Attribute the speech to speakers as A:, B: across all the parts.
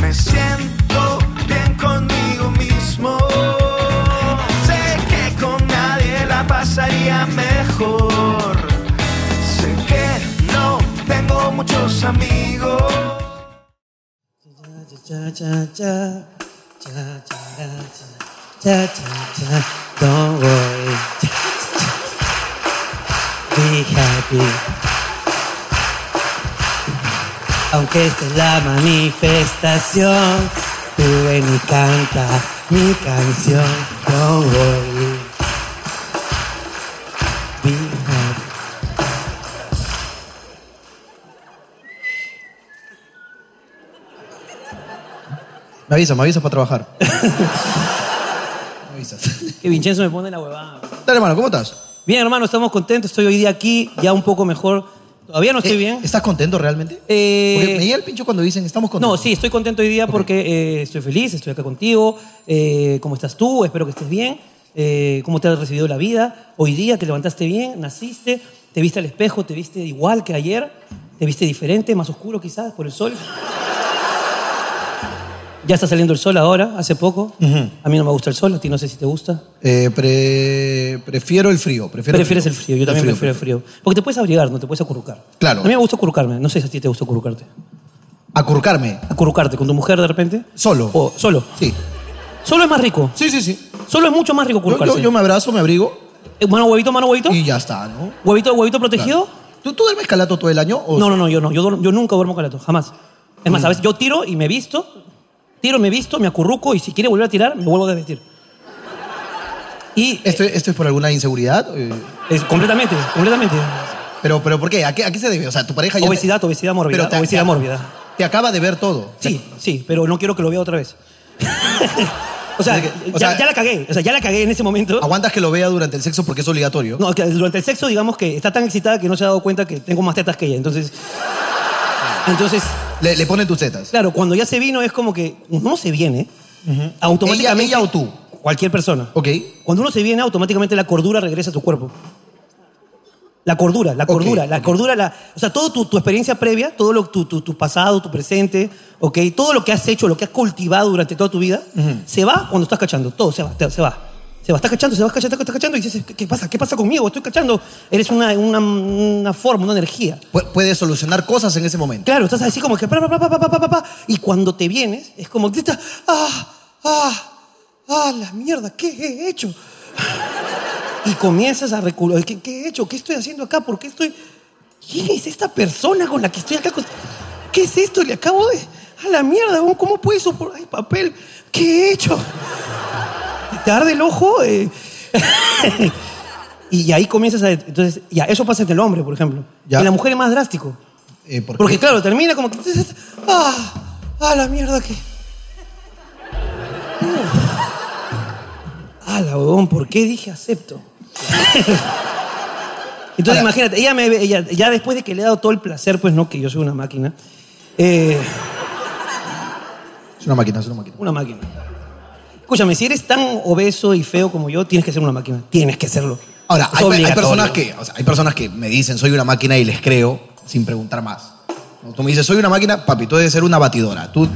A: me siento bien conmigo mismo. Sé que con nadie la pasaría mejor. Sé que no tengo muchos amigos.
B: Cha, cha, cha, cha, cha, cha, cha, cha, cha. Don't worry. Cha, cha, cha. Be happy. Aunque esta es la manifestación, tú ven y canta mi canción. Don't worry. Be happy.
C: Me avisas, me avisas para trabajar. me avisas.
B: Que Vincenzo me pone la huevada.
C: Dale, hermano, ¿cómo estás?
B: Bien, hermano, estamos contentos. Estoy hoy día aquí, ya un poco mejor. Todavía no estoy
C: Eh,
B: bien.
C: ¿Estás contento realmente?
B: Eh,
C: Porque me llega el pincho cuando dicen estamos
B: No,
C: contentos.
B: sí, estoy contento hoy día porque eh, estoy feliz, estoy acá contigo. Eh, ¿Cómo estás tú? Espero que estés bien. Eh, ¿Cómo te has recibido la vida? Hoy día te levantaste bien, naciste, te viste al espejo, te viste igual que ayer, te viste diferente, más oscuro quizás por el sol. Ya está saliendo el sol ahora, hace poco.
C: Ujú.
B: A mí no me gusta el sol, a ti no sé si te gusta.
C: Eh, pre- prefiero el frío. Prefiero
B: Prefieres el frío, yo también prefiero el frío. Porque te puedes abrigar, no te puedes acurrucar.
C: Claro.
B: A mí me gusta acurrucarme, no sé si a ti te gusta acurrucarte.
C: Acurcarme.
B: Acurrucarte con tu mujer de repente.
C: Solo.
B: O solo.
C: Sí.
B: Solo es más rico.
C: Sí, sí, sí.
B: Solo es mucho más rico
C: Yo,
B: curcarse.
C: yo- yo me abrazo, me abrigo
B: Eh, Mano huevito, mano huevito.
C: y ya está, ¿no?
B: Huevito, huevito protegido.
C: Claro. ¿Tú, ¿Tú duermes calato todo el año? O Mm.
B: No, no, no, yo no. Yo, duermo- yo nunca duermo calato, jamás. Es más, a veces yo tiro y me visto. Tiro, me visto, me acurruco y si quiere volver a tirar, me vuelvo a desvestir. Y eh,
C: ¿Esto, esto es por alguna inseguridad? Eh,
B: es completamente, completamente.
C: Pero, pero ¿por qué? ¿A, qué? a qué se debe? O sea, tu pareja ya...
B: Obesidad, obesidad mórbida.
C: Pero te-
B: Obesidad
C: te-
B: mórbida.
C: Te acaba de ver todo.
B: Sí, sí, pero no quiero que lo vea otra vez.
C: O
B: o sea,
C: sea que- o
B: ya,
C: sea-
B: ya la cagué. O sea, ya la cagué en ese momento.
C: Aguantas que lo vea durante el sexo porque es obligatorio.
B: No, que durante el sexo, digamos que está tan excitada que no se ha dado cuenta que tengo más tetas que ella. Entonces. Entonces,
C: Ah. Le, le ponen tus tetas.
B: claro, cuando ya se vino es como que uno se viene.
C: Ella,
B: Automáticamente.
C: ella o tú.
B: Cualquier persona.
C: Ok.
B: Cuando uno se viene, automáticamente la cordura regresa a tu cuerpo. La cordura, la
C: Ok,
B: cordura, la cordura, la, o sea, toda tu, tu experiencia previa, todo lo, tu, tu- tu pasado, tu presente, ¿ok? Todo lo que has hecho, lo que has cultivado durante toda tu vida, se va cuando estás cachando, todo se va, te- se va. Se va, estás cachando, se va, cachando, estás cachando y dices, ¿qué, qué pasa? ¿Qué pasa conmigo? Estoy cachando. Eres una, una, una forma, una energía.
C: Pu- puedes solucionar cosas en ese momento.
B: Claro, estás así como que pa, pa, pa, pa, pa, pa, pa, pa, y cuando te vienes es como que estás ah ah ah la mierda qué he hecho y comienzas a recular ¿qué, qué he hecho qué estoy haciendo acá por qué estoy quién es esta persona con la que estoy acá acos- qué es esto le acabo de a la mierda cómo puede soportar Ay, papel qué he hecho te arde el ojo Eh, y ahí comienzas a entonces ya eso pasa entre el hombre por ejemplo
C: Ya.
B: en la mujer es más drástico
C: Eh, ¿por
B: porque
C: qué?
B: claro, termina como que... ¡Ah! ¡Ah, la mierda que... ¡Ah, la huevón! ¿Por qué dije acepto?
C: Ahora-
B: Entonces imagínate, ella, me, ella ya después de que le he dado todo el placer, pues no, que yo soy una máquina. Eh,
C: Es una máquina, es una máquina.
B: una máquina. Escúchame, si eres tan obeso y feo como yo, tienes que ser una máquina. Tienes que serlo.
C: Ahora, hay, pe-
B: Es
C: hay
B: obligatorio.
C: personas que, o sea, hay personas que me dicen soy una máquina y les creo sin preguntar más. ¿No? Tú me dices soy una máquina, papi, tú debes ser una batidora. Tú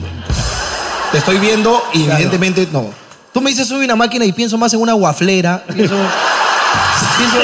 C: te estoy viendo y
B: Claro.
C: evidentemente no. Tú me dices soy una máquina y pienso más en una guaflera. Pienso, pienso-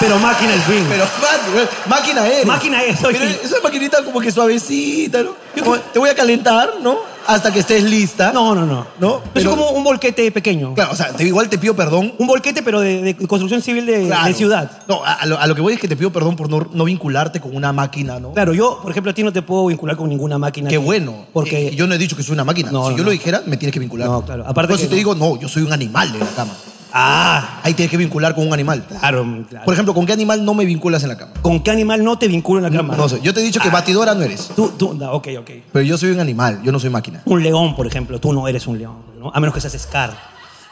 B: Pero máquina al fin.
C: pero man, máquina eres.
B: Máquina eres, soy.
C: Pero es una maquinita como que suavecita, ¿no? Como, te voy a calentar, ¿no? Hasta que estés lista.
B: No, no, no.
C: No,
B: Es
C: pero-
B: como un volquete pequeño.
C: Claro, o sea, te- igual te pido perdón
B: Un volquete, pero de, de construcción civil de,
C: Claro.
B: de ciudad.
C: No, a, a lo, a lo que voy es que te pido perdón por no, no vincularte con una máquina, ¿no?
B: Claro, yo, por ejemplo, a ti no te puedo vincular con ninguna máquina.
C: Qué
B: aquí,
C: bueno.
B: Porque
C: Eh, yo no he dicho que soy una máquina.
B: No,
C: si
B: no,
C: yo
B: no.
C: lo dijera, me tienes que vincular.
B: No, claro. Aparte
C: Pero si
B: que
C: te
B: no.
C: digo, no, yo soy un animal en la cama.
B: Ah,
C: Ahí tienes que vincular con un animal.
B: claro, mm, claro.
C: Por ejemplo, ¿con qué animal no me vinculas en la cama?
B: ¿Con qué animal no te vinculo en la cama? Ah.
C: No sé. Yo te he dicho que batidora no eres.
B: Tú, tú, no, ok, ok.
C: Pero yo soy un animal, yo no soy máquina.
B: Un león, por ejemplo, tú no eres un león, ¿no? A menos que seas Scar.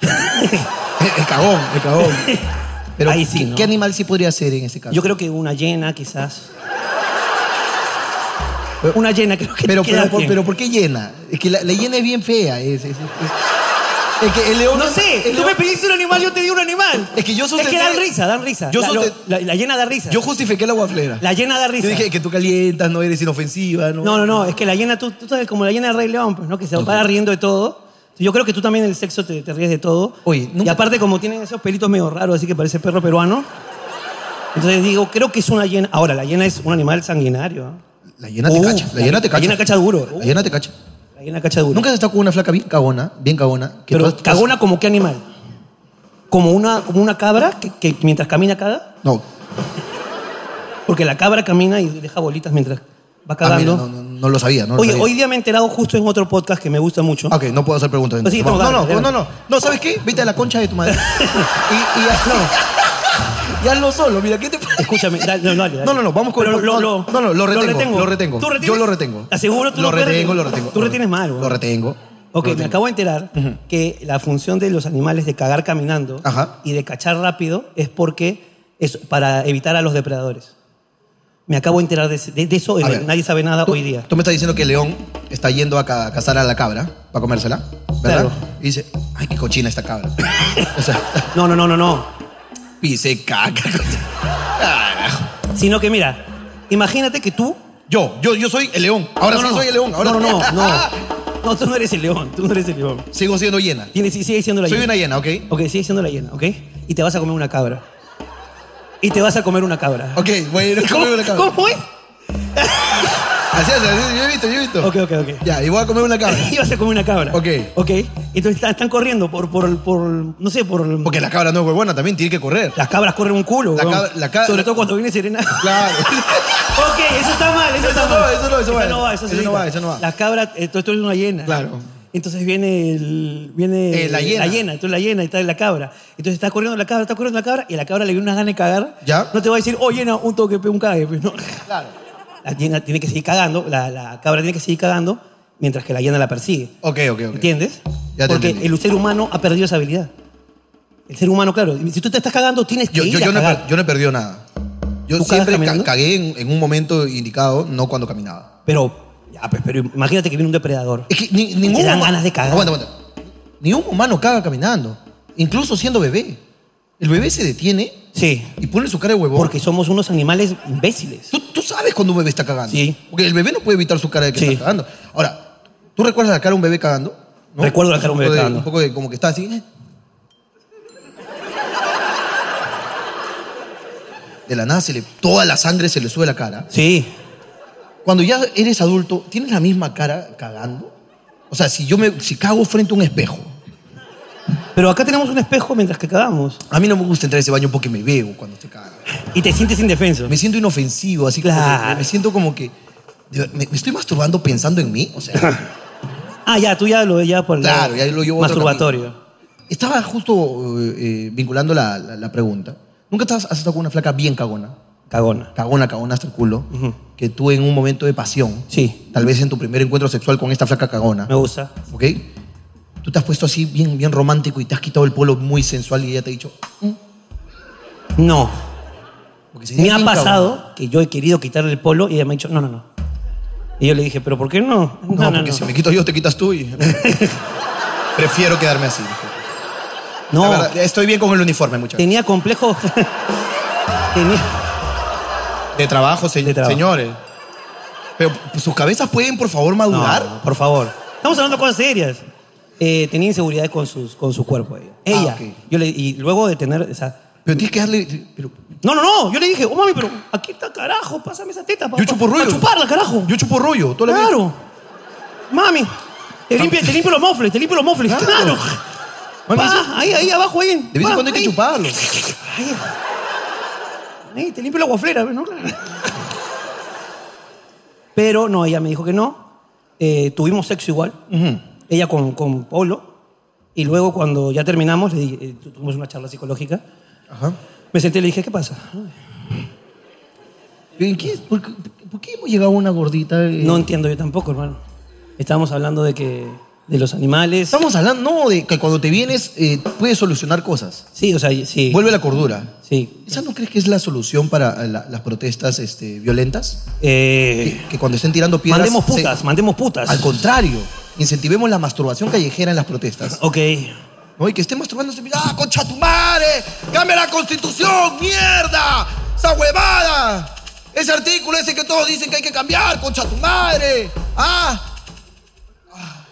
C: El cagón, el cagón. Pero,
B: Ahí sí,
C: ¿qué,
B: ¿no?
C: qué animal sí podría ser en ese caso?
B: Yo creo que una hiena, quizás.
C: Pero-
B: Una hiena creo que te
C: pero,
B: queda
C: pero, por-
B: bien.
C: pero ¿por qué llena? Es que la, la hiena es bien fea. Es, es- es- Es que el león.
B: No
C: anda-
B: sé,
C: el
B: tú
C: león-
B: me pediste un animal, yo te di un animal.
C: Es que yo
B: Es que
C: sostené-
B: dan risa, dan risa.
C: Yo
B: la, lo-
C: soste-
B: la- la llena da risa.
C: Yo justifiqué la guaflera.
B: la llena da risa.
C: Yo dije que tú calientas, no eres inofensiva, ¿no?
B: No, no, no, es que la llena, tú, tú sabes, como la llena del Rey León, pues, ¿no? Que se va riendo de todo. Yo creo que tú también en el sexo te, te ríes de todo.
C: Oye,
B: Y
C: nunca-
B: aparte, como tienen esos pelitos medio raros, así que parece perro peruano. Entonces digo, creo que es una llena. Ahora, la llena es un animal sanguinario. ¿ah?
C: La llena te
B: Uh,
C: cacha. La llena te cacha.
B: La llena cacha duro.
C: La llena te cacha.
B: La llena cacha duro.
C: Nunca has estado con una flaca bien cagona, bien cagona. que
B: Pero,
C: todas-
B: ¿cagona como qué animal? ¿Como una, como una cabra que, que mientras camina caga?
C: No.
B: Porque la cabra camina y deja bolitas mientras va
C: Ah, mira,
B: cagando.
C: no, no, no lo sabía, no lo
B: Oye,
C: sabía.
B: hoy día me he enterado justo en otro podcast que me gusta mucho.
C: Ok, no puedo hacer preguntas.
B: Pues sí,
C: no,
B: tengo
C: no,
B: ganas,
C: no,
B: de
C: no,
B: verdad.
C: no, no, ¿sabes qué? Vete a la concha de tu madre. y, y haz- no. Y hazlo solo, mira, ¿qué te pasa?
B: Escúchame, dale, no, dale, dale.
C: No, no, no, vamos con
B: Pero
C: el-
B: lo,
C: no,
B: lo-
C: no, no, lo retengo, lo retengo.
B: ¿Tú retienes?
C: Yo lo retengo.
B: ¿Te Aseguro tú
C: Lo
B: no puedes
C: retengo,
B: retener?
C: lo retengo.
B: Tú retienes mal, güey.
C: Lo retengo.
B: Ok,
C: Lo
B: me
C: retengo.
B: acabo de enterar que la función de los animales de cagar caminando
C: Ajá.
B: y de cachar rápido es porque es para evitar a los depredadores. Me acabo de enterar de, ese- de- de eso,
C: A
B: eh,
C: ver,
B: nadie sabe nada
C: Tú-
B: hoy día.
C: Tú me estás diciendo que León está yendo a ca- cazar a la cabra para comérsela, ¿verdad?
B: Claro.
C: Y dice, ay, qué cochina esta cabra. o sea,
B: No, no, no, no, no.
C: pise caca. Carajo.
B: Sino que mira, imagínate que tú...
C: Yo, yo, yo soy el león. Ahora
B: no,
C: sí
B: no, no.
C: soy el león. Ahora
B: No, no, no, no. No, tú no eres el león, tú no eres el león.
C: Sigo siendo llena.
B: Tienes, sigue siendo la
C: Soy
B: hiena.
C: una hiena, ¿ok?
B: Ok, sigue siendo la hiena, ¿ok? Y te vas a comer una cabra. Y te vas a comer una cabra.
C: Ok, bueno,
B: ¿Cómo,
C: comer una cabra.
B: cómo es?
C: Así, así, así, yo he visto, yo he visto.
B: Ok, ok, ok.
C: Ya, y voy a comer una cabra.
B: Y vas a comer una cabra.
C: Ok.
B: Ok. Entonces están, están corriendo por, por, por, no sé, por...
C: Porque la cabra no es huevona, también tiene que correr.
B: Las cabras corren un culo,
C: La
B: weón.
C: cabra- la cabra-
B: Sobre todo cuando viene sirena.
C: Claro.
B: ok, eso está mal,
C: Eso
B: eso, está
C: no,
B: mal.
C: eso no, eso va,
B: no va, eso,
C: eso
B: se
C: no va,
B: edita.
C: eso no va.
B: Las cabras, eh, tú, tú eres una hiena.
C: Claro.
B: Entonces viene, el, viene
C: Eh, la hiena.
B: entonces la hiena y está la cabra. Entonces está corriendo la cabra, está corriendo la cabra y a la cabra le viene unas ganas de cagar.
C: Ya.
B: No te va a decir, oh hiena, un toque, pe, un cague, pe", no.
C: Claro.
B: La hiena tiene que seguir cagando, la, la cabra tiene que seguir cagando mientras que la hiena la persigue.
C: Ok, ok, ok.
B: ¿Entiendes?
C: Ya te
B: Porque
C: entendí.
B: el ser humano ha perdido esa habilidad. El ser humano, claro. Si tú te estás cagando, tienes que
C: Yo,
B: ir
C: yo,
B: a
C: yo no, he
B: cagar.
C: per- yo no he perdido nada. Yo
B: ¿Tú cagas
C: siempre ca-
B: caminando?
C: cagué en, en un momento indicado, no cuando caminaba.
B: Pero, ya, pues, pero imagínate que viene un depredador.
C: Es que ni- ningún
B: Te dan
C: huma-
B: ganas de cagar.
C: Aguanta, aguanta. Ni un humano caga caminando, incluso siendo bebé. El bebé se detiene
B: Sí,
C: y pone su cara de huevón.
B: porque somos unos animales imbéciles.
C: Tú, tú sabes cuando un bebé está cagando.
B: Sí.
C: Porque el bebé no puede evitar su cara de que
B: Sí.
C: está cagando. Ahora, ¿tú recuerdas la cara de un bebé cagando? ¿No?
B: Recuerdo la cara de un bebé
C: poco
B: cagando.
C: Un poco de como que está así. ¿eh? De la nada se le, toda la sangre se le sube a la cara.
B: Sí,
C: Cuando ya eres adulto, ¿tienes la misma cara cagando? O sea, si yo me si cago frente a un espejo,
B: pero acá tenemos un espejo mientras que cagamos.
C: a mí no me gusta entrar a ese baño porque me veo cuando estoy cagando.
B: Y te sientes indefenso.
C: Me siento inofensivo, así como que
B: Claro.
C: me siento como que de- me, me estoy masturbando pensando en mí, o sea,
B: Ah, ya, tú ya lo ya por el
C: Claro,
B: lado
C: ya lo llevo a otro
B: Masturbatorio.
C: Estaba justo eh, eh, vinculando la, la- la pregunta. ¿Nunca estás, has estado con una flaca bien cagona?
B: Cagona.
C: Cagona, cagona hasta el culo. Que tú en un momento de pasión,
B: Sí.
C: tal vez en tu primer encuentro sexual con esta flaca cagona,
B: Me gusta.
C: ¿ok? Tú te has puesto así bien, bien romántico y te has quitado el polo muy sensual y ella te ha dicho...
B: No.
C: porque se
B: Me
C: ve
B: ha
C: bien
B: pasado que yo he querido quitarle el polo y ella me ha dicho, no, no, no. Y yo le dije, ¿pero por qué no? No,
C: cagona". No,
B: no,
C: porque
B: no.
C: si me quito yo, te quitas tú y... Prefiero quedarme así. La
B: No,
C: verdad, estoy bien con el uniforme, muchachos.
B: tenía complejo. tenía...
C: De trabajo, se-
B: De trabajo.
C: señores. Pero sus cabezas pueden, por favor,
B: No,
C: madurar.
B: por favor. Estamos hablando de cosas serias. Eh, tenía inseguridades con, sus, con su cuerpo. Ella. Ella.
C: Ah, ok.
B: yo le, y luego de tener. O sea,
C: Pero tienes que darle... pero-
B: no, no, no. Yo le dije, oh mami, pero aquí está, carajo. Pásame esa teta. pa-
C: Yo
B: pa-
C: chupo rollo.
B: pa chuparla, carajo.
C: Yo chupo rollo, toda la vida.
B: claro. Mami, te limpio, te limpio los mofles, te limpio los mofles.
C: Claro.
B: Claro.
C: Mami,
B: Pa,
C: eso-
B: ahí, ahí abajo, ahí.
C: De vez en
B: pa,
C: cuando hay que
B: ahí.
C: chuparlo.
B: Ahí. Ahí, te limpio la guaflera, ¿no? Claro. Pero no, ella me dijo que no. Eh, tuvimos sexo igual. Ella con, con Polo. Y luego cuando ya terminamos, le dije- eh, tu- tuvimos una charla psicológica.
C: Ajá.
B: Me senté y le dije, ¿qué pasa?
C: ¿En qué- por, qué- por qué hemos llegado a una gordita? eh?
B: No entiendo yo tampoco, hermano. Estábamos hablando de que de los animales.
C: Estamos hablando, no, de que cuando te vienes eh, puedes solucionar cosas.
B: Sí, o sea, sí.
C: Vuelve la cordura.
B: Sí.
C: ¿Esa no crees que es la solución para eh, la- las protestas este, violentas?
B: Eh,
C: Que, que cuando estén tirando piedras...
B: mandemos
C: se-
B: putas, mandemos putas.
C: al contrario, incentivemos la masturbación callejera en las protestas.
B: Ok.
C: ¿no? Y que esté masturbándose. ¡Ah, concha tu madre! ¡Cambia la constitución! ¡Mierda! ¡Esa huevada! Ese artículo ese que todos dicen que hay que cambiar, concha tu madre. ¡Ah! Ah.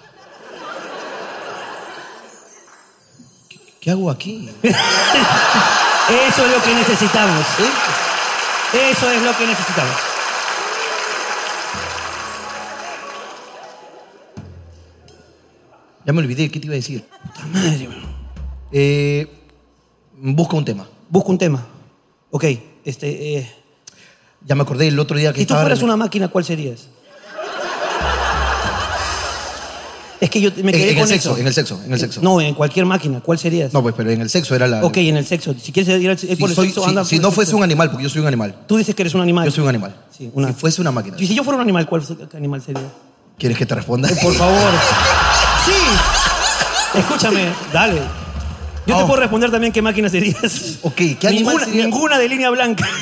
C: ¿Qué- ¿Qué hago aquí?
B: Eso es lo que necesitamos.
C: ¿Eh?
B: Eso es lo que necesitamos.
C: Ya me olvidé, ¿qué te iba a decir?
B: Puta madre, weón.
C: Eh, busca un tema.
B: Busca un tema. Ok, este. eh,
C: Ya me acordé el otro día que
B: si tú
C: estaba-
B: fueras una máquina, ¿cuál serías? Es que yo me
C: En,
B: quedé
C: en
B: con
C: el sexo,
B: eso.
C: en el sexo, en el sexo.
B: No, en cualquier máquina, ¿cuál serías?
C: No, pues, pero en el sexo era la.
B: ok, en el sexo. Si quieres ir al es
C: Si,
B: por el
C: soy-
B: sexo,
C: si-
B: anda
C: si
B: por el
C: no
B: sexo.
C: fuese un animal, porque yo soy un animal.
B: Tú dices que eres un animal.
C: Yo soy un animal.
B: Sí, una-
C: Si fuese una máquina.
B: Y si yo fuera un animal, ¿cuál qué animal sería?
C: ¿Quieres que te responda?
B: Por favor. Sí. Escúchame, dale. Yo te
C: Oh.
B: puedo responder también qué máquina serías.
C: Ok, ¿qué animal
B: ninguna,
C: sería? eh,
B: ninguna de línea blanca.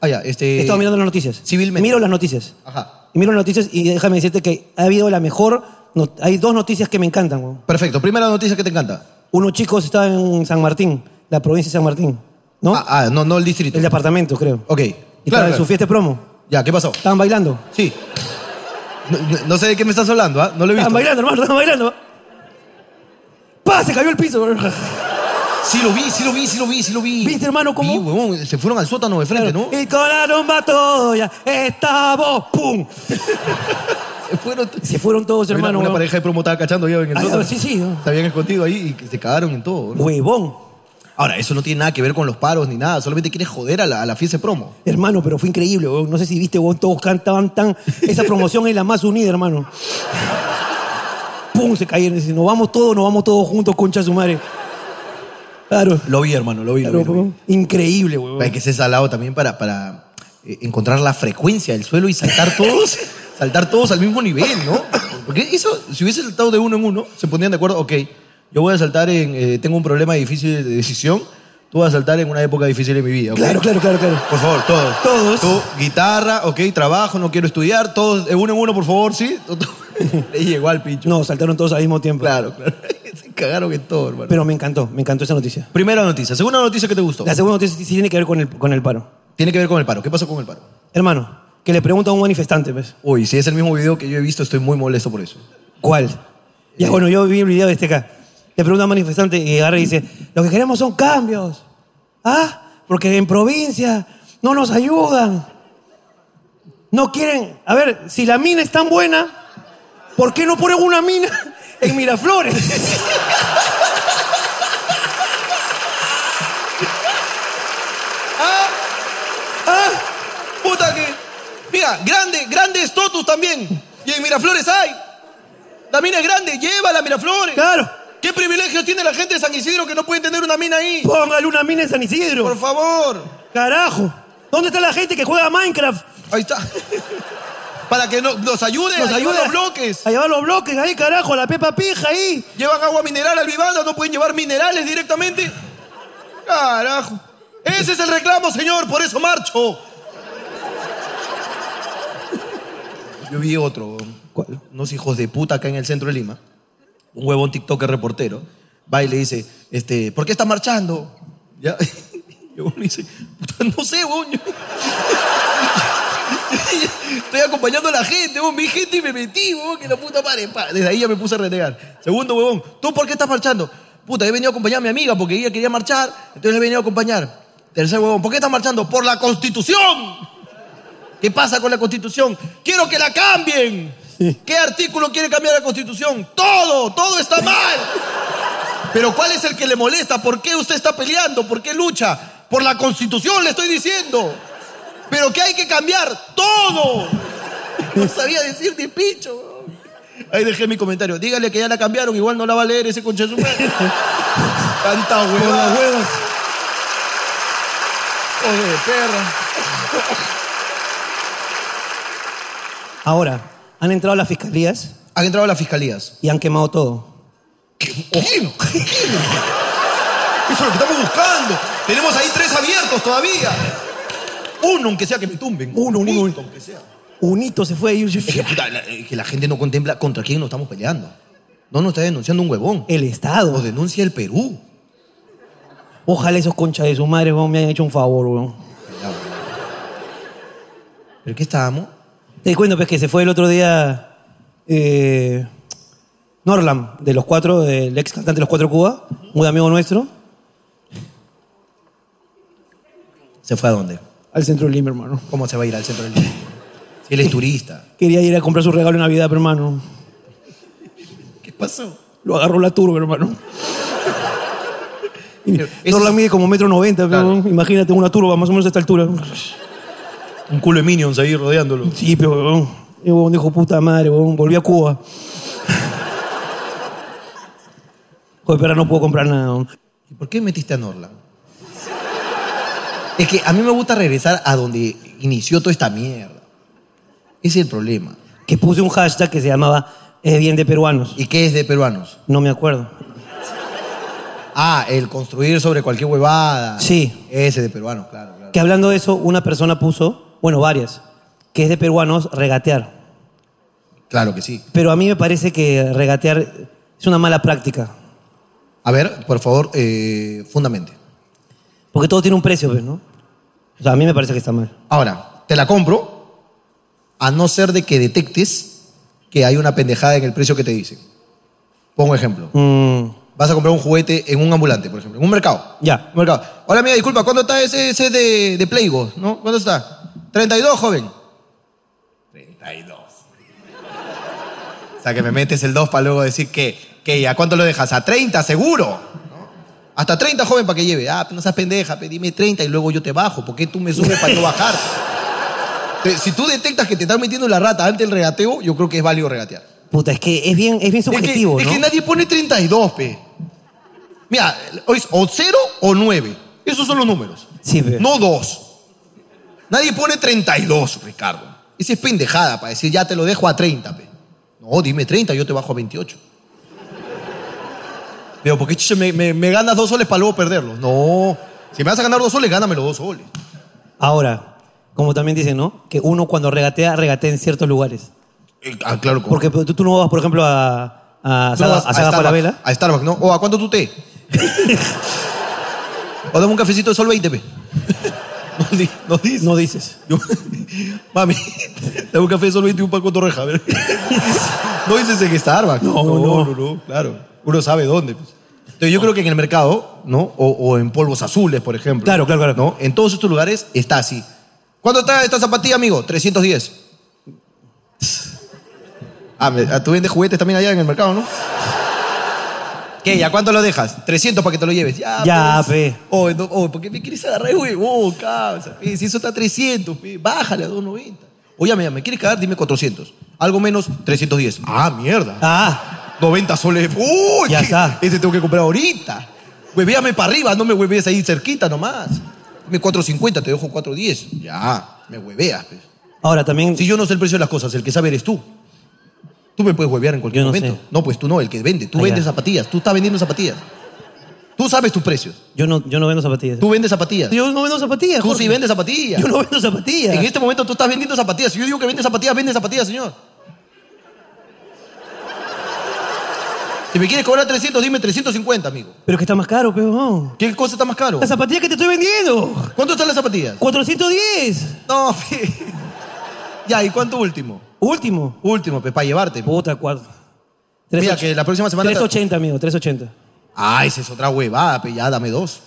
C: Ah, ya, este.
B: He estado mirando las noticias.
C: civilmente.
B: Miro las noticias.
C: Ajá.
B: Y miro las noticias y déjame decirte que ha habido la mejor. no- hay dos noticias que me encantan. weón.
C: Perfecto. Primera noticia que te encanta.
B: Unos chicos estaban en San Martín, la provincia de San Martín, ¿no?
C: Ah, ah, no, no el distrito.
B: El departamento, creo.
C: Ok.
B: Y
C: Claro,
B: estaban en
C: claro.
B: su fiesta de promo.
C: Ya, ¿qué pasó?
B: Estaban bailando.
C: Sí. No, no- no sé de qué me estás hablando, ¿ah? No lo he visto.
B: Estaban bailando, hermano, estaban bailando. ¡Pah! Se cayó el piso.
C: Sí lo vi, sí lo vi, sí lo vi, sí lo vi.
B: ¿Viste, hermano, cómo?
C: Sí, huevón, se fueron al sótano de frente, ¿no?
B: Y con la rumba toya estamos, ¡pum!
C: Se fueron.
B: Se fueron todos,
C: Había
B: hermano.
C: Una, una
B: huevón.
C: pareja de promo estaba cachando ya en el
B: Ah,
C: sótano.
B: sí, sí.
C: Se habían escondido ahí y se cagaron en todo. ¿no?
B: Huevón.
C: Ahora, eso no tiene nada que ver con los paros ni nada. Solamente quieres joder a la, a la fiesta de promo.
B: Hermano, pero fue increíble, huevón. No sé si viste, huevón, todos cantaban tan. Esa promoción es la más unida, hermano. ¡Pum! Se cayeron. Dicen, nos vamos todos, nos vamos todos juntos, concha de su madre. Claro.
C: Lo vi, hermano, lo vi.
B: claro huevón. Increíble, huevón.
C: Hay que ser salado también para, para eh, encontrar la frecuencia del suelo y saltar todos, saltar todos al mismo nivel, ¿no? Porque eso, si hubiese saltado de uno en uno, se pondrían de acuerdo, ok, yo voy a saltar en, eh, tengo un problema difícil de decisión, tú vas a saltar en una época difícil de mi vida. ¿ok?
B: Claro, claro, claro, claro.
C: Por favor, todos.
B: Todos.
C: Tú, guitarra, ok, trabajo, no quiero estudiar, todos, de uno en uno, por favor, sí. Le llegó al pincho.
B: No, saltaron todos al mismo tiempo.
C: Claro, claro. Se cagaron en todo, hermano.
B: Pero me encantó, me encantó esa noticia.
C: Primera noticia. Segunda noticia que te gustó.
B: La segunda noticia sí tiene que ver con el, con el paro.
C: Tiene que ver con el paro. ¿Qué pasó con el paro?
B: Hermano, que le pregunta a un manifestante, pues,
C: Uy, si es el mismo video que yo he visto, estoy muy molesto por eso.
B: ¿cuál? Ya,
C: Eh.
B: bueno, yo vi el video de este acá. Le pregunta a un manifestante y agarra y dice, lo que queremos son cambios. ¿Ah? Porque en provincia no nos ayudan. No quieren... A ver, si la mina es tan buena, ¿por qué no ponen una mina en Miraflores?
C: ¡Ah! ¡Ah! ¡Puta que! Mira, grande, grande es Totus también. Y en Miraflores hay. La mina es grande, lleva la Miraflores.
B: claro.
C: ¿Qué privilegios tiene la gente de San Isidro que no puede tener una mina ahí?
B: Póngale una mina en San Isidro.
C: Por favor.
B: Carajo. ¿Dónde está la gente que juega a Minecraft?
C: Ahí está. Para que no- nos ayuden
B: Nos
C: a llevar
B: ayuda
C: los bloques.
B: A llevar los bloques ahí, carajo, la pepa pija ahí.
C: Llevan agua mineral al Vivanda, no pueden llevar minerales directamente. Carajo. Ese es el reclamo, señor, por eso marcho. Yo vi otro,
B: ¿Cuál?
C: unos hijos de puta acá en el centro de Lima. Un huevón TikToker reportero va y le dice, este, ¿por qué está marchando? ¿Ya? Y uno dice, puta, no sé, huevón. yo- Estoy acompañando a la gente, huevón. Vi gente y me metí, huevón, que la puta madre. pa. Desde ahí ya me puse a renegar. Segundo, huevón, ¿tú por qué estás marchando? Puta, he venido a acompañar a mi amiga porque ella quería marchar, entonces le he venido a acompañar. Tercer huevón, ¿por qué estás marchando? Por la Constitución. ¿Qué pasa con la Constitución? Quiero que la cambien. ¿Qué artículo quiere cambiar la Constitución? Todo, todo está mal. Pero ¿cuál es el que le molesta? ¿Por qué usted está peleando? ¿Por qué lucha? Por la Constitución le estoy diciendo. Pero que hay que cambiar todo. No sabía decir ni picho. weón. Ahí dejé mi comentario. Dígale que ya la cambiaron, igual no la va a leer ese concha de su madre. Tanta huevada.
B: huevas.
C: hijo de perra.
B: Ahora, han entrado las fiscalías
C: Han entrado las fiscalías.
B: y han quemado todo.
C: Ojino. Eso es lo que estamos buscando. Tenemos ahí tres abiertos todavía. Uno, aunque sea que me tumben.
B: Uno, uno,
C: Listo,
B: uno.
C: aunque sea.
B: Un hito se fue y yo-
C: Es que, puta, la, es que la gente no contempla contra quién nos estamos peleando. No nos está denunciando un huevón.
B: El Estado.
C: Nos denuncia el Perú.
B: Ojalá esos conchas de su madre weón, me hayan hecho un favor, weón.
C: ¿Pero qué estábamos?
B: Te cuento, pues, que se fue el otro día eh, Norlam, de los cuatro, el ex cantante de los cuatro Cuba, un amigo nuestro,
C: ¿Se fue a dónde?
B: al centro de Lima, hermano.
C: ¿Cómo se va a ir al centro del Lima? Si él es turista.
B: Quería ir a comprar su regalo de Navidad, pero, hermano,
C: ¿Qué pasó?
B: lo agarró la turba, hermano. Y
C: Pero ese
B: Norlam
C: es-
B: mide como metro noventa,
C: Claro.
B: pero, imagínate una turba, más o menos a esta altura.
C: Un culo de minions ahí rodeándolo.
B: Sí, pero, weón. Y, weón, dijo, puta madre, weón, volví a Cuba. Joder, pero ahora no puedo comprar nada, weón.
C: ¿Y por qué metiste a Norland? Es que a mí me gusta regresar a donde inició toda esta mierda. Ese es el problema.
B: que puse un hashtag que se llamaba Es bien de peruanos.
C: ¿Y qué es de peruanos?
B: No me acuerdo.
C: Ah, el construir sobre cualquier huevada.
B: Sí.
C: Ese de peruanos, claro, claro.
B: Que hablando de eso, una persona puso, bueno, varias, que es de peruanos regatear.
C: Claro que sí.
B: Pero a mí me parece que regatear es una mala práctica.
C: A ver, por favor, eh, fundamente.
B: Porque todo tiene un precio, pues, ¿no? O sea, a mí me parece que está mal.
C: Ahora, te la compro a no ser de que detectes que hay una pendejada en el precio que te dicen. Pongo un ejemplo.
B: Mm,
C: Vas a comprar un juguete en un ambulante, por ejemplo, en un mercado.
B: Ya.
C: Un mercado. Hola, amiga, disculpa, ¿cuánto está ese, ese de, de Playgo? ¿No? ¿Cuánto está? 32, joven. 32. O sea, que me metes el 2 para luego decir que, que ¿a cuánto lo dejas? A 30, seguro. ¿No? Hasta 30, joven, para que lleve. Ah, pero no seas pendeja, pe, dime 30 y luego yo te bajo. ¿Por qué tú me subes para no bajar? Te- Si tú detectas que te estás metiendo la rata ante el regateo, yo creo que es válido regatear.
B: Puta, es que es bien, es bien
C: Es que-
B: subjetivo,
C: es que,
B: ¿no?
C: nadie pone 32, pe. Mira, o es o 0 o 9. Esos son los números.
B: Sí, pe.
C: No 2. Nadie pone 32, Ricardo. Esa es pendejada para decir, ya te lo dejo a 30, pe. No, dime 30, yo te bajo a 28. Pero, ¿por qué chucha, me, me- me ganas dos soles para luego perderlos? No. Si me vas a ganar dos soles, gáname los dos soles.
B: Ahora, como también dicen, ¿no? Que uno cuando regatea, regatea en ciertos lugares.
C: Eh, ah, claro. como-
B: Porque tú, tú no vas, por ejemplo, a, a,
C: No,
B: Saga- a Saga
C: Starbucks,
B: Falabella.
C: A Starbucks, ¿no? ¿O a cuánto tú té? o dame un cafecito de sol 20, pe. No, di- no dice.
B: No dices.
C: Yo- mami, dame un café de sol 20 y un pan con torreja. a ver. no dices en Starbucks.
B: No, no.
C: no, no, claro. Uno sabe dónde. pues. Entonces, yo creo que en el mercado, ¿no? O, o en polvos azules, por ejemplo.
B: Claro, claro, claro.
C: ¿no? En todos estos lugares está así. ¿Cuánto está esta zapatilla, amigo? 310. Ah, me- ah, tú vendes juguetes también allá en el mercado, ¿no? ¿Qué? ¿Y a cuánto lo dejas? 300 para que te lo lleves. Ya,
B: Ya, pe.
C: Oh, no, oh, ¿por qué me quieres agarrar, güey? Oh, causa, pe. Si eso está a 300, pe, bájale a 290. Oye, mira, ¿me quieres cagar? Dime 400. Algo menos, 310. Ah, mierda.
B: Ah,
C: 90 soles. ¡Uy!
B: Ya
C: ¿qué?
B: está.
C: Ese tengo que comprar ahorita. Huevéame para arriba, no me huevees ahí cerquita nomás. Dime 450, te dejo 410. Ya, me hueveas. pues.
B: ahora también...
C: Si yo no sé el precio de las cosas, el que sabe eres tú. Tú me puedes huevear en cualquier
B: Yo no
C: momento.
B: sé.
C: No, pues tú no, el que vende. Tú
B: Ah,
C: vendes
B: ya.
C: zapatillas, tú estás vendiendo zapatillas. Tú sabes tus precios.
B: Yo no, yo no vendo zapatillas.
C: Tú vendes zapatillas.
B: Yo no vendo zapatillas.
C: Tú
B: Jorge.
C: sí vendes zapatillas.
B: Yo no vendo zapatillas.
C: En este momento tú estás vendiendo zapatillas. Si yo digo que vende zapatillas, vende zapatillas, señor. Si me quieres cobrar 300, dime 350, amigo.
B: Pero es que está más caro, peón.
C: ¿Qué cosa está más caro?
B: Las zapatillas que te estoy vendiendo.
C: ¿Cuánto están las zapatillas?
B: 410.
C: No, fe. ya, ¿y cuánto último?
B: Último.
C: Último, pues, para llevarte.
B: Puta, cuatro. Tres
C: Mira,
B: och-
C: que la próxima semana...
B: 380, amigo, 380.
C: Ah, esa es otra huevada, pues, ya, dame dos.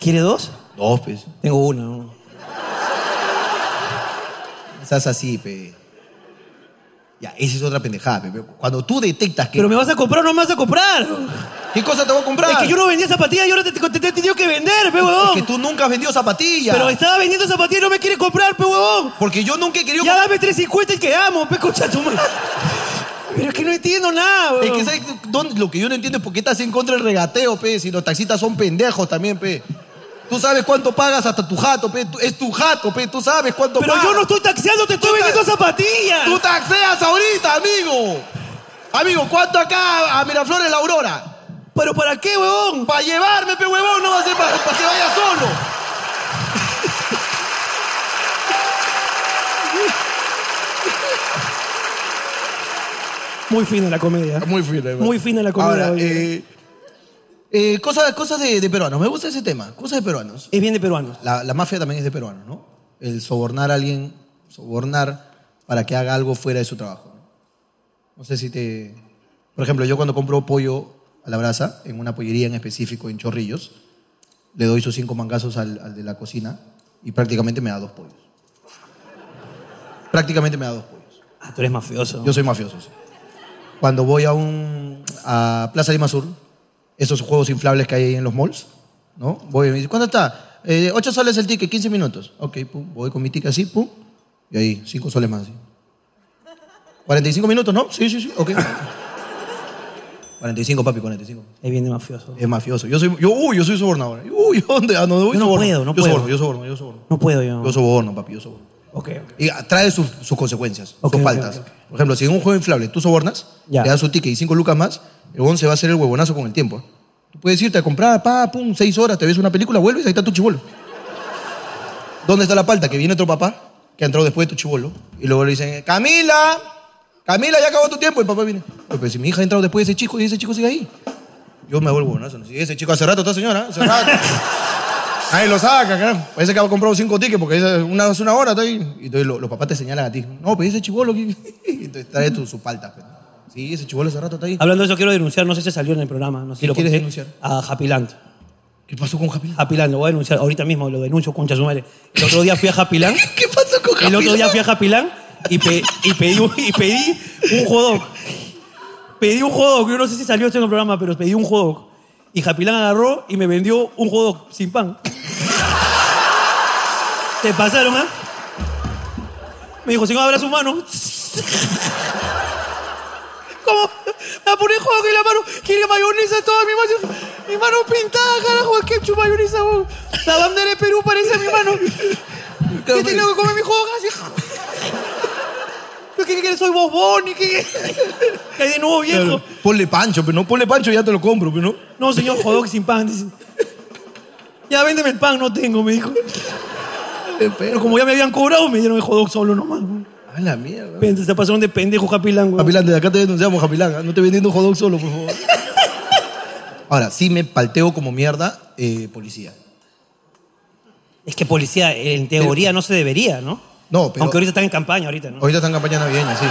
B: ¿Quiere dos?
C: Dos, pues.
B: Tengo una. ¿no?
C: Estás así, pe. Ya, esa es otra pendejada, pe. Cuando tú detectas que...
B: Pero me vas a comprar o no me vas a comprar.
C: ¿Qué cosa te voy a comprar?
B: Es que yo no vendía zapatillas y ahora te, te, te- te he tenido que vender, pe
C: Es
B: huevón.
C: que tú nunca has vendido zapatillas.
B: Pero estaba vendiendo zapatillas y no me quiere comprar, pe huevón.
C: Porque yo nunca he querido...
B: Ya dame 350 y quedamos, pe concha tu madre. Pero es que no entiendo nada,
C: Es
B: huevón.
C: que ¿sabes dónde? lo que yo no entiendo es por qué estás en contra del regateo, pe. Si los taxistas son pendejos también, pe. Tú sabes cuánto pagas hasta tu jato, pe. Tú- Es tu jato, pe. Tú sabes cuánto
B: Pero
C: pagas.
B: yo no estoy taxeando, te estoy
C: Tú ta-
B: vendiendo zapatillas.
C: Tú taxeas ahorita, amigo. Amigo, ¿cuánto acá a Miraflores la Aurora?
B: ¿Pero para qué, huevón?
C: Para llevarme, pe huevón, no va a ser para que vaya solo.
B: Muy fina la comedia.
C: Muy fina. hermano.
B: Muy fina la comedia,
C: Ahora,
B: oye.
C: eh, eh, cosas, cosas de, de peruanos. Me gusta ese tema. Cosas de peruanos.
B: Es bien de peruanos.
C: La, la mafia también es de peruanos, ¿no? El sobornar a alguien, sobornar para que haga algo fuera de su trabajo. ¿no? No sé si te... Por ejemplo, yo cuando compro pollo a la brasa, en una pollería en específico, en Chorrillos, le doy sus cinco mangazos al, al de la cocina y prácticamente me da dos pollos. Prácticamente me da dos pollos.
B: Ah, tú eres mafioso.
C: Yo soy mafioso. sí. Cuando voy a un a Plaza Lima Sur, esos juegos inflables que hay ahí en los malls, ¿no? Voy y me dice, ¿cuánto está? Eh, 8 soles el ticket, 15 minutos. Ok, pum, voy con mi ticket así, pum, y ahí, 5 soles más. Así. 45 minutos, ¿no? Sí, sí, sí, ok. 45, papi, 45.
B: Es bien de mafioso.
C: Es mafioso. Yo soy, yo, uy, yo soy sobornador. Uy, ¿yo ¿dónde? Ah, no,
B: Yo no
C: soborno.
B: puedo, no
C: yo
B: puedo.
C: Soborno, yo soborno, yo soborno.
B: No puedo yo.
C: Yo soborno, papi, yo soborno.
B: Ok, ok.
C: Y trae sus, sus consecuencias,
B: Ok,
C: sus
B: ok,
C: faltas.
B: ok, ok.
C: Por ejemplo, si en un juego inflable tú sobornas,
B: Ya.
C: le das su ticket y cinco lucas más, el huevón se va a hacer el huevonazo con el tiempo. ¿eh? Tú puedes irte a comprar, pa, pum, seis horas, te ves una película, vuelves, ahí está tu chivolo. ¿Dónde está la palta? Que viene otro papá, que ha entrado después de tu chivolo, y luego le dicen, Camila, Camila, ya acabó tu tiempo. Y el papá viene, "Oye, pero si mi hija ha entrado después de ese chico y ese chico sigue ahí. Yo me hago el huevonazo. ¿no? Si ese chico hace rato está señora, hace rato. Ahí lo saca, carajo. Parece que ha comprado cinco tickets porque dice, una, hace una hora está ahí. Y entonces lo- los papás te señalan a ti. No, pero ese chivolo. aquí". Y entonces trae tu, su palta. pues. Sí, ese chivolo hace rato está ahí.
B: Hablando de eso, quiero denunciar, no sé si salió en el programa, no sé si
C: ¿Qué
B: lo
C: quieres
B: conté,
C: denunciar?
B: A Happy Land.
C: ¿Qué pasó con Japil?
B: Happy Land, lo voy a denunciar, ahorita mismo lo denuncio, concha su madre. El otro día fui a Happy Land,
C: ¿Qué pasó con Japil?
B: el otro día fui a Happy Land y, pe- y pedí, un- y pedí un hot dog. Pedí un hot dog, yo no sé si salió esto en el programa, pero pedí un hot dog. Y Happy Land agarró y me vendió un hot dog sin pan. ¿Te pasaron, ah? Me dijo, si no abra su mano. ¿Cómo? Me pone juego en la mano. Quiere mayonesa toda mi mano. Mi mano pintada, carajo, de ketchup, mayonesa. weón. La bandera de Perú parece mi mano. Yo he tenido que comer mi juego casi. Yo quería que soy bobón y que... Que hay de nuevo viejo.
C: Ponle pancho, pero no ponle pancho, ya te lo compro, pero no.
B: No, señor, jodog sin pan. dice. Ya, véndeme el pan, no tengo, me dijo. Pero como ya me habían cobrado, me dieron el hot dog solo nomás. weón.
C: A la mierda.
B: Vente, Se pasaron de pendejo, Happy Land, weón.
C: Japilán, desde acá te denunciamos, Japilán. ¿eh? No te vendiendo un hot dog solo, por favor. Ahora, sí me palteo como mierda, eh, policía.
B: Es que policía, en teoría, no se debería, ¿no?
C: No, pero-
B: Aunque ahorita están en campaña, ahorita, ¿no?
C: Ahorita están en campaña navideña, sí.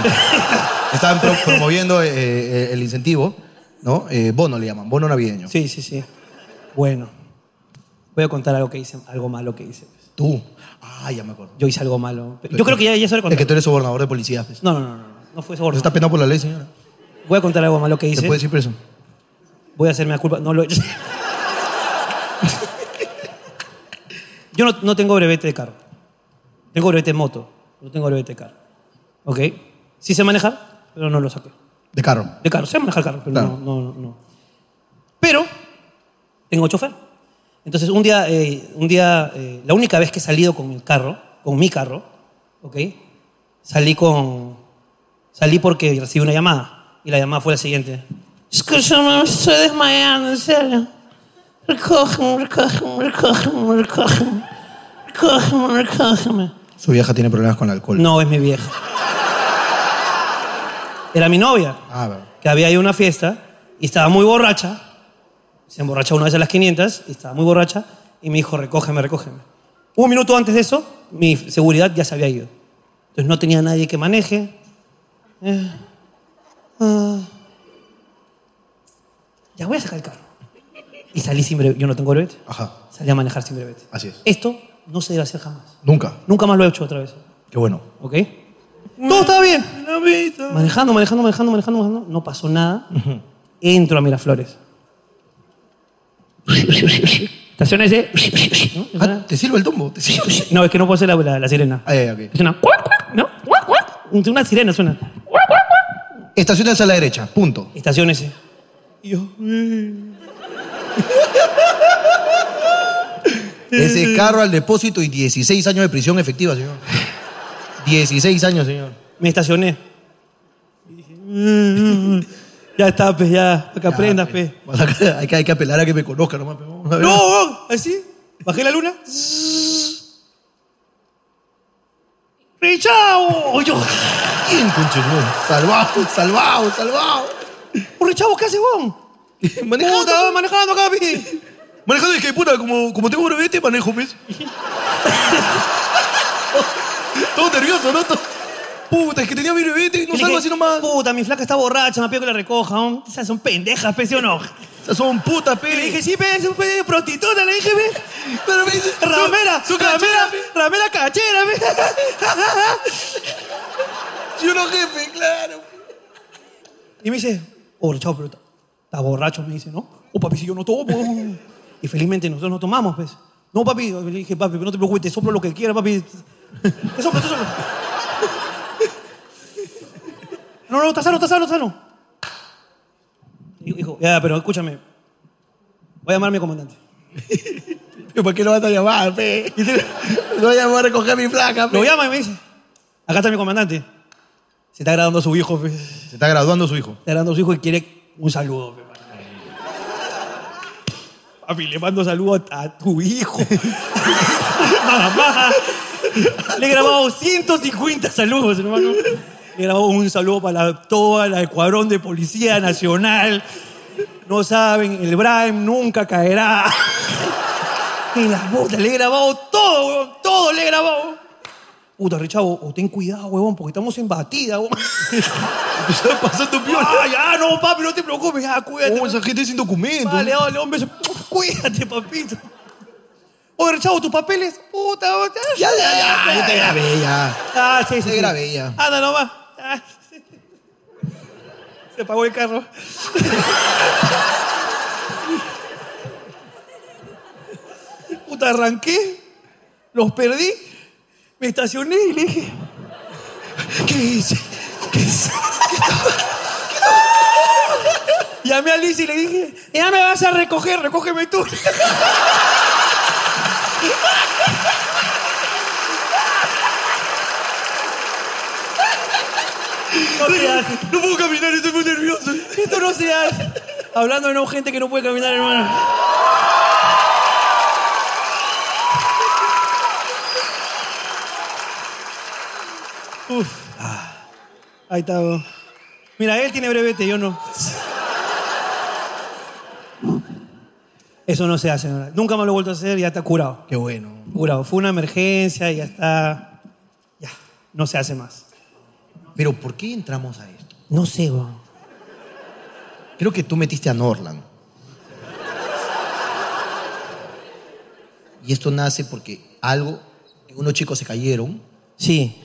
C: están pro- promoviendo eh, eh, el incentivo, ¿no? Eh, bono le llaman, bono navideño.
B: Sí, sí, sí. Bueno, voy a contar algo que hice, algo malo que hice.
C: Tú. Ah, ya me acuerdo.
B: Yo hice algo malo. Yo creo que ya, ya se lo he
C: Es que
B: contado.
C: tú eres sobornador de policía. pues.
B: No, no, no, no, no fue
C: Eso
B: soborno.
C: está penado por la ley, señora.
B: Voy a contar algo malo que
C: Te
B: hice.
C: puedes ir preso.
B: Voy a hacerme la culpa. No lo Yo no, no tengo brevete de carro. Tengo brevete de moto. No tengo brevete de carro. ¿Ok? Sí sé manejar, pero no lo saqué.
C: De carro.
B: De carro, sé manejar carro, pero
C: Claro.
B: no, no, no. Pero tengo chofer. Entonces, un día, eh, un día eh, la única vez que he salido con mi carro, con mi carro, ¿ok? Salí con. Salí porque recibí una llamada. Y la llamada fue la siguiente: Escúchame, me estoy desmayando, en serio. Recógeme, recógeme, recógeme, recógeme. Recógeme, recógeme.
C: Su vieja tiene problemas con el alcohol.
B: No es mi vieja. Era mi novia
C: Ah, verdad.
B: que había ido a una fiesta y estaba muy borracha. Se emborrachó una vez a las 500 y estaba muy borracha y me dijo, recógeme, recógeme. Un minuto antes de eso, mi seguridad ya se había ido. Entonces no tenía nadie que maneje. Eh, ah. ya voy a sacar el carro. Y salí sin brevete. Yo no tengo brevete.
C: Ajá.
B: Salí a manejar sin brevete.
C: Así es.
B: Esto no se debe hacer jamás.
C: Nunca.
B: Nunca más lo he hecho otra vez.
C: Qué bueno.
B: ¿Ok? Todo estaba bien. Manejando, manejando, manejando, manejando, manejando. No pasó nada. Entro a Miraflores. Estaciones de.
C: Ah, te sirve el tumbo. Te sirve.
B: No, es que no puedo hacer la, la- la sirena.
C: Ah, ya, ya, ok.
B: Es una. cuac, cuac, ¿No? Cuac, cuac. Una sirena suena.
C: Estaciones a la derecha, punto.
B: Estaciones. eh. Y yo. "Eh".
C: Ese carro al depósito y 16 años de prisión efectiva, señor. 16 años, señor.
B: Me estacioné. Y dije, "Mm, ya está, pues, ya. Para que aprendas,
C: Ah,
B: pues.
C: vas a- Hay que, hay que apelar a que me conozca nomás. pe. Vamos a ver.
B: No, no, así. Bajé la luna. Rich, ¡Richao! Yo,
C: ¿Quién, conchetumare? Salvado, salvado, salvado.
B: ¡Richao, qué hace, weón!
C: Manejando.
B: ¡Puta, manejando, Capi!
C: Manejando es que, puta, como, como tengo brevete, manejo, pues. ¿ves? Todo nervioso, ¿no? Todo- Puta, es que tenía mi brevete y no
B: Y le
C: salgo
B: dije,
C: así nomás.
B: Puta, mi flaca está borracha, me pido que la recoja. ¿no? Esas son pendejas, pe, ¿sí o no?
C: Esas Son putas,
B: Y le dije,
C: peli.
B: sí, pe, es un pe de prostituta, le dije, pe.
C: Pero me dice, su-
B: Ramera,
C: su
B: ramera,
C: cachera, pe.
B: ramera cachera, pe.
C: Y uno jefe, claro.
B: Y me dice, oh, chao, pero está- está borracho, me dice, ¿no? Oh, papi, si yo no tomo. y felizmente nosotros no tomamos, pues. No, papi, le dije, papi, no te preocupes, te soplo lo que quieras, papi. Te soplo, te soplo. no, no, está sano, está sano, está sano. Y Dijo, ya, pero escúchame. Voy a llamar a mi comandante.
C: Pero ¿Para qué lo vas a llamar, pues? pe? Lo voy a llamar a recoger a mi flaca,
B: Lo
C: pe.
B: llama y me dice, acá está mi comandante. Se está agradando a su hijo, pues. Se
C: Se está graduando su hijo.
B: está agradando a su hijo y quiere un saludo, pues. Papi, le mando saludos a tu hijo. Mamá. Le he grabado 150 saludos, hermano. Le he grabado un saludo para la- toda la escuadrón de Policía Nacional. No saben, el Brian nunca caerá. En las botas, le he grabado todo, huevón. Todo le he grabado. Puta, Richavo, o ten cuidado, huevón, porque estamos en batida, huevón.
C: Está pasando piola.
B: Ah, ya, no, papi, no te preocupes, ya, cuídate.
C: Oh, esa gente sin documentos.
B: Vale, dale, hombre. Cuídate, papito. Oye, chavo, tus papeles. Puta, puta.
C: Ya, ya, ya. Yo te grabé, ya.
B: Ah, sí, sí.
C: Te
B: sí.
C: grabé ya.
B: Anda nomás. Ah. Se pagó el carro. Puta, arranqué. Los perdí. Me estacioné y le dije. ¿Qué hice? ¿Qué hice? ¿Qué estaba- qué estaba- Llamé a Liz y le dije, ya me vas a recoger, recógeme tú. No se hace.
C: No puedo caminar, estoy muy nervioso.
B: Esto no se hace. Hablando de no gente que no puede caminar, hermano. Uf. Ah. Ahí está. weón. Mira, él tiene brevete, yo no. Eso no se hace, ¿verdad? Nunca me lo he vuelto a hacer y ya está curado.
C: Qué bueno.
B: Curado. Fue una emergencia y ya está. Ya. No se hace más.
C: Pero ¿por qué entramos a esto?
B: No sé, weón.
C: Creo que tú metiste a Norland. Y esto nace porque algo, unos chicos se cayeron,
B: Sí,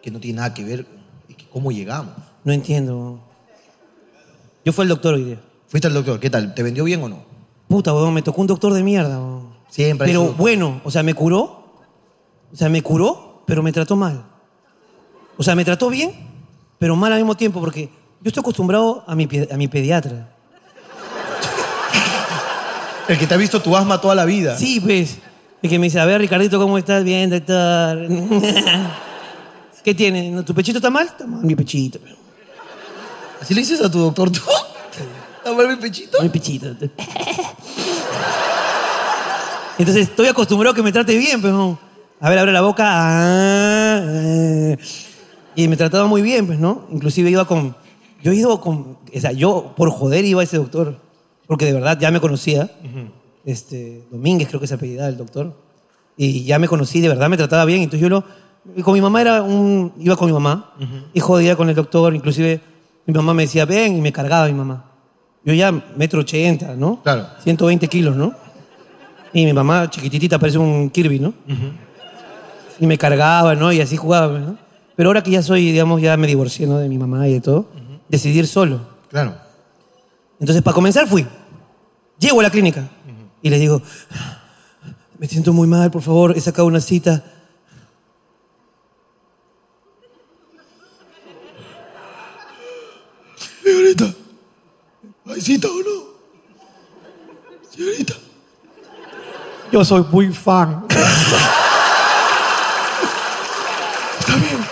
C: que no tiene nada que ver con y que cómo llegamos.
B: No entiendo. Yo fui al doctor hoy día.
C: Fuiste al doctor, ¿qué tal? ¿Te vendió bien o no?
B: Puta, weón, me tocó un doctor de mierda, weón.
C: Siempre hay
B: Pero
C: su doctor.
B: bueno, o sea, me curó. O sea, me curó, pero me trató mal. O sea, me trató bien, pero mal al mismo tiempo, porque yo estoy acostumbrado a mi, pe- a mi pediatra.
C: El que te ha visto tu asma toda la vida.
B: Sí, pues. Y que me dice, a ver, Ricardito, ¿cómo estás? Bien, doctor. ¿Qué tiene? ¿No? ¿Tu pechito está mal? Está mal mi pechito.
C: ¿Así le dices a tu doctor tú? ¿A ver mi pechito?
B: Mi pechito. Entonces estoy acostumbrado a que me trate bien, pues. ¿no? A ver, abre la boca. Ah, ah. Y me trataba muy bien, pues, ¿no? Inclusive iba con... Yo he ido con... O sea, yo por joder iba a ese doctor. Porque de verdad ya me conocía. Este, Domínguez creo que se apellidaba el doctor. Y ya me conocí, de verdad me trataba bien. Entonces yo lo... y Con mi mamá era un... Iba con mi mamá. Y jodía con el doctor. Inclusive mi mamá me decía, ven, y me cargaba mi mamá. Yo ya metro ochenta, ¿no?
C: Claro.
B: 120 kilos, ¿no? Y mi mamá, chiquititita, parece un Kirby, ¿no? Y me cargaba, ¿no? Y así jugaba, ¿no? Pero ahora que ya soy, digamos, ya me divorcié, ¿no? De mi mamá y de todo, decidir solo.
C: Claro.
B: Entonces, para comenzar, fui. Llego a la clínica y le digo, me siento muy mal, por favor, he sacado una cita.
C: Señorita, ¿hay cita o no? Señorita.
B: Yo soy muy fan.
C: Está bien.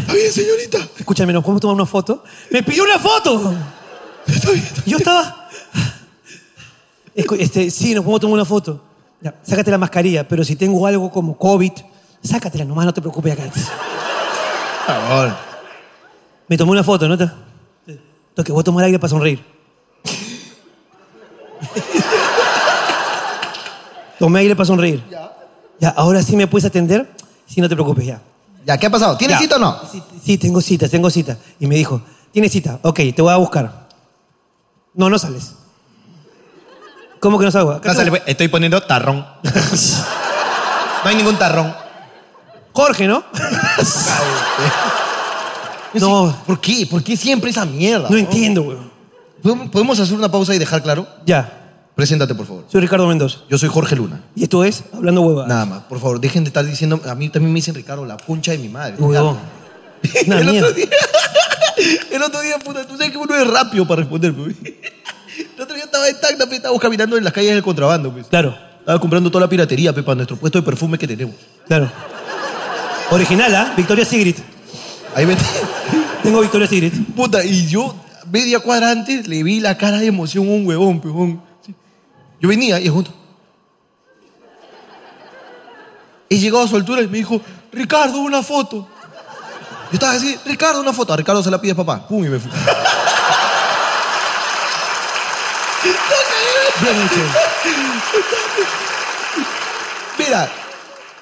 C: Está bien, señorita.
B: Escúchame, ¿nos podemos tomar una foto? ¡Me pidió una foto!
C: Está bien. está bien.
B: Yo estaba. Escu- Este, sí, nos podemos tomar una foto. Ya, sácate la mascarilla, pero si tengo algo como COVID, sácatela nomás, no te preocupes acá.
C: favor.
B: Me tomé una foto, ¿no? Lo que voy a tomar aire para sonreír. Tomé aire para sonreír. Ya. ahora sí me puedes atender. Si no te preocupes, ya.
C: Ya, ¿qué ha pasado? ¿Tienes
B: Ya.
C: cita o no?
B: Sí, sí, tengo cita, tengo cita. Y me dijo, ¿tienes cita? Ok, te voy a buscar. No, no sales. ¿Cómo que no salgo? Acá
D: No
B: te-
D: sale, pues, estoy poniendo tarrón. No hay ningún tarrón.
B: Jorge, ¿no? no,
C: ¿Por qué? ¿Por qué siempre esa mierda?
B: no entiendo, weón.
C: ¿Podemos- ¿Podemos hacer una pausa y dejar claro?
B: Ya,
C: Preséntate, por favor.
B: soy Ricardo Mendoza.
C: Yo soy Jorge Luna.
B: Y esto es Hablando Hueva.
C: Nada más, por favor, dejen de estar diciendo. A mí también me dicen Ricardo, la puncha de mi madre.
B: Huevón. Una
C: el
B: mierda.
C: otro día. El otro día, puta, tú sabes que uno es rápido para responder, pues. El otro día estaba en Tacna, pues, estaba caminando en las calles del contrabando, pues.
B: Claro,
C: Estaba comprando toda la piratería, pues, para nuestro puesto de perfume que tenemos.
B: claro. Original, ¿ah? Victoria Sigrid.
C: Ahí me.
B: Tengo Victoria Sigrid.
C: Puta, y yo, media cuadra antes, le vi la cara de emoción a un huevón, pejón. Yo venía y junto. He llegado a su altura y me dijo, Ricardo, una foto. Yo estaba así, Ricardo, una foto. A Ricardo se la pide papá. Pum, y me fui.
B: Bien hecho.
C: Mira,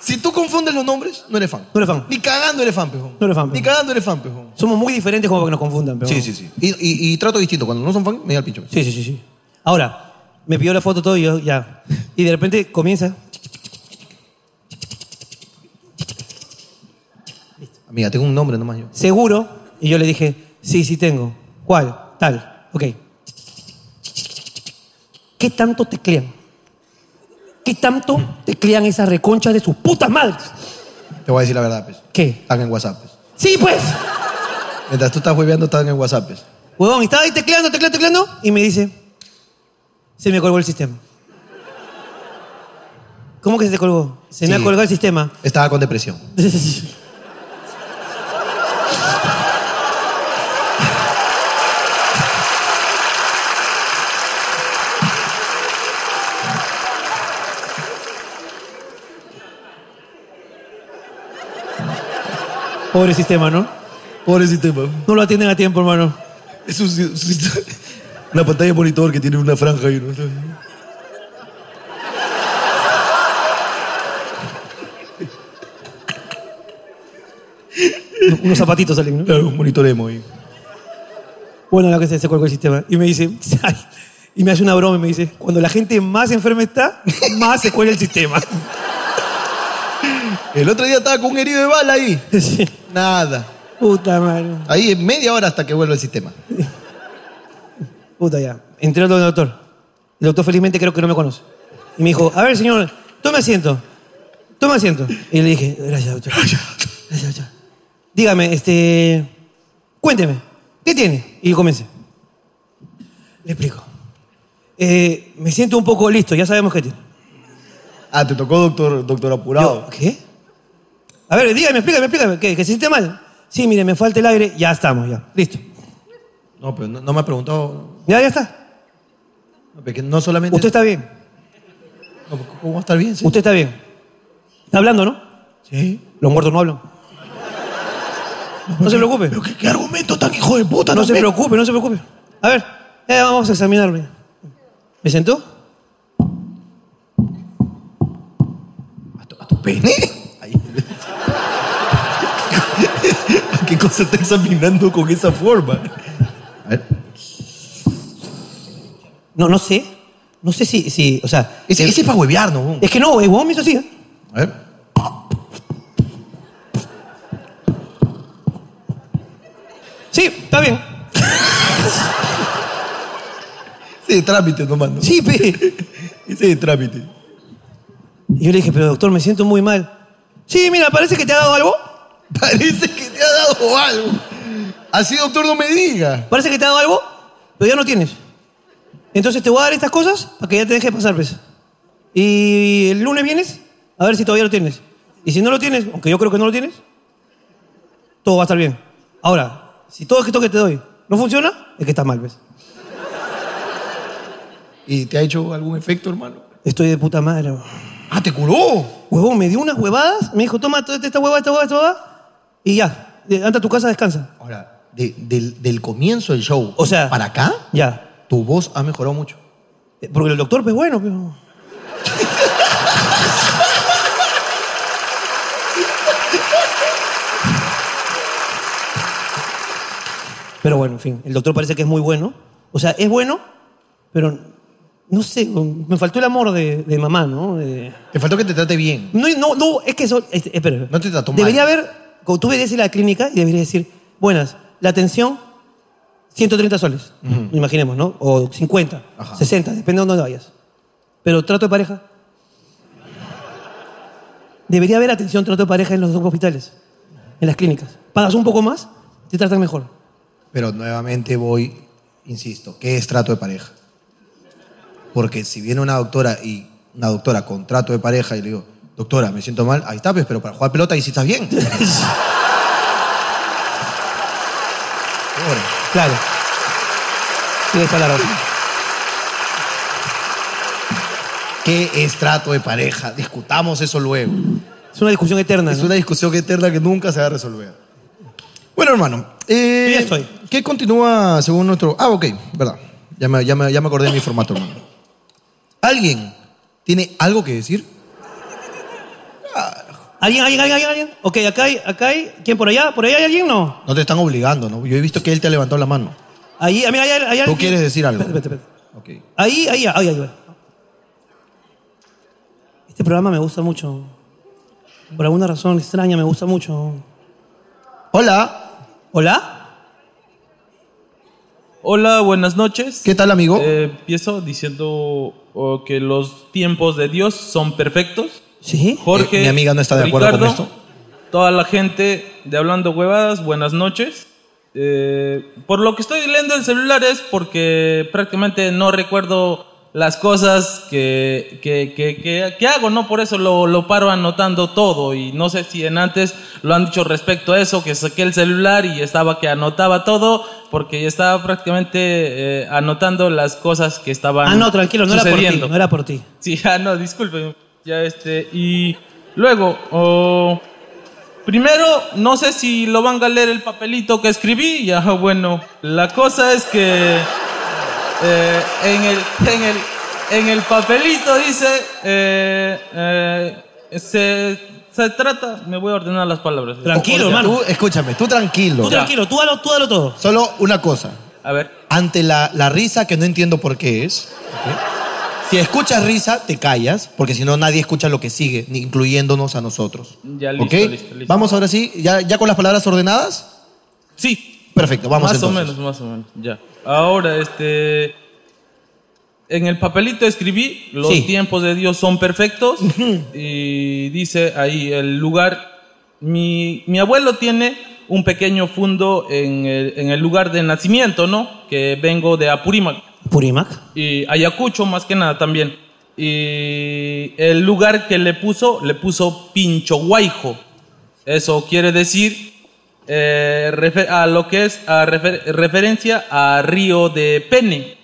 C: si tú confundes los nombres, no eres fan.
B: No eres fan.
C: Ni cagando eres fan, pejón.
B: No eres fan,
C: Ni
B: pejón.
C: cagando eres fan, pejón.
B: Somos muy diferentes como para que nos confundan, pero.
C: Sí, sí, sí. Y, y- y trato distinto. Cuando no son fan, me da el pincho.
B: Sí, sí, sí, sí. Ahora, me pidió la foto todo y yo ya. Y de repente comienza.
C: Amiga, tengo un nombre nomás yo.
B: ¿Seguro? Y yo le dije, sí, sí tengo. ¿Cuál? Tal. Ok. ¿Qué tanto teclean? ¿Qué tanto teclean esas reconchas de sus putas madres?
C: Te voy a decir la verdad, pues.
B: ¿Qué?
C: Están en WhatsApp, pues.
B: Sí, pues.
C: Mientras tú estás hueveando, están en WhatsApp. pues.
B: Huevón, y estaba ahí tecleando, tecleando, tecleando. Y me dice, se me colgó el sistema. ¿Cómo que se te colgó? Se me
C: Sí.
B: ha colgado el sistema.
C: Estaba con depresión.
B: Pobre sistema, ¿no?
C: Pobre sistema.
B: No lo atienden a tiempo, hermano.
C: Es un, una pantalla de monitor que tiene una franja ahí. ¿no?
B: Unos zapatitos salen, ¿no?
C: Claro, un monitor emo ahí.
B: Bueno, lo que sea, se colgó el sistema. Y me dice, ay, y me hace una broma y me dice, cuando la gente más enferma está, más se cuelga el sistema.
C: El otro día estaba con un herido de bala ahí.
B: Sí.
C: Nada.
B: Puta madre.
C: Ahí es media hora hasta que vuelva el sistema.
B: Puta ya. Entré al doctor. El doctor felizmente creo que no me conoce. Y me dijo, a ver, señor, tome asiento. Tome asiento. Y le dije, gracias, doctor. Gracias, doctor. Dígame, este. Cuénteme, ¿qué tiene? Y yo comencé. Le explico. Eh, me siento un poco listo, ya sabemos qué tiene.
C: Ah, te tocó doctor, doctor apurado.
B: Yo, ¿Qué? A ver, dígame, explícame, explícame. ¿Qué? ¿Que se siente mal? Sí, mire, me falta el aire. Ya estamos, ya. Listo.
C: No, pero no, no me ha preguntado.
B: Ya, ya está.
C: No, pero que no solamente.
B: Usted está bien.
C: No, pero ¿Cómo va a estar bien? Sí.
B: Usted está bien. Está hablando, ¿no?
C: Sí.
B: Los muertos no hablan. No se preocupe.
C: ¿Qué, qué argumento tan hijo de puta?
B: No se
C: me-
B: preocupe, no se preocupe. A ver, eh, vamos a examinarme. ¿Me sentó?
C: ¿Tu pene? Ahí. ¿Qué cosa está examinando con esa forma? A ver.
B: No, no sé. No sé si, si o sea...
C: Ese,
B: eh,
C: ese es para huevear, ¿no?
B: Es que no, el huevón me hizo así. ¿eh?
C: A ver.
B: Sí, está bien.
C: Ese de trámite nomás, ¿no?
B: Sí, pe.
C: Ese de trámite.
B: Y yo le dije, pero doctor, me siento muy mal. Sí, mira, parece que te ha dado algo.
C: Parece que te ha dado algo. Así, doctor, no me diga.
B: Parece que te ha dado algo, pero ya no tienes. Entonces te voy a dar estas cosas para que ya te deje pasar, pues. Y el lunes vienes a ver si todavía lo tienes. Y si no lo tienes, aunque yo creo que no lo tienes, todo va a estar bien. Ahora, si todo esto que te doy no funciona, es que estás mal, pues. ¿ves?
C: ¿Y te ha hecho algún efecto, hermano?
B: Estoy de puta madre. weón.
C: Ah, te curó.
B: Huevón, me dio unas huevadas. Me dijo, toma toda esta huevada, esta huevada, esta huevada. Y ya. eh, anda a tu casa, descansa.
C: Ahora, de- del, del comienzo del show
B: O sea-
C: para acá,
B: Ya.
C: tu voz ha mejorado mucho.
B: Eh, Porque el doctor, pues bueno, pero... Pero bueno, en fin, el doctor parece que es muy bueno. O sea, es bueno, pero no sé, me faltó el amor de, de mamá, ¿no? De-
C: Te faltó que te trate bien.
B: No, no, no, es que eso. es- espera, espera.
C: No te trató mal.
B: Debería haber. como Tú deberías ir a la clínica y deberías decir, buenas, la atención, 130 soles. Imaginemos, ¿no? O 50,
C: Ajá.
B: 60, depende de dónde vayas. Pero trato de pareja. Debería haber atención, trato de pareja en los dos hospitales, en las clínicas. Pagas un poco más, te tratan mejor.
C: Pero nuevamente voy, insisto, ¿qué es trato de pareja? Porque si viene una doctora y una doctora con trato de pareja y le digo, doctora, me siento mal, ahí está, pues, pero para jugar pelota ahí sí estás bien. Pobre.
B: Claro. Tienes toda la razón.
C: ¿Qué es trato de pareja? Discutamos eso luego.
B: Es una discusión eterna.
C: Es
B: ¿no?
C: una discusión eterna que nunca se va a resolver. Bueno, hermano. eh,
B: Yo ya estoy.
C: ¿Qué continúa según nuestro...? Ah, ok, verdad. Ya me, ya me- ya me acordé de mi formato, hermano. ¿Alguien tiene algo que decir?
B: ¿Alguien, alguien, alguien, alguien? Ok, acá hay, acá hay. ¿Quién por allá? ¿Por allá hay alguien? No.
C: No te están obligando, ¿no? Yo he visto que él te ha levantado la mano.
B: Ahí, ah, mira, ahí, hay- ahí hay alguien.
C: quieres decir algo?
B: Espérate, espérate, espérate.
C: Ok.
B: Ahí, ahí, ahí, ahí, ahí. Este programa me gusta mucho. Por alguna razón extraña, me gusta mucho.
C: Hola,
B: ¿Hola?
E: Hola, buenas noches.
C: ¿qué tal, amigo?
E: Eh, empiezo diciendo oh, que los tiempos de Dios son perfectos.
B: ¿Sí?
E: Jorge.
C: Eh, mi amiga no está de acuerdo con
E: Ricardo,
C: esto.
E: Toda la gente de Hablando Huevadas, buenas noches. Eh, por lo que estoy leyendo el celular es porque prácticamente no recuerdo las cosas que, que, que- que- que hago, ¿no? Por eso lo, lo paro anotando todo y no sé si en antes lo han dicho respecto a eso, que saqué el celular y estaba que anotaba todo porque estaba prácticamente eh, anotando las cosas que estaban
B: Ah, no, tranquilo, no era por ti.
E: sucediendo.
B: No era por ti.
E: Sí, ah, no, disculpen. Ya este. Y luego, oh, primero, no sé si lo van a leer el papelito que escribí. Ya, bueno, la cosa es que eh, en, el, en, el, en el papelito dice. eh, eh, se, se trata. Me voy a ordenar las palabras.
C: Oye,
B: Tranquilo, hermano.
C: Tú, escúchame, tú tranquilo.
B: Tú tranquilo, tú dalo, tú dalo todo.
C: Solo una cosa.
E: A ver.
C: ante la, la risa que no entiendo por qué es. ¿ok? Si escuchas risa, te callas, porque si no nadie escucha lo que sigue, ni incluyéndonos a nosotros.
E: Ya, listo,
C: ¿ok?
E: listo, listo.
C: Vamos ahora sí, ya, ya con las palabras ordenadas.
E: Sí,
C: Perfecto, vamos
E: más
C: entonces.
E: o menos, más o menos, ya. Ahora, este... En el papelito escribí, los
B: Sí.
E: tiempos de Dios son perfectos. y dice ahí el lugar... Mi, mi abuelo tiene un pequeño fundo en el, en el lugar de nacimiento, ¿no? Que vengo de Apurímac
B: Purimac.
E: y Ayacucho más que nada también. Y el lugar que le puso, le puso Pincho Guayjo. Eso quiere decir eh, refe- a lo que es a refer- referencia a Río de Pene.
B: Ri-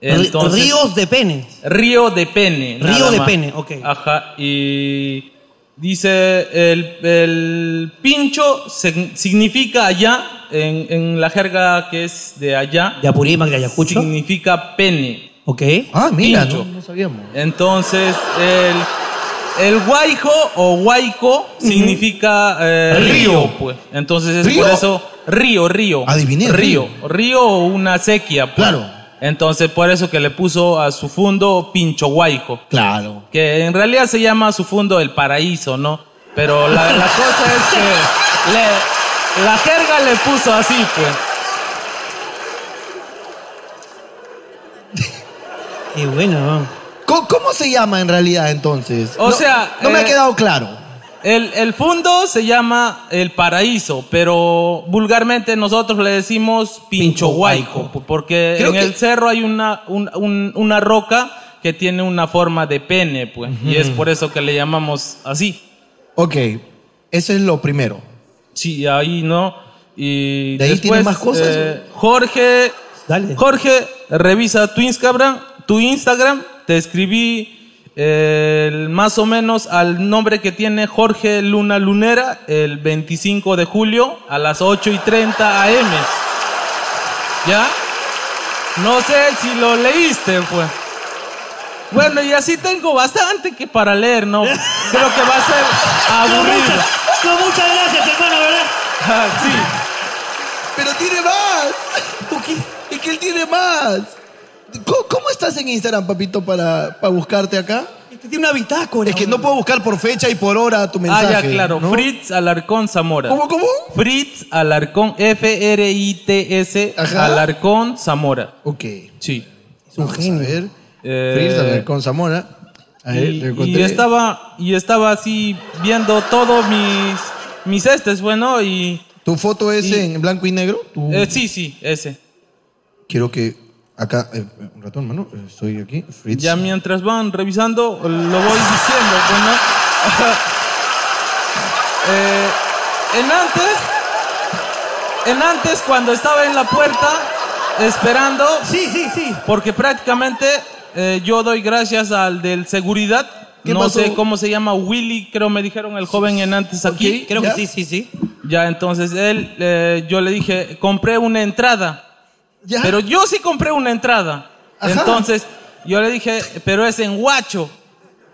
E: Entonces-
B: Ríos de pene.
E: Río de Pene.
B: Río
E: nada
B: de
E: más.
B: Pene, ok.
E: Ajá, y dice, el, el pincho sig- significa allá, en, en la jerga que es de allá,
B: De Apurímac, de Ayacucho.
E: significa pene.
B: Ok.
C: Ah, mira, no,
E: Pincho.
C: no sabíamos.
E: Entonces, el, el guaijo o guaico significa eh,
C: Río.
E: río. pues. Entonces es
C: ¿Río?
E: por eso río, río.
C: Adiviné,
E: Río. Río o una sequía, pues.
C: Claro.
E: Entonces, por eso que le puso a su fundo pincho guaico.
C: Claro.
E: Que en realidad se llama su fundo el paraíso, ¿no? Pero la, la cosa es que le- la jerga le puso así, pues.
B: Qué bueno, ¿no?
C: ¿Cómo, cómo se llama en realidad entonces?
E: O
C: No-
E: sea,
C: No me ha
E: eh,
C: quedado claro.
E: El, el fundo se llama el paraíso, pero vulgarmente nosotros le decimos pincho guaico, po- porque
C: Creo
E: en
C: que-
E: el cerro hay una, un- un- una roca que tiene una forma de pene, pues, y es por eso que le llamamos así.
C: Ok, eso es lo primero.
E: Sí, ahí no. Y
C: ¿De ahí
E: después,
C: tiene más cosas?
E: eh, Jorge,
B: Dale.
E: Jorge, revisa tu Instagram, tu Instagram, te escribí eh, el- más o menos al nombre que tiene Jorge Luna Lunera el 25 de julio a las 8 y 30 am. ¿Ya? No sé si lo leíste, pues. Bueno, y así tengo bastante que para leer, ¿no? Creo que va a ser
F: Con
E: aburrido.
F: muchas, con muchas gracias, hermano, ¿verdad?
E: Ah, sí.
C: Pero tiene más. Es que él tiene más. ¿Cómo, cómo estás en Instagram, papito, para, para buscarte acá?
B: Este tiene una bitácora.
C: Es que no puedo buscar por fecha y por hora tu mensaje.
E: ah, ya, claro.
C: ¿no?
E: Fritz Alarcón Zamora.
C: ¿Cómo, cómo?
E: Fritz Alarcón, F-R-I-T-S,
C: Ajá.
E: Alarcón Zamora.
C: Ok.
E: Sí.
C: Es un genio. A ver.
E: Eh,
C: Fritz, a ver, con Zamora. A ver,
E: Y,
C: lo
E: y
C: encontré.
E: estaba, y estaba así viendo todos mis, mis estes, bueno, y...
C: ¿Tu foto es
E: y-
C: en blanco y negro? ¿Tu-
E: eh, sí, sí, ese.
C: Quiero que acá, eh, un ratón, hermano, eh, estoy aquí. Fritz.
E: Ya mientras van revisando, lo voy diciendo, bueno. Eh, en antes, en antes cuando estaba en la puerta esperando,
B: Sí, sí, sí.
E: porque prácticamente eh, yo doy gracias al del seguridad.
C: ¿Qué
E: No
C: pasó?
E: sé cómo se llama, Willy, creo me dijeron el joven en antes aquí.
B: Creo
C: ¿Ya?
B: que sí, sí, sí.
E: Ya, entonces él, eh, yo le dije, compré una entrada.
C: Ya.
E: Pero yo sí compré una entrada.
C: Ajá.
E: Entonces yo le dije, pero es en Huacho.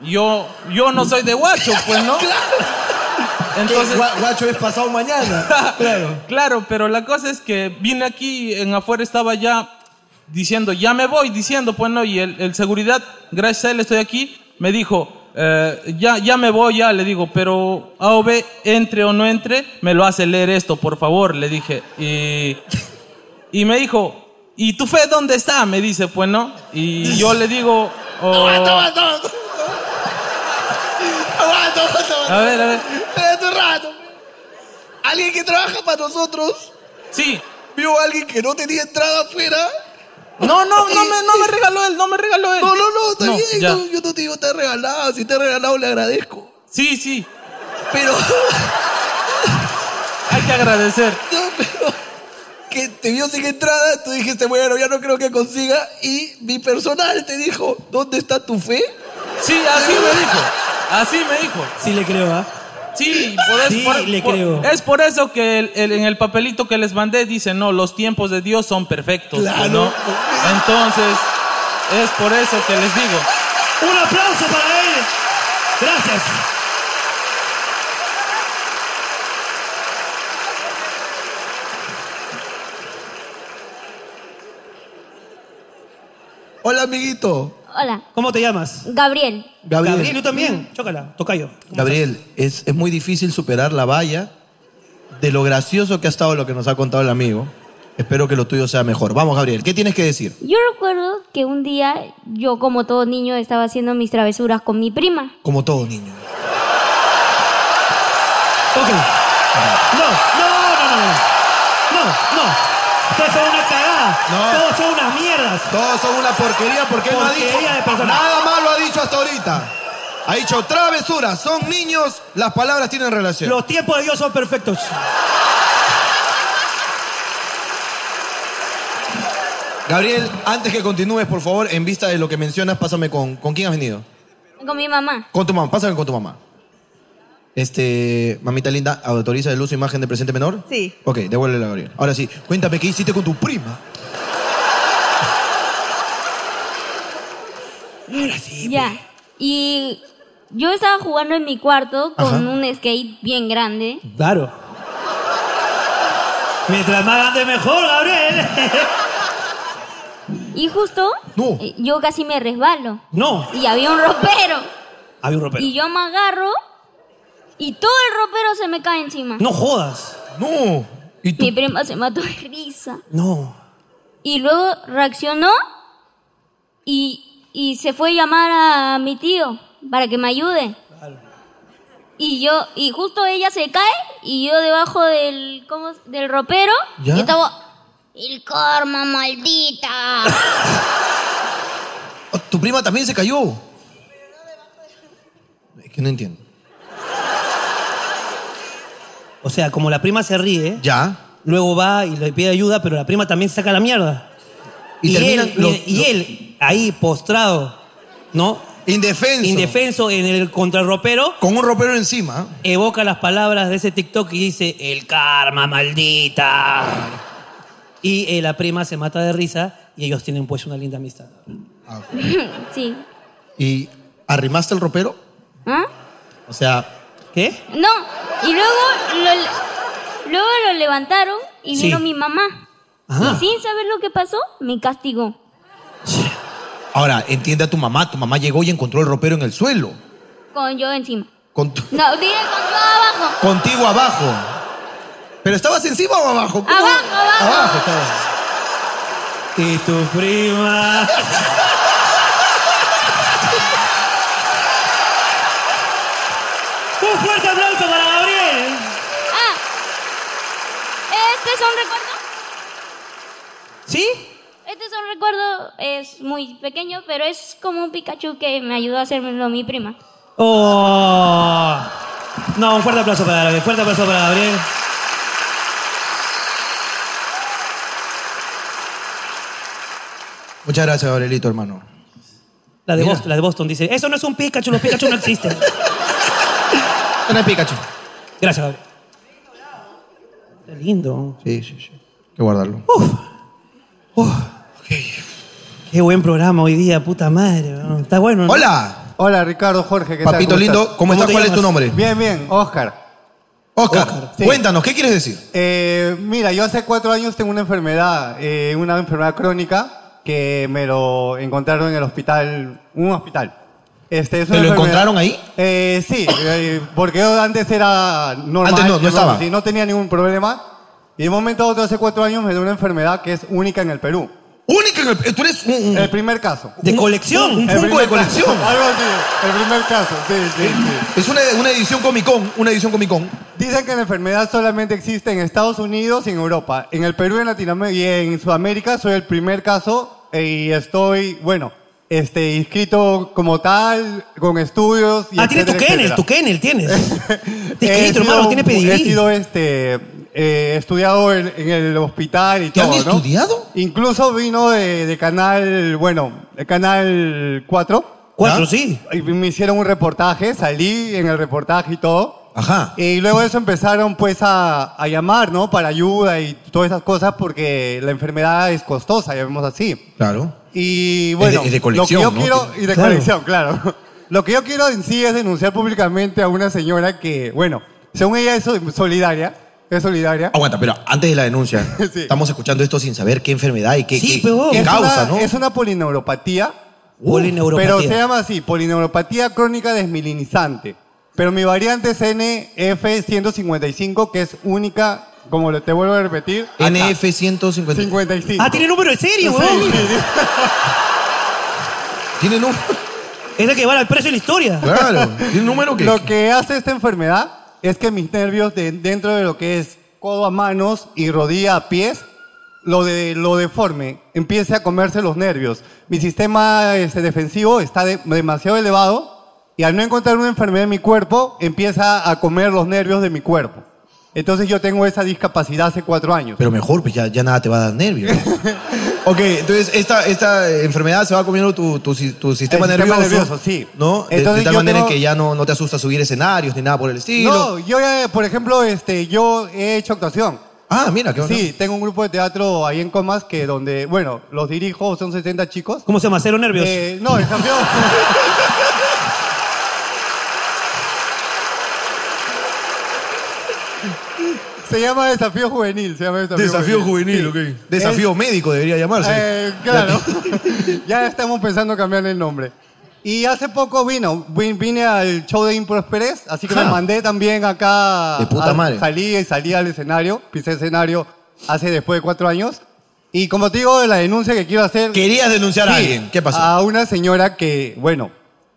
E: Yo, yo no soy de Huacho, pues no.
C: ¿Qué?
E: Entonces,
C: Gua- guacho, es pasado mañana. claro.
E: claro, pero la cosa es que vine aquí, en afuera estaba ya diciendo, ya me voy, diciendo, pues no, y el, el seguridad, gracias a él estoy aquí, me dijo, eh, ya, ya me voy, ya, le digo, pero AOB, entre o no entre, me lo hace leer esto, por favor, le dije. Y, y me dijo, ¿y tu fe dónde está? Me dice, pues no, y yo le digo... oh,
C: Aguanta, aguanta, aguanta.
E: A ver, a ver.
C: Espérate un rato. Alguien que trabaja para nosotros
E: Sí,
C: vio a alguien que no tenía entrada afuera. eh.
E: no, no, no me, no me regaló él, no me regaló él.
C: No, no, no, está bien.
E: ya.
C: no, yo no te digo te he regalado. Si te he regalado, le agradezco.
E: Sí, sí,
C: Pero,
E: hay que agradecer.
C: no, pero, que te vio sin entrada. Tú dijiste, bueno, ya no creo que consiga. Y mi personal te dijo, ¿dónde está tu fe?
E: Sí, así me dijo. Así me dijo.
F: Sí le creo, ¿ah?
E: Sí, por eso,
F: Sí,
E: por-
F: le
E: por-
F: creo.
E: es por eso que el- el- en el papelito que les mandé dice, no, los tiempos de Dios son perfectos.
C: Claro.
E: ¿no? Entonces, es por eso que les digo.
F: Un aplauso para él. Gracias.
C: Hola, amiguito.
G: Hola,
B: ¿Cómo te llamas?
G: Gabriel.
C: Gabriel.
B: Gabriel, yo también. Chócala, tocayo.
C: Gabriel, es, es muy difícil superar la valla de lo gracioso que ha estado lo que nos ha contado el amigo. Espero que lo tuyo sea mejor. Vamos, Gabriel, ¿qué tienes que decir?
G: Yo recuerdo que un día yo, como todo niño, estaba haciendo mis travesuras con mi prima.
C: Como todo niño.
F: Ok. No, no, no, no, no. No, no. Todos son una cagada.
C: No.
F: Todos son unas mierdas.
C: Todos son una porquería porque él no ha dicho
F: Porquería de persona.
C: nada malo ha dicho hasta ahorita. Ha dicho travesuras, son niños, las palabras tienen relación.
F: Los tiempos de Dios son perfectos.
C: Gabriel, antes que continúes, por favor, en vista de lo que mencionas, pásame con, con quién has venido.
G: Con mi mamá.
C: Con tu mamá, pásame con tu mamá. Este, mamita linda, ¿autoriza el uso de imagen de presente menor?
H: Sí.
C: Ok, devuélvela a Gabriel. Ahora sí, cuéntame qué hiciste con tu prima.
G: ya. Y yo estaba jugando en mi cuarto con
C: Ajá.
G: un skate bien grande.
F: Claro. Mientras más grande, mejor, Gabriel.
G: Y justo
C: No.
G: eh, yo casi me resbalo.
F: No.
G: Y había un ropero.
F: Había un ropero.
G: Y yo me agarro y todo el ropero se me cae encima.
F: No jodas.
C: No. ¿Y tú?
G: Mi prima se mató de risa.
F: No.
G: Y luego reaccionó y, y se fue a llamar a mi tío para que me ayude. Y yo, y justo ella se cae y yo debajo del, ¿cómo es? del ropero
C: ¿Ya?
G: y estaba, el karma maldita.
C: Oh, ¿Tu prima también se cayó? Es que no entiendo.
B: O sea, como la prima se ríe,
C: Ya.
B: luego va y le pide ayuda, pero la prima también saca la mierda.
C: Y
B: Y,
C: terminan
B: él,
C: los-
B: y- y él, ahí postrado, ¿no?
C: Indefenso.
B: indefenso en el contrarropero,
C: Con un ropero encima. ¿eh?
B: evoca las palabras de ese TikTok y dice, el karma maldita. Y eh, la prima se mata de risa y ellos tienen pues una linda amistad.
G: Sí.
C: ¿Y arrimaste el ropero?
G: ¿Ah?
D: O sea,
B: ¿Qué?
G: No, y luego lo, luego lo levantaron y
B: Sí.
G: vino mi mamá.
B: Ajá.
G: Y sin saber lo que pasó, me castigó.
C: Ahora, entiende a tu mamá. Tu mamá llegó y encontró el ropero en el suelo.
G: Con yo encima.
C: Con tu-
G: No, dije con yo abajo.
C: contigo abajo. ¿Pero estabas encima o abajo? ¿Cómo?
G: Abajo, abajo.
C: Abajo estabas.
B: Y tu prima.
F: Un fuerte aplauso para Gabriel.
G: Ah, este es un recuerdo.
B: ¿Sí?
G: Este es un recuerdo, es muy pequeño, pero es como un Pikachu que me ayudó a hacérmelo mi prima.
B: Oh. No, un fuerte aplauso para Gabriel. Fuerte aplauso para Gabriel.
C: Muchas gracias, Gabrielito, hermano.
B: La de,
C: Mira.
B: Boston, la de Boston dice, eso no es un Pikachu, los Pikachu no existen.
C: Una de Pikachu.
B: Gracias, Gabriel. Está lindo.
C: Sí, sí, sí. Hay que guardarlo.
B: Qué buen programa hoy día, puta madre. ¿no? Está bueno. ¿no?
C: Hola,
H: Hola Ricardo, Jorge, ¿qué
C: papito
H: tal?
C: lindo.
H: estás?
C: ¿Cómo, estás?
B: te
C: ¿Cuál es tu
B: llamas?
C: nombre?
H: Bien, bien, Oscar.
C: Oscar,
H: sí.
C: cuéntanos, ¿qué quieres decir?
H: Eh, mira, yo hace cuatro años tengo una enfermedad, eh, una enfermedad crónica que me lo encontraron en el hospital, un hospital. Este, es
C: ¿Te
H: una
C: lo
H: enfermedad-
C: encontraron ahí?
H: Eh, sí, eh, porque yo antes era normal.
C: Antes no, no estaba.
H: sí, no tenía ningún problema. Y de un momento a otro, hace cuatro años, me dio una enfermedad que es única en el Perú.
C: Única en el- Tú eres un, un-
H: El primer caso.
B: De colección.
C: un
H: El
C: Funko de
H: primer caso.
C: colección.
H: Algo así, el primer caso, sí, sí, sí.
C: Es una, una edición Comic Con, una edición Comic Con.
H: Dicen que la enfermedad solamente existe en Estados Unidos y en Europa. En el Perú, en Latinoamérica y en Sudamérica soy el primer caso eh, y estoy, bueno, este, inscrito como tal, con estudios. Y
B: Ah, tienes tu
H: etcétera,
B: Kennel,
H: etcétera.
B: tu Kennel tienes. Te
H: He sido-
B: escrito, hermano, tiene
H: He
B: pedigrí.
H: sido este, eh, estudiado en, en el hospital y
C: ¿Te
H: todo,
C: han
H: ¿no?
C: estudiado?
H: Incluso vino de, de Canal, bueno, de Canal 4.
B: Cuatro,
C: ¿Ah?
B: sí.
H: Y me hicieron un reportaje, salí en el reportaje y todo.
C: Ajá.
H: Y luego de eso empezaron pues a, a llamar, ¿no? Para ayuda y todas esas cosas porque la enfermedad es costosa, llamemos así.
C: Claro.
H: Y bueno,
C: es de colección,
H: lo que yo
C: ¿no?
H: quiero y de
B: Claro.
H: colección, claro. Lo que yo quiero en sí es denunciar públicamente a una señora que, bueno, según ella es sol- solidaria, es solidaria.
C: Aguanta, pero antes de la denuncia,
H: Sí.
C: estamos escuchando esto sin saber qué enfermedad y qué, qué-
B: Sí, pero-
C: qué
H: es
C: causa,
H: una,
C: ¿no?
H: Es una polineuropatía,
B: Polineuropatía.
H: pero se llama así, polineuropatía crónica desmilinizante. Pero mi variante es NF155, que es única, como lo- te vuelvo a repetir, acá.
C: NF150.
H: 55.
B: Ah, tiene número de
H: Sí,
B: serie, weón.
H: sí, sí.
C: Tiene número.
B: Es el que vale al precio de la historia.
C: Claro. Tiene un número que.
H: Lo que hace esta enfermedad es que mis nervios de- dentro de lo que es codo a manos y rodilla a pies, lo, de, lo deforme, empiece a comerse los nervios. Mi sistema este, defensivo está de- demasiado elevado y al no encontrar una enfermedad en mi cuerpo, empieza a comer los nervios de mi cuerpo. Entonces yo tengo esa discapacidad hace cuatro años.
C: Pero mejor, pues ya, ya nada te va a dar nervios. ok, entonces esta, esta enfermedad se va comiendo tu, tu, si- tu sistema,
H: El sistema
C: nervioso.
H: nervioso, sí.
C: ¿No? De- de,
H: Entonces
C: tal
H: yo
C: manera
H: tengo-
C: que ya no, no te asusta subir escenarios ni nada por el estilo.
H: No, yo, eh, por ejemplo, este, yo he hecho actuación.
C: Ah, mira, qué onda.
H: Sí, tengo un grupo de teatro ahí en Comas que donde, bueno, los dirijo, son 60 chicos.
B: ¿Cómo se llama? Cero nervios.
H: Eh, no, el campeón. se llama Desafío Juvenil, se llama Desafío,
C: Desafío juvenil,
H: Sí.
C: ok. Desafío médico debería
H: Es-
C: llamarse.
H: eh, claro, ya estamos pensando cambiarle el nombre. Y hace poco vino, vi- vine al show de Impros Pérez, así que me mandé también acá.
C: De puta
H: a-
C: madre.
H: Salí y salí al escenario, pisé el escenario hace después de cuatro años. Y como te digo, la denuncia que quiero hacer.
C: Querías denunciar a
H: Sí,
C: alguien. ¿Qué pasó?
H: A una señora que, bueno,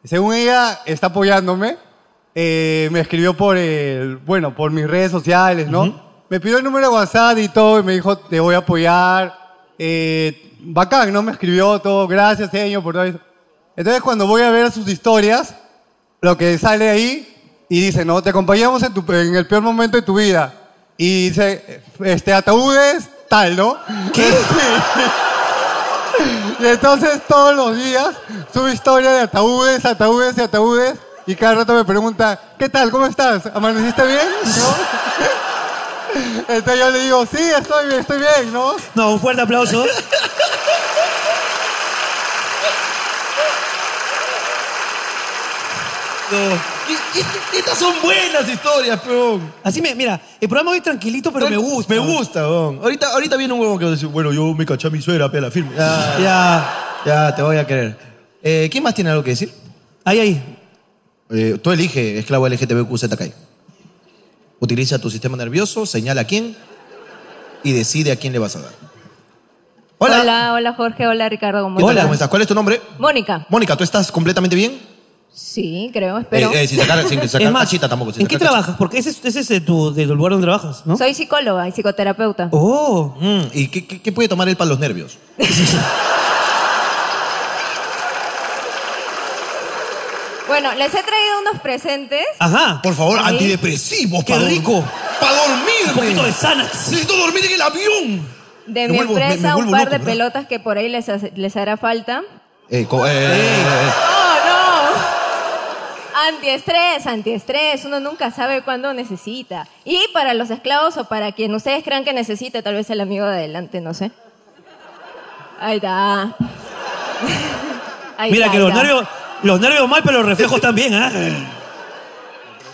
H: según ella está apoyándome, eh, me escribió por el, bueno, por mis redes sociales, ¿no? Me pidió el número de WhatsApp y todo, y me dijo, te voy a apoyar. Eh, bacán, ¿no? Me escribió todo, gracias, señor, por todo eso. Entonces, cuando voy a ver sus historias, lo que sale ahí y dice, no, te acompañamos en, tu, en el peor momento de tu vida. Y dice, este, ataúdes, tal, ¿no? ¿Qué? Y entonces todos los días subo historia de ataúdes, ataúdes y ataúdes. Y cada rato me pregunta, ¿qué tal? ¿Cómo estás? ¿Amaneciste bien? ¿No? Entonces yo le digo, sí, estoy bien, estoy bien, ¿no?
B: No, un fuerte aplauso.
C: Y- y- y- Estas son buenas historias, peón.
B: Así me, mira, el programa hoy tranquilito, pero me gusta.
C: Me gusta, peón. Ahorita, ahorita viene un huevón que va a decir, bueno, yo me caché a mi suegra, pela, firme. Ya,
B: Ya.
C: ya, te voy a creer. Eh, ¿Quién más tiene algo que decir?
B: Ahí, ahí.
C: Eh, tú elige, esclavo LGTBQZK. Utiliza tu sistema nervioso, señala a quién y decide a quién le vas a dar. Hola.
I: Hola, hola, Jorge, hola Ricardo. ¿Cómo
C: ¿Qué tal?
I: estás?
C: ¿Cómo estás? ¿Cuál es tu nombre?
I: Mónica.
C: Mónica, ¿tú estás completamente bien?
I: Sí, creo, espero.
C: Eh, eh, sin sacar, sin sacar cachita tampoco. sin
B: ¿en qué
C: sacar
B: trabajas? Porque ese, es- ese es de tu, del lugar donde trabajas, ¿no?
I: Soy psicóloga y psicoterapeuta.
B: Oh,
C: cachita. Mm, ¿Y qué, qué- qué puede tomar él para los nervios?
I: Bueno, les he traído unos presentes.
B: ajá.
C: Por favor,
I: Sí.
C: antidepresivos.
B: Qué
C: pa' dorm-
B: rico.
C: ¡Para
B: Un poquito de
C: dormirme!
B: Xanax.
C: ¡Necesito dormir en el avión!
I: De
C: Me
I: mi
C: vuelvo- me- me
I: empresa,
C: vuelvo
I: un par
C: loco,
I: de
C: ¿verdad?
I: pelotas que por ahí les, hace- les hará falta.
C: Eh, co- eh, eh, eh.
I: ¡Oh, no! Antiestrés, antiestrés. Uno nunca sabe cuándo necesita. Y para los esclavos o para quien ustedes crean que necesite, tal vez el amigo de adelante, no sé. Ahí está. Ahí
B: Mira
I: está,
B: que
I: ahí
B: los
I: está.
B: nervios, los nervios mal, pero los reflejos también, ¿ah?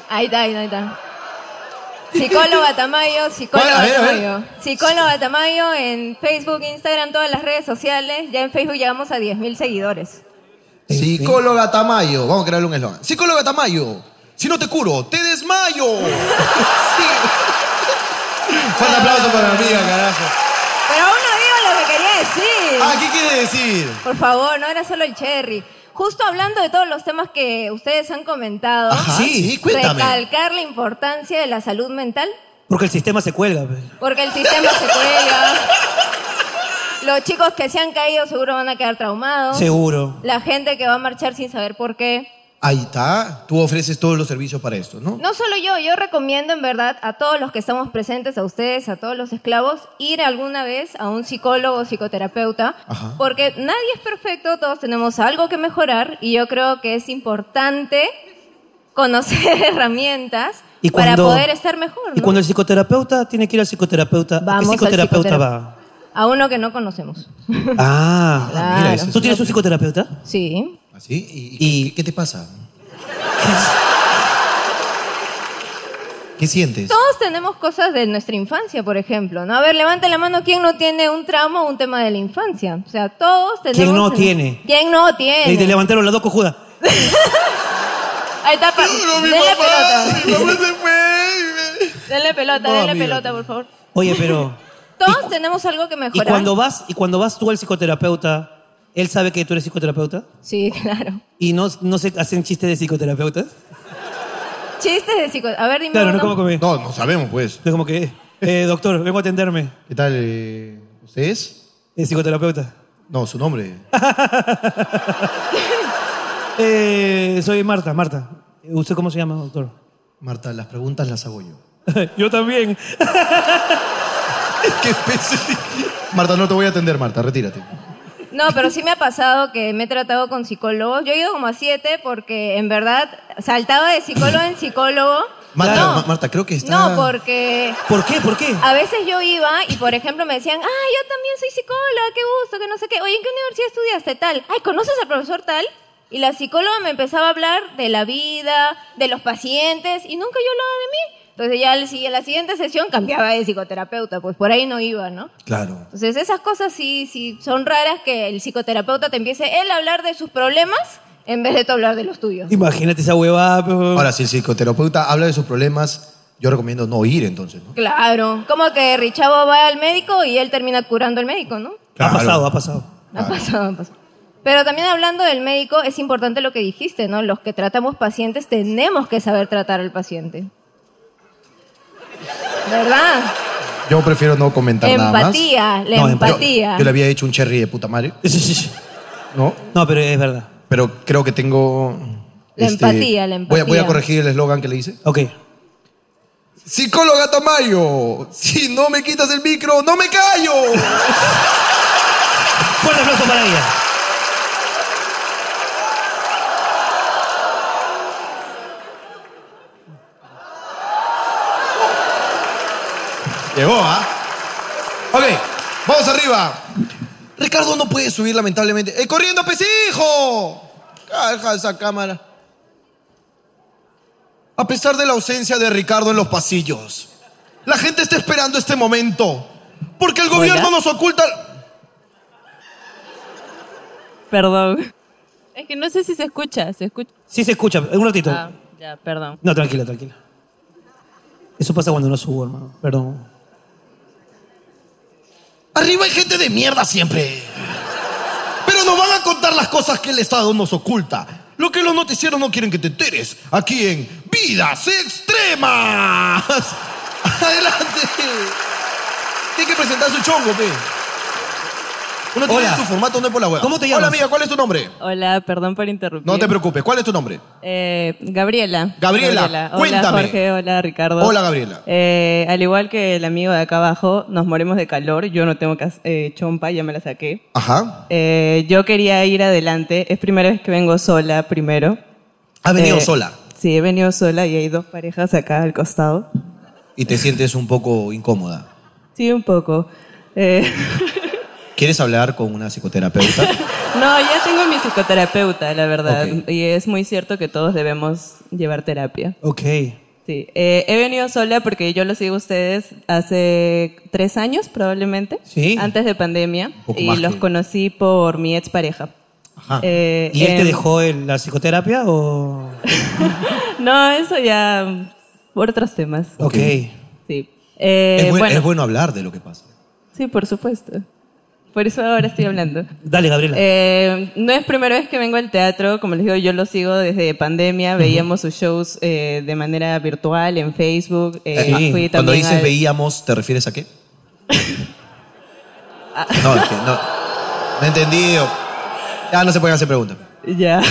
I: Ahí está, ahí está, ahí está. Psicóloga Tamayo, psicóloga
C: A ver, a ver.
I: Tamayo. Psicóloga Tamayo en Facebook, Instagram, todas las redes sociales. Ya en Facebook llegamos a 10.000 seguidores.
C: Psicóloga Tamayo. Vamos a crearle un eslogan. Psicóloga Tamayo. Si no te curo, te desmayo. Sí. Fuerte aplauso para mi amiga, carajo.
I: Pero aún no digo lo que quería decir.
C: Ah, ¿qué quiere decir?
I: Por favor, no era solo el cherry. Justo hablando de todos los temas que ustedes han comentado,
C: Ajá, sí, cuéntame.
I: recalcar la importancia de la salud mental,
B: Porque el sistema se cuelga. pues.
I: porque el sistema se cuelga. Los chicos que se han caído seguro van a quedar traumados.
B: Seguro.
I: La gente que va a marchar sin saber por qué.
C: Ahí está. Tú ofreces todos los servicios para esto, ¿no?
I: No solo yo, yo recomiendo en verdad a todos los que estamos presentes, a ustedes, a todos los esclavos, ir alguna vez a un psicólogo o psicoterapeuta,
C: Ajá.
I: porque nadie es perfecto, todos tenemos algo que mejorar y yo creo que es importante conocer herramientas
B: Y
I: para
B: cuando-
I: poder estar mejor.
B: Y
I: ¿no?
B: cuando el psicoterapeuta tiene que ir al psicoterapeuta, ¿a qué
I: Vamos al
B: psicoterapeuta
I: psicotera-
B: va?
I: A uno que no conocemos.
B: Ah,
I: Claro.
C: mira, ese es-
B: ¿Tú tienes un psicoterapeuta?
I: Sí.
C: ¿Así? ¿Ah, ¿Y,
B: Y-
C: y... ¿qué, qué te pasa? ¿Qué sientes?
I: Todos tenemos cosas de nuestra infancia, por ejemplo, ¿no? A ver, levante la mano quién no tiene un trauma o un tema de la infancia. O sea, todos tenemos...
B: ¿Quién no tiene?
I: ¿Quién no tiene?
B: Y te levantaron las dos cojudas.
I: Ahí está, pa- denle pelota.
C: Mi mamá se fue.
I: Denle pelota,
C: No,
I: denle
C: amiga.
I: pelota, por favor.
B: Oye, pero.
I: Todos tenemos algo que
B: ¿Y
I: mejorar.
B: cuando vas, y cuando vas tú al psicoterapeuta, él sabe que tú eres psicoterapeuta?
I: Sí, claro.
B: ¿Y no, no se hacen chistes de psicoterapeutas?
I: Chistes de psico... A ver, dime
B: Claro, no,
I: uno.
B: como que.
C: No, no sabemos, pues.
B: no como que. eh, doctor, vengo a atenderme.
C: ¿Qué tal? eh, ¿Ustedes?
B: Eh, psicoterapeuta.
C: No, su nombre.
B: Eh, soy Marta, Marta. ¿Usted cómo se llama, doctor?
C: Marta, las preguntas las hago yo.
B: Yo también.
C: Qué especie- Marta, no te voy a atender, Marta, retírate.
I: No, pero sí me ha pasado que me he tratado con psicólogos. Yo he ido como a siete porque en verdad saltaba de psicólogo en psicólogo.
C: Marta,
I: No.
C: Ma- Marta, creo que está.
I: No, porque
B: Ah. ¿Por qué? ¿Por qué?
I: a veces yo iba y por ejemplo me decían, ah, yo también soy psicóloga, qué gusto, que no sé qué. Oye, ¿en qué universidad estudiaste tal? Ay, ¿conoces al profesor tal? Y la psicóloga me empezaba a hablar de la vida, de los pacientes, y nunca yo hablaba de mí. Entonces ya al si- en la siguiente sesión cambiaba de psicoterapeuta, pues por ahí no iba, ¿no?
C: Claro.
I: Entonces esas cosas sí, sí son raras que el psicoterapeuta te empiece él a hablar de sus problemas en vez de tú hablar de los tuyos.
B: Imagínate esa huevada. pe-
C: Ahora, si el psicoterapeuta habla de sus problemas, yo recomiendo no ir entonces, ¿no?
I: Claro, como que Richavo va al médico y él termina curando al médico, ¿no?
B: Ha pasado, ha pasado.
I: Ha pasado, ha pasado. Pero también hablando del médico, es importante lo que dijiste, ¿no? Los que tratamos pacientes tenemos que saber tratar al paciente. ¿Verdad?
C: Yo prefiero no comentar nada más.
I: Empatía, la
B: No,
I: empatía.
C: Yo, yo le había hecho un cherry de puta madre, ¿no?
B: No, pero es verdad.
C: Pero creo que tengo. este,
I: La empatía, la
C: Voy a, voy a
I: empatía.
C: corregir el eslogan que le hice.
B: Ok.
C: Psicóloga Tamayo, si no me quitas el micro, no me callo.
B: Fuerte aplauso para ella.
C: Llegó, ¿ah? Ok, vamos arriba. Ricardo no puede subir, lamentablemente. ¡Eh, corriendo, pesijo! Deja esa cámara. A pesar de la ausencia de Ricardo en los pasillos, la gente está esperando este momento. Porque el gobierno
J: Hola.
C: nos oculta.
J: Perdón. Es que no sé si se escucha. ¿Se escucha?
B: Sí se escucha, un ratito.
J: Ah, ya, perdón.
B: No, tranquila, tranquila. Eso pasa cuando no subo, hermano. Perdón.
C: Arriba hay gente de mierda siempre. Pero nos van a contar las cosas que el Estado nos oculta. Lo que los noticieros no quieren que te enteres. Aquí en Vidas Extremas. Adelante. Tiene que presentar su chongo, pe. Uno tiene
J: Hola.
C: su formato, no es por la hueá.
J: ¿Cómo te llamas?
C: Hola, amiga, ¿cuál es tu nombre?
J: Hola, perdón por interrumpir.
C: No te preocupes, ¿cuál es tu nombre?
J: Eh, Gabriela.
C: Gabriela,
J: Hola,
C: cuéntame.
J: Jorge, hola, Ricardo.
C: Hola, Gabriela.
J: Eh, al igual que el amigo de acá abajo, nos morimos de calor. Yo no tengo cas- eh, chompa, ya me la saqué.
C: Ajá.
J: Eh, yo quería ir adelante. Es primera vez que vengo sola, primero.
C: ¿Has venido
J: Eh,
C: sola?
J: Sí, he venido sola y hay dos parejas acá al costado.
C: Y te sientes un poco incómoda.
J: Sí, un poco. Eh,
C: ¿Quieres hablar con una psicoterapeuta?
J: no, ya tengo mi psicoterapeuta, la verdad. Y es muy cierto que todos debemos llevar terapia.
B: Ok.
J: Sí, eh, he venido sola porque yo lo sigo a ustedes hace tres años probablemente,
B: Sí.
J: antes de pandemia,
B: poco
J: y
B: más
J: los
B: que-
J: conocí por mi expareja.
B: Ajá.
J: Eh,
B: ¿Y él te
J: em,
B: dejó el- la psicoterapia o...?
J: No, eso ya mm, por otros temas.
B: Ok.
J: Sí. Eh,
C: es, buen-
J: bueno,
C: es bueno hablar de lo que pasa.
J: Sí, por supuesto. Por eso ahora estoy hablando.
B: Dale, Gabriela.
J: Eh, no es primera vez que vengo al teatro, como les digo, yo lo sigo desde pandemia, veíamos sus shows eh, de manera virtual en Facebook. eh,
C: Eh,
J: fui
C: Cuando
J: también
C: dices
J: al-
C: veíamos, ¿te refieres a qué?
J: Ah.
C: no, es que no. No he entendido. Ya no se pueden hacer preguntas.
J: Ya.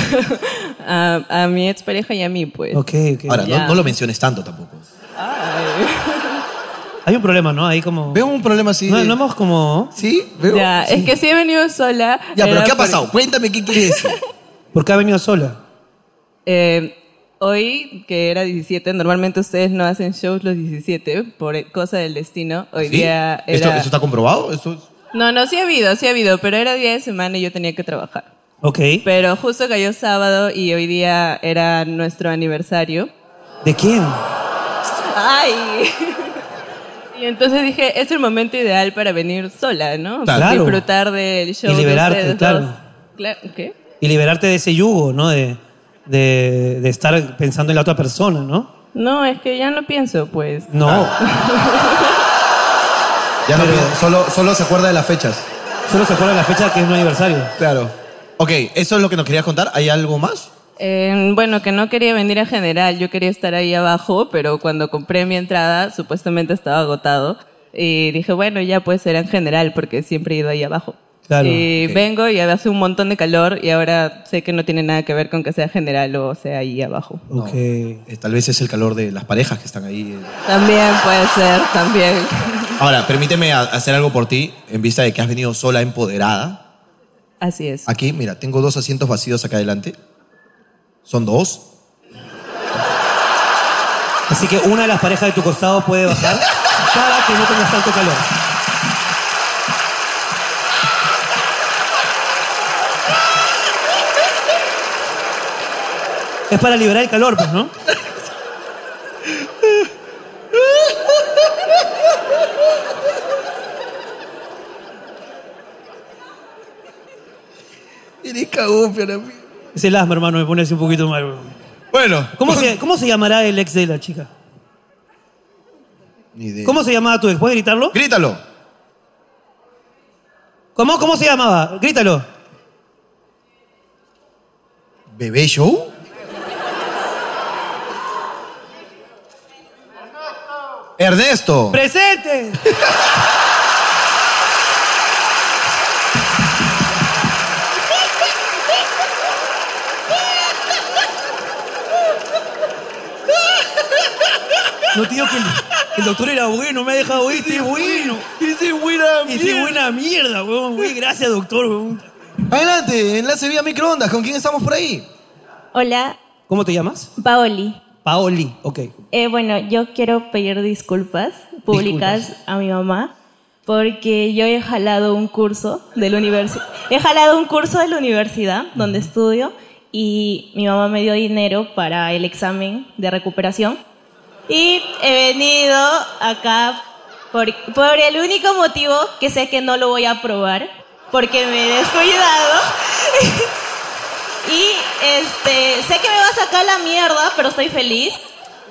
J: a, a mi expareja y a mí, pues.
C: Ahora,
J: Ya.
C: no, no lo menciones tanto tampoco.
B: Hay un problema, ¿no? Ahí como... Veo
C: un problema así.
B: No, no hemos como...
C: Sí,
J: Ya, eh. es que sí he venido sola.
B: Ya, pero
J: era
B: ¿qué ha
J: por-
B: pasado?
C: Cuéntame qué quiere decir.
B: ¿Por qué ha venido sola?
J: Eh, hoy, que era 17, normalmente ustedes no hacen shows los 17 por cosa del destino. Hoy
C: ¿Ah, ¿Sí?
J: día
C: ¿Esto,
J: era-
C: esto está comprobado? ¿Esto es-
J: No, no, sí ha habido, sí ha habido, pero era día de semana y yo tenía que trabajar.
B: Ok.
J: Pero justo cayó sábado y hoy día era nuestro aniversario.
B: ¿De quién?
J: ¡Ay! Y entonces dije, es el momento ideal para venir sola, ¿no? Para
B: Claro.
J: Disfrutar del show.
B: Y
J: de
B: liberarte,
J: ustedes
B: claro.
J: dos. Cla- ¿Qué?
B: Y liberarte de ese yugo, ¿no? De, de, de estar pensando en la otra persona, ¿no?
J: No, es que ya no pienso, pues.
B: No.
C: Ah. Ya no olvido, solo, solo se acuerda de las fechas.
B: Solo se acuerda de la fecha que es mi aniversario.
C: Claro. Ok, eso es lo que nos querías contar. ¿Hay algo más?
J: Eh, bueno, que no quería venir a general, yo quería estar ahí abajo, pero cuando compré mi entrada, supuestamente estaba agotado. Y dije, bueno, ya pues será en general, porque siempre he ido ahí abajo.
B: Claro,
J: y
B: ok.
J: vengo y hace un montón de calor y ahora sé que no tiene nada que ver con que sea general o sea ahí abajo.
C: No. Eh, tal vez es el calor de las parejas que están ahí. eh.
J: También puede ser, también.
C: Ahora, permíteme a- hacer algo por ti en vista de que has venido sola, empoderada.
J: Así es.
C: Aquí, mira, tengo dos asientos vacíos acá adelante. Son dos.
B: Así que una de las parejas de tu costado puede bajar para que no tengas tanto calor. Es para liberar el calor, pues, ¿no?
C: Eres cagón, pero
B: Es el asma, hermano, me pone así un poquito mal.
C: Bueno.
B: ¿Cómo se, ¿Cómo se llamará el ex de la chica?
C: Ni idea.
B: ¿Cómo se llamaba tu ex? ¿Puedes gritarlo?
C: Grítalo.
B: ¿Cómo, ¿Cómo se llamaba? Grítalo.
C: ¿Bebé show? Ernesto.
B: ¡Presente! No, tío, que... El doctor era bueno, me ha dejado este bueno.
C: Ese buena
B: Ese buena mierda, weón. Güey, gracias, doctor, weón.
C: Adelante, enlace vía microondas. ¿Con quién estamos por ahí?
K: Hola,
B: ¿Cómo te llamas?
K: Paoli.
B: Paoli, ok.
K: Eh, bueno, yo quiero pedir disculpas públicas a mi mamá porque yo he jalado un curso de la universidad. He jalado un curso de la universidad donde estudio y mi mamá me dio dinero para el examen de recuperación y he venido acá por, por el único motivo que sé que no lo voy a aprobar porque me he descuidado. Y este, sé que me va a sacar la mierda, pero estoy feliz.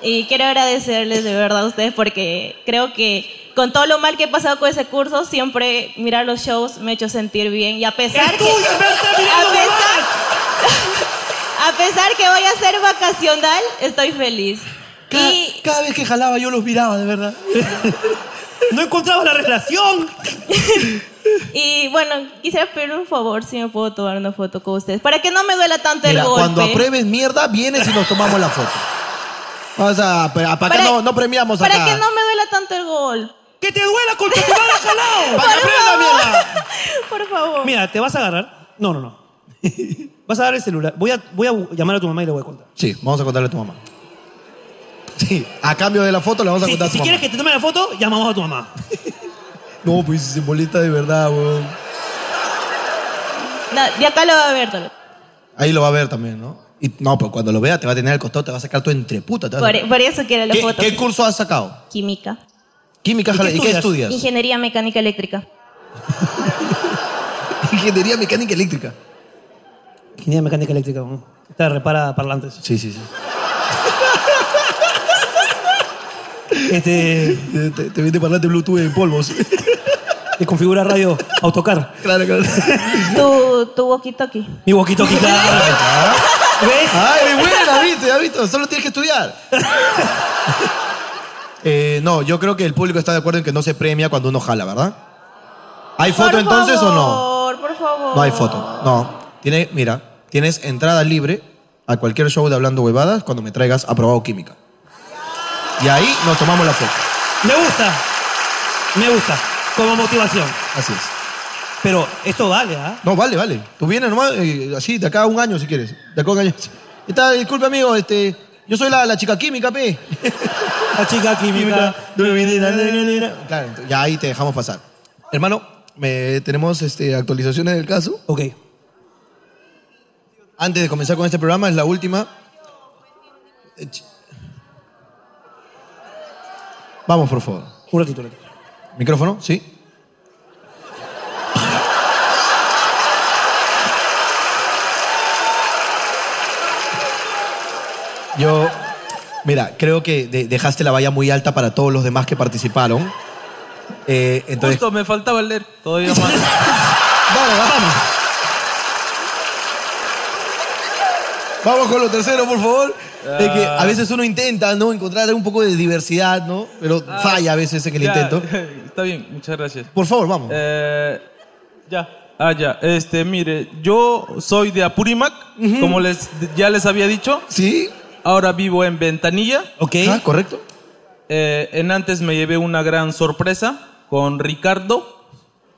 K: Y quiero agradecerles de verdad a ustedes porque creo que con todo lo mal que he pasado con ese curso, siempre mirar los shows me ha hecho sentir bien. Y a pesar que. a, pesar, a pesar que voy a ser vacacional, estoy feliz.
C: Cada, cada vez que jalaba yo los miraba, de verdad.
B: no encontraba la relación.
K: Y bueno, quisiera pedir un favor si me puedo tomar una foto con ustedes. Para que no me duela tanto
C: Mira,
K: el golpe.
C: cuando apruebes mierda, vienes y nos tomamos la foto. O sea, para, para que
K: Para-
C: no, no premiamos
K: Para
C: acá.
K: que no me duela tanto el gol.
B: ¡Que te duela con tu madre jalado!
C: ¡Para que aprenda mierda!
K: Por favor.
B: Mira, te vas a agarrar. No, no, no. Vas a dar el celular. Voy a, voy a bu- llamar a tu mamá y le voy a contar.
C: Sí, vamos a contarle a tu mamá. Sí, a cambio de la foto le vamos a
B: Si,
C: contar a tu
B: si
C: mamá.
B: quieres que te tome la foto, llamamos a tu mamá.
C: No, pues se molesta de verdad, weón.
K: No, de acá lo va a ver. Tolo.
C: Ahí lo va a ver también, ¿no? Y no, pero cuando lo vea te va a tener al costado, te va a sacar tu entreputa. te va a
K: Por,
C: sacar.
K: por eso quiero la
C: ¿Qué,
K: foto.
C: qué curso has sacado?
K: Química.
C: Química, jala- ¿y qué estudias?
K: Ingeniería mecánica eléctrica.
C: Ingeniería mecánica eléctrica.
B: Ingeniería mecánica eléctrica. weón. Te repara parlantes.
C: Sí, sí, sí.
B: Este,
C: Te, te vende parlante Bluetooth en polvos.
B: te configura radio autocar.
C: claro, claro.
K: Tu, tu walkie-talkie.
B: Mi walkie-talkie, claro. ¿Ves?
C: Ay, de buena, viste, ya visto. Solo tienes que estudiar. Eh, no, yo creo que el público está de acuerdo en que no se premia cuando uno jala, ¿verdad? ¿Hay foto
K: Por
C: entonces o no?
K: favor, Por favor.
C: No hay foto. No. Tiene, mira, tienes entrada libre a cualquier show de Hablando Huevadas cuando me traigas aprobado química. Y ahí nos tomamos la foto.
B: Me gusta. Me gusta. Como motivación.
C: Así es.
B: Pero esto vale, ¿ah?
C: No, vale, vale. Tú vienes nomás eh, así, de acá a un año si quieres. De acá a un año. Está, disculpe, amigo, este. Yo soy la, la chica química, pe.
B: La chica química.
C: Claro, ent- ya ahí te dejamos pasar. Hermano, me- tenemos este, actualizaciones del caso.
B: Ok.
C: Antes de comenzar con este programa, es la última. Eh, ch- Vamos, por favor.
B: Un ratito, un ratito.
C: ¿Micrófono? Sí. Yo, mira, creo que de- dejaste la valla muy alta para todos los demás que participaron. Eh, entonces,
E: Justo me faltaba leer todavía más.
C: Dale, vamos. Vamos con lo tercero, por favor. Es que a veces uno intenta, ¿no? Encontrar un poco de diversidad, ¿no? Pero falla a veces en el
E: Ya,
C: intento.
E: Está bien, muchas gracias.
C: Por favor, vamos.
E: Eh, ya. Ah, ya. Este, mire, yo soy de Apurímac, como les, ya les había dicho.
C: ¿Sí?
E: Ahora vivo en Ventanilla.
B: Ok.
C: Ah, ¿Correcto?
E: Eh, en antes me llevé una gran sorpresa con Ricardo,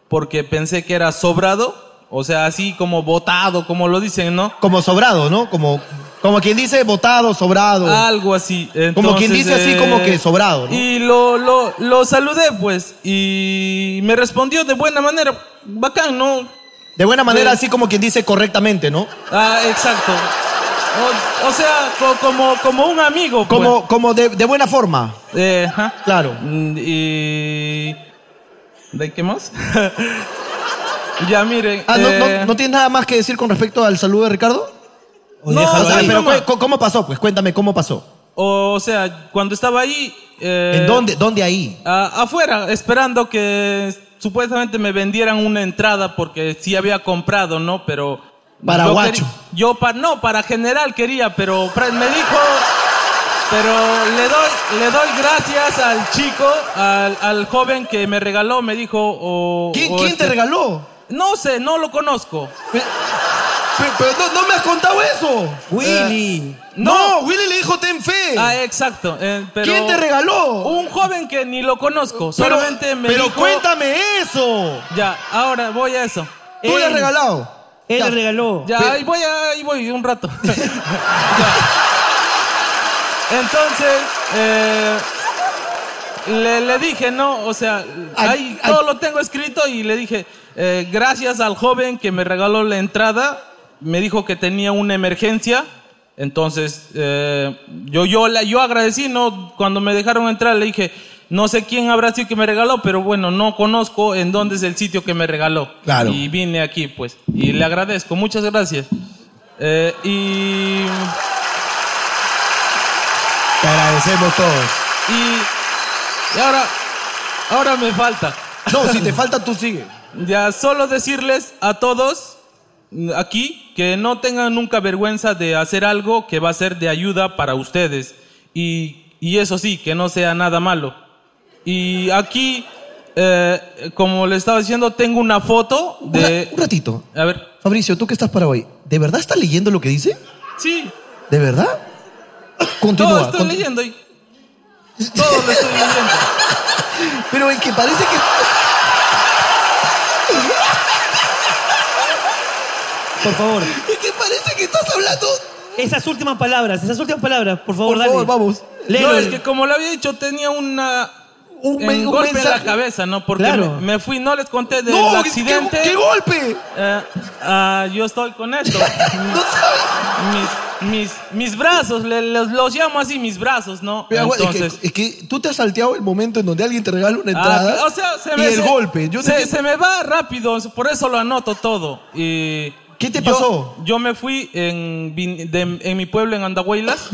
E: porque pensé que era sobrado, o sea, así como botado, como lo dicen, ¿no?
C: Como sobrado, ¿no? Como, como quien dice votado, sobrado.
E: Algo así.
C: Como
E: Entonces,
C: quien
E: eh,
C: dice así, como que sobrado, ¿no?
E: Y lo, lo, lo saludé, pues, y me respondió de buena manera. Bacán, ¿no?
C: De buena manera,
E: Pues-
C: así como quien dice correctamente, ¿no?
E: Ah, exacto. O, o sea, co- como, como un amigo. pues.
C: Como, como de, de buena forma,
E: Eh, ajá.
C: claro.
E: Mm, Y... ¿De qué más? ya, miren.
C: Ah, ¿no,
E: eh,
C: no, ¿no tienes nada más que decir con respecto al saludo de Ricardo?
E: No,
C: O sea,
E: sí,
C: pero
E: ¿cómo?
C: cu- cu- ¿cómo pasó? Pues cuéntame, ¿cómo pasó?
E: O sea, cuando estaba ahí... eh,
C: ¿En dónde? ¿Dónde ahí?
E: a- Ah, afuera, esperando que supuestamente me vendieran una entrada porque sí había comprado, ¿no? Pero...
C: Para
E: yo
C: guacho.
E: queri- Yo para... No, para general quería, pero pra- me dijo... Pero le doy, le doy gracias al chico, al, al joven que me regaló, me dijo... o-
C: ¿Quién,
E: o
C: quién te
E: este-
C: regaló?
E: No sé, no lo conozco.
C: Pero, pero no, no me has contado eso.
E: Willy.
C: No, Willy le dijo ten fe.
E: Eh, Ah, exacto. eh, pero-
C: ¿Quién te regaló?
E: Un joven que ni lo conozco.
C: Pero-
E: solamente me
C: pero
E: dijo-
C: cuéntame eso.
E: Ya, ahora voy a eso.
C: Tú le has regalado.
E: Él
C: Ya.
E: regaló. Ya,
C: Pero-
E: ahí voy, ahí voy un rato. Ya. Entonces, eh, le, le dije, ¿no? O sea, ahí todo lo tengo escrito y le dije, eh, gracias al joven que me regaló la entrada, me dijo que tenía una emergencia. Entonces, eh, yo, yo, la- yo agradecí, ¿no? Cuando me dejaron entrar, le dije, no sé quién habrá sido que me regaló, pero bueno, no conozco en dónde es el sitio que me regaló.
C: Claro.
E: Y vine aquí, pues. Y le agradezco, muchas gracias. Eh, y.
C: Te agradecemos todos.
E: Y, y ahora, ahora me falta.
C: No, si te falta, tú sigue.
E: Ya, solo decirles a todos mm, aquí que no tengan nunca vergüenza de hacer algo que va a ser de ayuda para ustedes. Y, y eso sí, que no sea nada malo. Y aquí, eh, como le estaba diciendo, tengo una foto de...
C: Un ratito.
E: A ver,
C: Fabricio, tú que estás para hoy, ¿de verdad estás leyendo lo que dice?
E: sí,
C: ¿De verdad? Continúa.
E: todo estoy
C: con-
E: leyendo y... Todo lo estoy leyendo.
C: Pero es que parece que.
B: Por favor.
C: Es que parece que estás hablando.
B: Esas últimas palabras, esas últimas palabras, por favor,
E: Por
B: dale.
E: favor,
C: vamos.
B: Léelo.
E: No, es que como le había dicho, tenía una. Un,
B: men- un
E: golpe en
B: mensaje.
E: la cabeza, ¿no? Porque
B: Claro.
E: me, me fui, no les conté del
C: ¡No! ¿qué-
E: accidente.
C: ¿Qué, qué golpe?
E: Eh, ah, yo estoy con esto. mis, mis, mis brazos, le- los, los llamo así mis brazos, ¿no?
C: Pero, güey,
E: Entonces.
C: es, que, es que tú te has salteado el momento en donde alguien te regala una
E: Ah,
C: entrada.
E: o sea, se
C: y
E: me,
C: el
E: se-
C: golpe. Yo no
E: se,
C: entiendo.
E: se me va rápido, por eso lo anoto todo. Y
C: ¿Qué te
E: yo-
C: pasó?
E: Yo, me fui en, Vin- de- en mi pueblo, en Andahuaylas.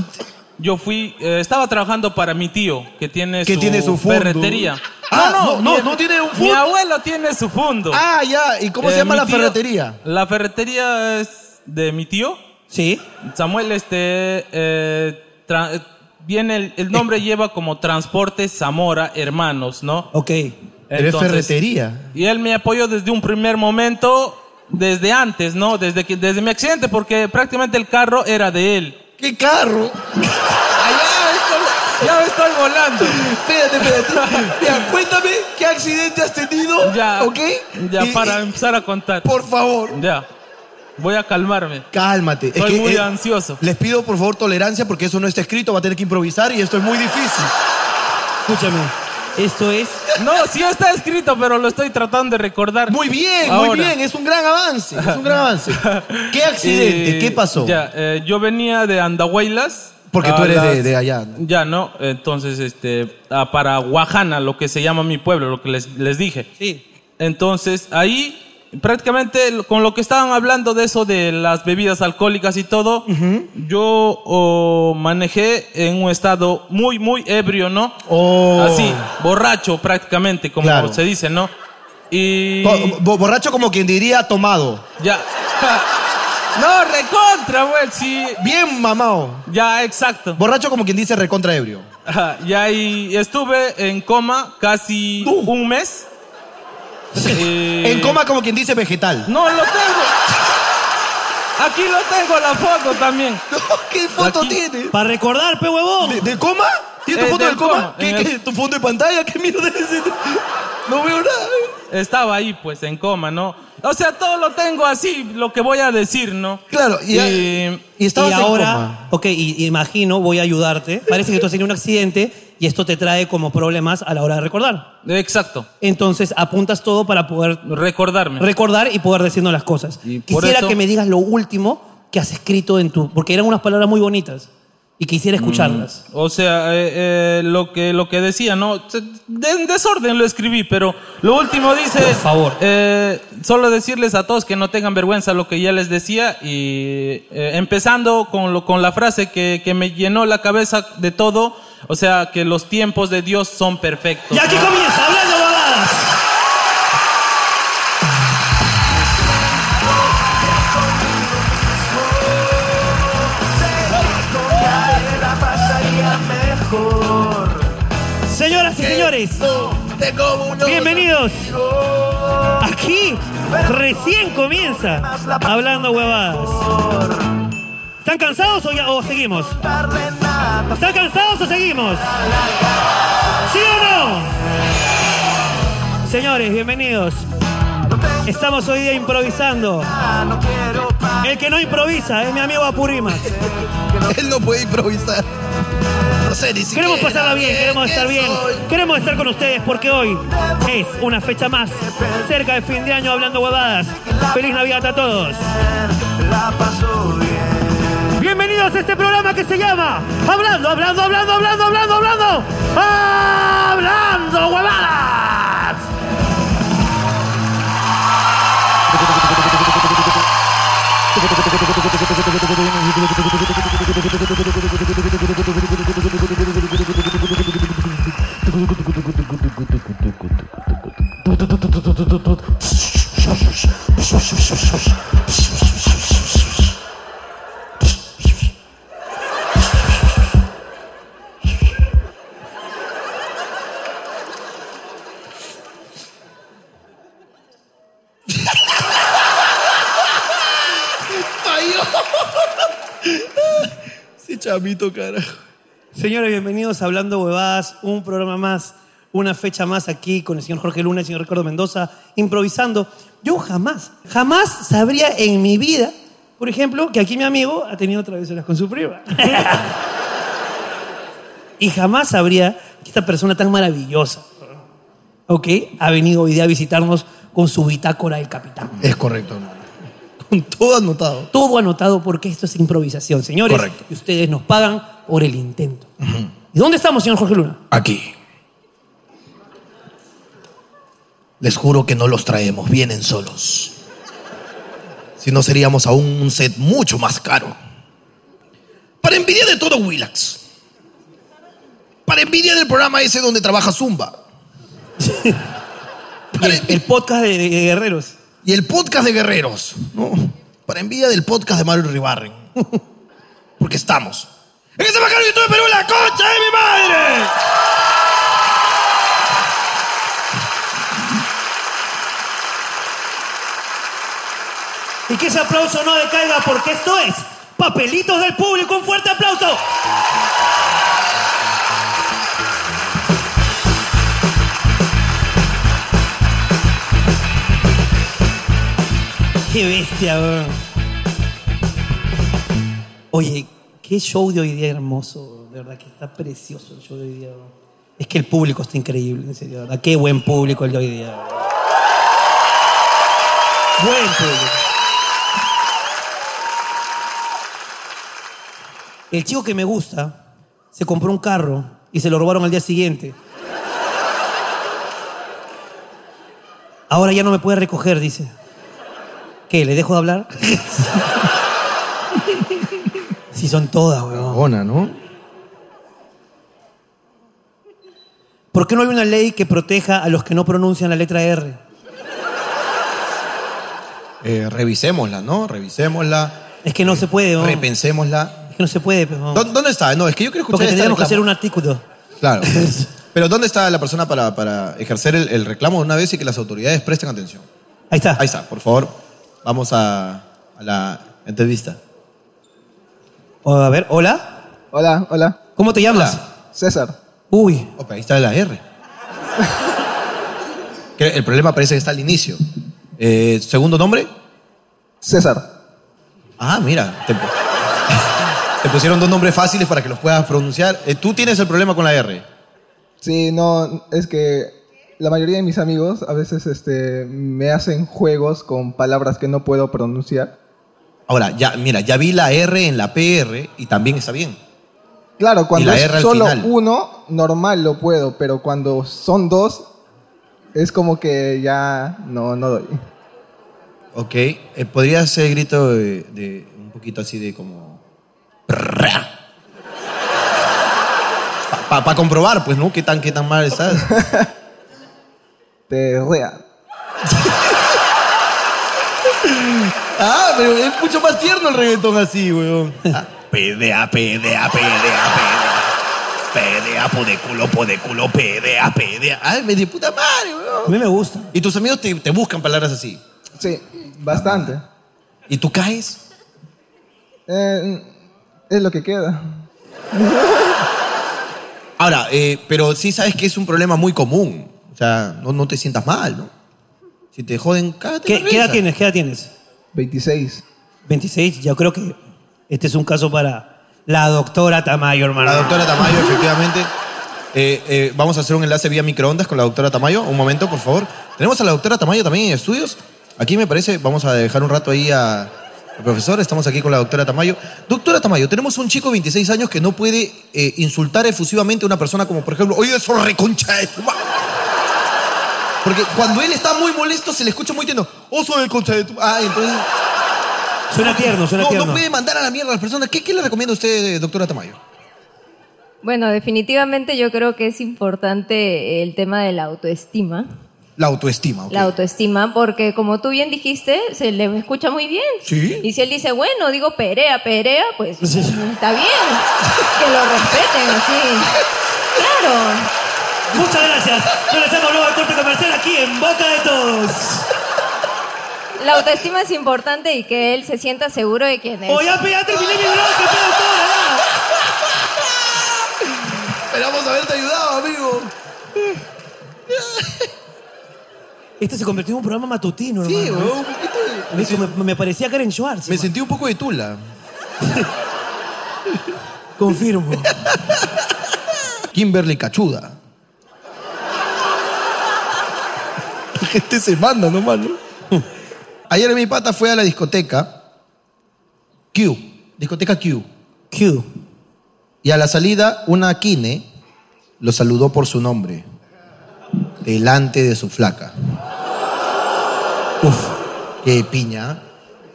E: Yo fui, eh, estaba trabajando para mi tío, que tiene,
C: Que
E: su,
C: tiene su fondo.
E: ferretería.
C: Ah, no, no,
E: mi-
C: no tiene un
E: Mi
C: fondo.
E: abuelo tiene su fondo.
C: Ah, ya. ¿Y cómo se
E: Eh,
C: llama
E: mi
C: la
E: tío-
C: ferretería?
E: La ferretería es de mi tío.
B: Sí.
E: Samuel, este. eh, tra- eh, viene el, el
C: Eh.
E: nombre lleva como Transporte Zamora Hermanos, ¿no?
B: Ok.
C: Pero es
E: Entonces,
C: ferretería.
E: Y él me apoyó desde un primer momento, desde antes, ¿no? Desde, que, desde mi accidente, porque prácticamente el carro era de él.
C: ¿Qué carro?
E: Allá estoy- ya Ah, me estoy volando.
C: Espérate, espérate. Mira, cuéntame qué accidente has tenido.
E: Ya.
C: ¿Ok?
E: Ya,
C: Y-
E: para
C: y-
E: empezar a contar.
C: por favor.
E: Ya. Voy a calmarme.
C: Cálmate. Es
E: Estoy
C: que,
E: muy
C: eh,
E: ansioso.
C: Les pido por favor tolerancia porque eso no está escrito, va a tener que improvisar y esto es muy difícil.
B: Escúchame. Esto es.
E: No, sí está escrito, pero lo estoy tratando de recordar.
C: Muy bien, muy
E: Ahora.
C: bien, es un gran avance, Este es un gran avance. ¿Qué accidente?
E: Eh,
C: ¿Qué pasó?
E: Ya, eh, yo venía de Andahuaylas.
C: Porque
E: a
C: tú eres de,
E: las-
C: de allá.
E: Ya, ¿no? Entonces, este, ah, para Guajana, lo que se llama mi pueblo, lo que les, les dije.
B: Sí.
E: Entonces, ahí, prácticamente, lo- con lo que estaban hablando de eso, de las bebidas alcohólicas y todo, yo oh, manejé en un estado muy, muy ebrio, ¿no?
C: Oh.
E: Así, borracho prácticamente, como
C: Claro.
E: se dice, ¿no? Y...
C: Bo- bo- borracho como quien diría tomado.
E: Ya. No, recontra, güey. Sí.
C: Bien mamado.
E: Ya, exacto.
C: Borracho como quien dice recontra ebrio.
E: Ajá, Ya y estuve en coma casi un mes. Eh,
C: Uh. En coma como quien dice vegetal.
E: No, lo tengo. Aquí lo tengo la foto también.
C: ¿Qué foto
E: Aquí.
C: tienes?
B: Para recordar, pe huevón.
C: ¿De, de coma? ¿Tienes tu
E: Eh,
C: foto
E: del
C: del coma?
E: coma,
C: ¿Qué,
E: en el-
C: qué, ¿Tu fondo de pantalla? ¿Qué mierda es ese? No veo nada.
E: Estaba ahí, pues, en coma, ¿no? O sea, todo lo tengo así, lo que voy a decir, ¿no?
C: Claro, y,
E: Eh,
C: y estabas
B: y
C: en
B: ahora,
C: coma.
B: ok, y, y imagino, voy a ayudarte. Parece que tú has tenido un accidente y esto te trae como problemas a la hora de recordar.
E: Exacto.
B: Entonces apuntas todo para poder
E: Recordarme.
B: recordar y poder decirnos las cosas.
E: por
B: Quisiera
E: eso-
B: que me digas lo último que has escrito en tu... Porque eran unas palabras muy bonitas y quisiera
E: Mm.
B: escucharlas.
E: O sea, eh, eh, lo, que, lo que decía, ¿no? Se- de- En desorden lo escribí, pero lo último dice...
B: Por favor.
E: eh, solo decirles a todos que no tengan vergüenza lo que ya les decía y eh, empezando con, lo, con la frase que, que me llenó la cabeza de todo, o sea, que los tiempos de Dios son perfectos.
B: Y aquí comienza, hablando bobadas.
A: la pasaría mejor.
B: Señoras y señores, Bienvenidos. Aquí recién comienza Hablando Huevadas. ¿Están cansados o, ya- o seguimos? ¿Están cansados o seguimos? ¿Sí o no? Señores, bienvenidos. Estamos hoy día improvisando. El que no improvisa es mi amigo Apurimas. Él no puede improvisar. queremos pasarla bien, queremos estar bien, queremos estar con ustedes porque hoy es una fecha más cerca de fin de año hablando huevadas. Feliz Navidad a todos. Bienvenidos a este programa que se llama Hablando, hablando, hablando, hablando, hablando, hablando, hablando huevadas.
C: Ese chamito, carajo.
B: Señores, bienvenidos a Hablando Huevadas, un programa más, una fecha más aquí con el señor Jorge Luna, el señor Ricardo Mendoza, improvisando. Yo jamás, jamás sabría en mi vida, por ejemplo, que aquí mi amigo ha tenido travesuras con su prima. y jamás sabría que esta persona tan maravillosa, ¿ok? Ha venido hoy día a visitarnos con su bitácora del capitán.
C: Es correcto.
B: Con todo anotado. Todo anotado porque esto es improvisación, señores.
C: Correcto.
B: Y ustedes nos pagan por el intento. ¿Y dónde estamos, señor Jorge Luna?
C: Aquí. Les juro que no los traemos, vienen solos. Si no, seríamos aún un set mucho más caro. Para envidia de todo Willax. Para envidia del programa ese donde trabaja Zumba. el,
B: podcast de, Guerreros.
C: Y el podcast de Guerreros. ¿no? Para envidia del podcast de Mario Ribarren. Porque estamos. ¡En ese bacano YouTube de Perú, la concha de mi madre!
B: Y que ese aplauso no decaiga porque esto es Papelitos del Público. Un fuerte aplauso. Qué bestia, weón. Oye, qué show de hoy día hermoso, weón. de verdad que está precioso el show de hoy día. weón. Es que el público está increíble, en serio, de verdad. Qué buen público el de hoy día. weón. Buen público. El chico que me gusta se compró un carro y se lo robaron al día siguiente. Ahora ya no me puede recoger, dice. ¿Qué? ¿Le dejo de hablar? Si son todas, weón.
C: ¿no?
B: ¿Por qué no hay una ley que proteja a los que no pronuncian la letra R?
C: Eh, revisémosla, ¿no? Revisémosla.
B: Es que no se puede, ¿no?
C: Repensémosla.
B: Es que no se puede, pero.
C: ¿Dó- ¿Dónde está? No, es que yo quiero escuchar
B: Porque
C: esta
B: tendríamos que
C: reclamo.
B: hacer un artículo.
C: Claro. Pero ¿dónde está la persona para, para ejercer el, el reclamo de una vez y que las autoridades presten atención?
B: Ahí está.
C: Ahí está, por favor. Vamos a, a la entrevista.
B: O, a ver, hola.
H: Hola, hola.
B: ¿Cómo te llamas?
H: César.
B: Uy.
C: Opa, ahí está la R. Que el problema parece que está al inicio. Eh, ¿Segundo nombre?
H: César.
C: Ah, mira. Te, pu- te pusieron dos nombres fáciles para que los puedas pronunciar. Eh, ¿Tú tienes el problema con la R?
H: Sí, no, es que la mayoría de mis amigos a veces este, me hacen juegos con palabras que no puedo pronunciar.
C: Ahora, ya, mira, ya vi la R en la PR y también está bien.
H: Claro, cuando
C: la
H: es
C: R al
H: solo
C: final.
H: uno, normal lo puedo, pero cuando son dos, es como que ya no, no doy.
C: Ok. Eh, ¿Podría ser grito de, de- un poquito así de como... Para comprobar, pues, ¿no? ¿Qué tan, qué tan mal estás?
H: Te rea.
C: Ah, pero es mucho más tierno el reggaetón así, weón. Pedea, pedea, pedea, pedea. Pedea, po de culo, po de culo, pedea, pedea. Ay, me di puta madre, weón. A
B: mí me gusta.
C: Y tus amigos te, te buscan palabras así.
L: Sí, bastante.
C: ¿Y tú caes?
L: Eh, es lo que queda.
C: Ahora, eh, pero sí sabes que es un problema muy común. O sea, no, no te sientas mal, ¿no? Si te joden, cágate
B: ¿Qué,
C: la
B: qué edad
C: risa.
B: tienes? ¿Qué edad tienes?
L: 26.
B: 26, yo creo que este es un caso para la doctora Tamayo, hermano.
C: La doctora Tamayo, efectivamente. Eh, eh, vamos a hacer un enlace vía microondas con la doctora Tamayo. Un momento, por favor. Tenemos a la doctora Tamayo también en estudios. Aquí me parece, vamos a dejar un rato ahí a- al profesor. Estamos aquí con la doctora Tamayo. Doctora Tamayo, tenemos un chico de 26 años que no puede eh, insultar efusivamente a una persona como, por ejemplo, oye, eso reconcha de tu ma-". Porque cuando él está muy molesto se le escucha muy tierno. Oso de concha de tu. ma-". Ah, entonces.
B: Suena tierno, suena
C: no,
B: tierno.
C: No puede mandar a la mierda a las personas. ¿Qué, qué le recomienda a usted, doctora Tamayo?
I: Bueno, definitivamente yo creo que es importante el tema de la autoestima.
C: La autoestima. ok.
I: La autoestima, porque como tú bien dijiste, se le escucha muy bien.
C: Sí.
I: Y si él dice, bueno, digo perea, perea, pues está bien. Que lo respeten así. Claro.
F: Muchas gracias. Regresamos luego al corte comercial aquí en Boca de Todos.
I: La autoestima es importante y que él se sienta seguro de quién es.
F: Oh, ya, pe, ya terminé mi bloque, pe, doctora.
C: Esperamos haberte ayudado, amigo.
B: Este se convirtió en un programa matutino,
C: Sí,
B: hermano.
C: weón, un poquito de-
B: Me, me- me parecía Karen Schwartz.
C: Me sentí un poco de tula.
B: Confirmo.
C: Kimberly Cachuda. La gente se manda, ¿no, mano? Ayer mi pata fue a la discoteca Q, discoteca Q.
B: Q.
C: Y a la salida, una Kine lo saludó por su nombre, delante de su flaca.
B: Uf.
C: Qué piña.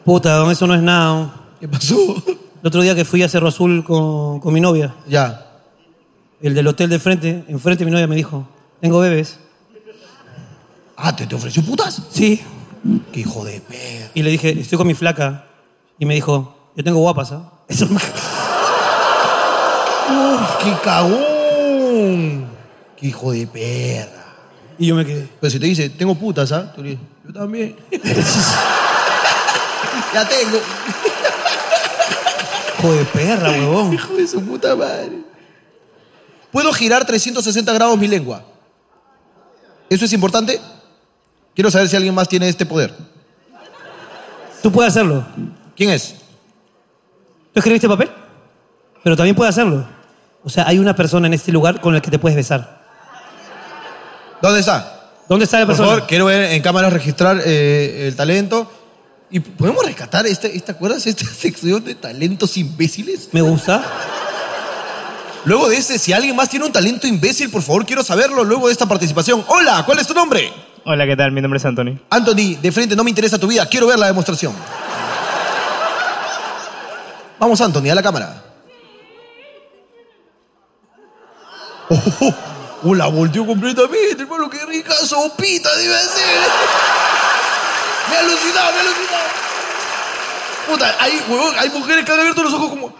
B: Puta, don, eso no es nada.
C: ¿Qué pasó?
B: El otro día que fui a Cerro Azul con, con mi novia,
C: Ya.
B: el del hotel de frente, enfrente mi novia me dijo, tengo bebés.
C: Ah, ¿te, te ofreció putas?
B: Sí.
C: Qué hijo de perro.
B: Y le dije, estoy con mi flaca. Y me dijo, yo tengo guapas, ¿ah? Eso me-
C: ¡Qué cagón! ¡Qué hijo de perra!
B: Y yo me quedé.
C: Pero si te dice, tengo putas, ¿ah? Tú le dices, yo también. ya tengo.
B: Hijo de perra, huevón.
C: Hijo de su puta madre. ¿Puedo girar 360 grados mi lengua? ¿Eso es importante? Quiero saber si alguien más tiene este poder.
B: Tú puedes hacerlo.
C: ¿Quién es?
B: Tú escribiste este papel, pero también puedes hacerlo. O sea, hay una persona en este lugar con la que te puedes besar.
C: ¿Dónde está?
B: ¿Dónde está la
C: Por
B: persona?
C: favor, quiero ver en cámara registrar eh, el talento. ¿Y podemos rescatar esta, esta, acuerdas? Esta sección de talentos imbéciles.
B: Me gusta.
C: Luego de este, si alguien más tiene un talento imbécil, por favor, quiero saberlo luego de esta participación. Hola, ¿cuál es tu nombre?
M: Hola, ¿qué tal? Mi nombre es Anthony.
C: Anthony, de frente no me interesa tu vida, quiero ver la demostración. Vamos, Anthony, a la cámara. Oh, oh, oh, la volteó completamente, hermano, qué rica sopita debe ser. Me ha alucinado, me ha alucinado. Puta, hay, huevón, hay mujeres que han abierto los ojos como.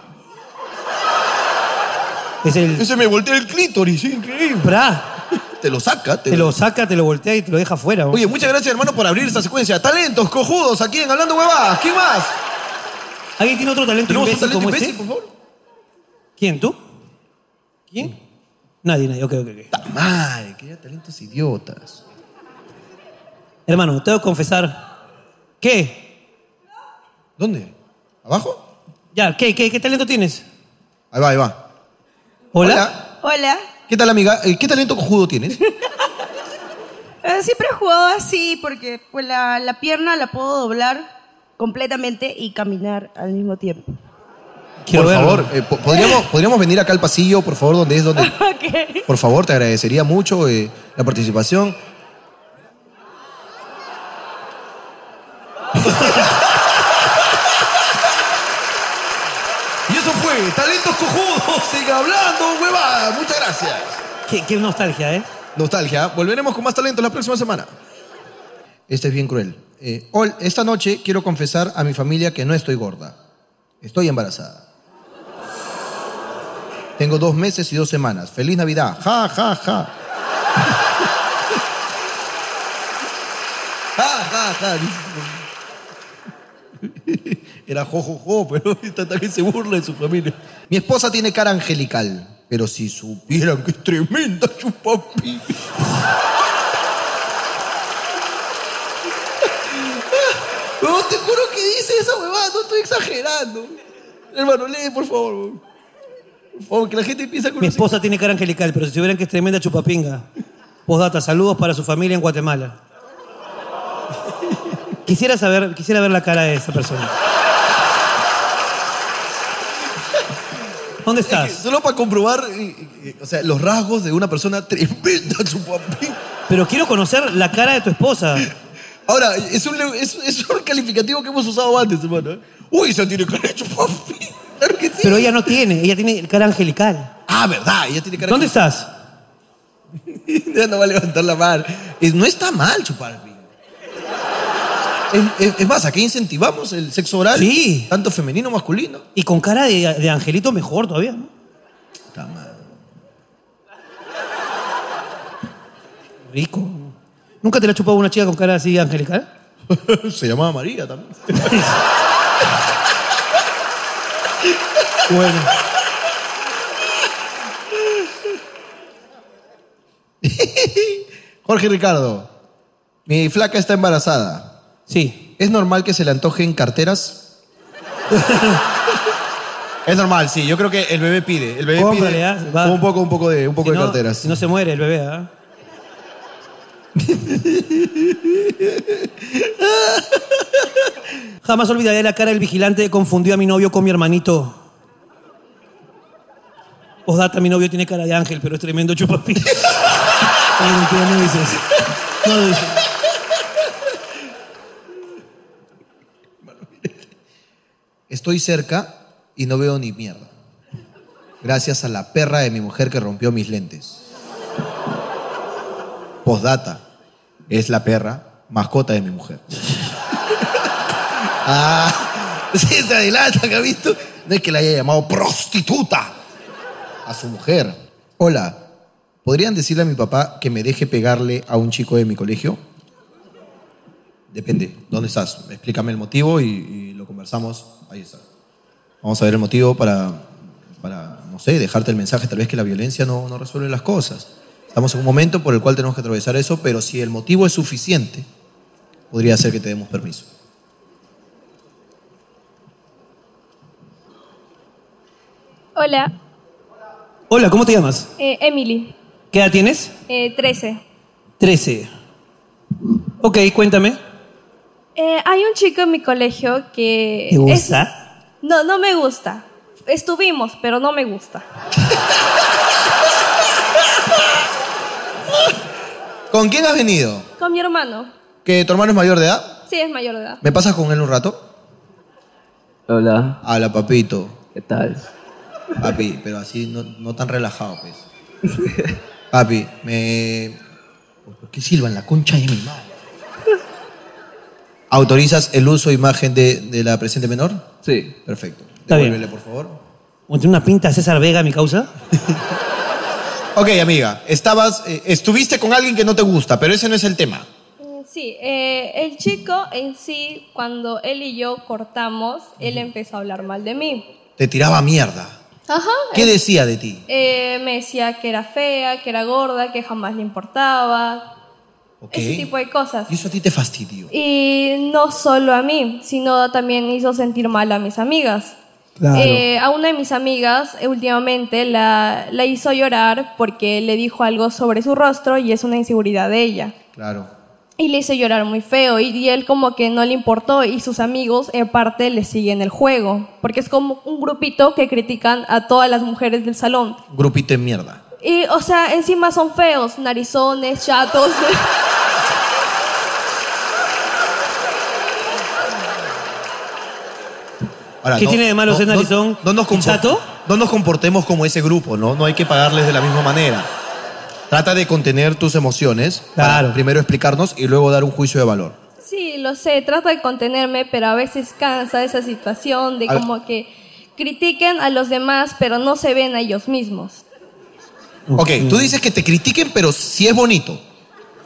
B: Es el...
C: Ese me voltea el clítoris, sí, increíble.
B: Bra,
C: Te lo saca, te,
B: te
C: lo
B: lo saca, te lo voltea y te lo deja afuera. huevón.
C: Oye, muchas gracias, hermano, por abrir esta secuencia. Talentos, cojudos, aquí en Hablando Huevadas. ¿Quién más?
B: ¿Alguien tiene otro talento
C: ¿Tenemos un
B: imbécil
C: talento
B: como
C: imbécil,
B: este?
C: por favor?
B: ¿Quién, tú? ¿Quién? Nadie, nadie. Ok, ok, ok.
C: ¡Ta madre! Que haya
B: este?
C: talentos idiotas.
B: Hermano, tengo que confesar. ¿Qué?
C: ¿Dónde? ¿Abajo?
B: Ya, ¿qué, qué, qué talento tienes?
C: Ahí va, ahí va.
B: ¿Hola?
K: Hola.
C: ¿Qué tal, amiga? Eh, ¿Qué talento cojudo tienes?
N: Eh, Siempre he jugado así porque pues, la, la pierna la puedo doblar completamente y caminar al mismo tiempo.
B: Quiero
C: por
B: verlo.
C: favor, eh, po- ¿podríamos, podríamos venir acá al pasillo, por favor, donde es donde.
N: Ok.
C: Por favor, te agradecería mucho eh, la participación. y eso fue Talentos Cojudos, sigue hablando, huevada. Muchas gracias.
B: Qué, qué nostalgia, ¿eh?
C: Nostalgia. Volveremos con más talentos la próxima semana. Este es bien cruel. Eh, hol- esta noche quiero confesar a mi familia que no estoy gorda. Estoy embarazada. Tengo dos meses y dos semanas. Feliz Navidad. Ja, ja, ja. ja, ja, ja. Era jojojo, pero esta también se burla de su familia. Mi esposa tiene cara angelical, pero si supieran que es tremenda chupapi. No, te juro que dice esa huevada, no estoy exagerando. Hermano, lee, por favor. weón. Por favor, Oh, que la gente empiece a
B: Mi
C: conocer.
B: esposa tiene cara angelical, pero si se vieran que es tremenda chupapinga. Postdata, saludos para su familia en Guatemala. Quisiera saber, quisiera ver la cara de esa persona. ¿Dónde
C: estás? solo para comprobar, eh, eh, o sea, los rasgos de una persona tremenda chupapi.
B: Pero quiero conocer la cara de tu esposa.
C: Ahora, es un, le- es, es un calificativo que hemos usado antes, hermano. ¿eh? Uy, se tiene cara de chupapi. Claro que sí.
B: Pero ella no tiene, ella tiene cara angelical.
C: Ah, verdad, ella tiene cara
B: ¿Dónde
C: de
B: estás?
C: Ya no va a levantar la mano. Es- no está mal chupar pinga. Es, es- es más, aquí incentivamos el sexo oral.
B: Sí.
C: Tanto femenino, masculino.
B: Y con cara de, de angelito mejor todavía, ¿no?
C: Está mal.
B: Rico. ¿Nunca te la ha chupado una chica con cara así angelical?
C: Se llamaba María también.
B: Bueno.
C: Jorge Ricardo, mi flaca está embarazada.
B: Sí.
C: ¿Es normal que se le antojen carteras? es normal, sí. Yo creo que el bebé pide. El bebé
B: Cómprale,
C: pide
B: ah, va.
C: un poco, un poco de, un poco
B: Si
C: de
B: no-
C: carteras.
B: si no se muere el bebé, ¿ah? Jamás olvidaré la cara del vigilante que confundió a mi novio con mi hermanito. Postdata, mi novio tiene cara de ángel, pero es tremendo chupapi. Ay, mentira, no dices. No dices.
C: Estoy cerca y no veo ni mierda. Gracias a la perra de mi mujer que rompió mis lentes. Postdata. Es la perra, mascota de mi mujer. ah, sí, se adelanta, ¿que ha visto? No es que la haya llamado prostituta a su mujer. Hola, ¿podrían decirle a mi papá que me deje pegarle a un chico de mi colegio? Depende, ¿dónde estás? Explícame el motivo y, y lo conversamos. Ahí está. Vamos a ver el motivo para, para, no sé, dejarte el mensaje, tal vez que la violencia no, no resuelve las cosas. Estamos en un momento por el cual tenemos que atravesar eso, pero si el motivo es suficiente, podría ser que te demos permiso.
O: Hola,
B: Hola, ¿cómo te llamas?
O: eh, Emily,
B: ¿Qué edad tienes?
O: eh, 13.
B: Trece. Ok, cuéntame.
O: Eh, hay un chico en mi colegio que...
B: ¿Te
O: Eh, es-
B: gusta?
O: No, no me gusta. Estuvimos, pero no me gusta.
C: ¿Con quién has venido?
O: Con mi hermano.
C: ¿Que tu hermano es mayor de edad?
O: Sí, es mayor de edad.
C: ¿Me pasas con él un rato? Hola. Hola, papito. ¿Qué tal? Papi, pero así no, no tan relajado, pues. Papi, me... ¿Por qué silban la concha de mi madre? ¿Autorizas el uso de imagen de, de la presente menor? Sí. Perfecto.
B: Está bien.
C: Devuélvele, por favor.
B: ¿Tiene una pinta de César Vega, mi causa?
C: Ok, amiga, estabas, eh, estuviste con alguien que no te gusta, pero ese no es el tema.
O: Eh, Sí, eh, el chico en sí, cuando él y yo cortamos, él empezó a hablar mal de mí.
C: Te tiraba mierda.
O: Ajá.
C: ¿Qué
O: eh,
C: decía de ti?
O: eh, me decía que era fea, que era gorda, que jamás le importaba,
C: Ok.
O: ese tipo de cosas.
C: Y eso a ti te fastidió.
O: Y no solo a mí, sino también hizo sentir mal a mis amigas.
C: Claro.
O: Eh, a una de mis amigas eh, últimamente la, la hizo llorar porque le dijo algo sobre su rostro y es una inseguridad de ella.
C: Claro.
O: Y le hizo llorar muy feo y, y él como que no le importó y sus amigos eh, aparte le siguen el juego porque es como un grupito que critican a todas las mujeres del salón.
C: Grupito de mierda.
O: Y o sea, encima son feos, narizones, chatos.
C: Ahora,
B: ¿Qué tiene de malo ser narizón
C: No, nos compor- no nos comportemos como ese grupo, ¿no? No hay que pagarles de la misma manera. Trata de contener tus emociones. Claro. primero explicarnos y luego dar un juicio de valor.
O: Sí, lo sé, trato de contenerme, pero a veces cansa esa situación de
C: A ver.
O: como que critiquen a los demás, pero no se ven a ellos mismos.
C: Ok, tú dices que te critiquen, pero si es bonito.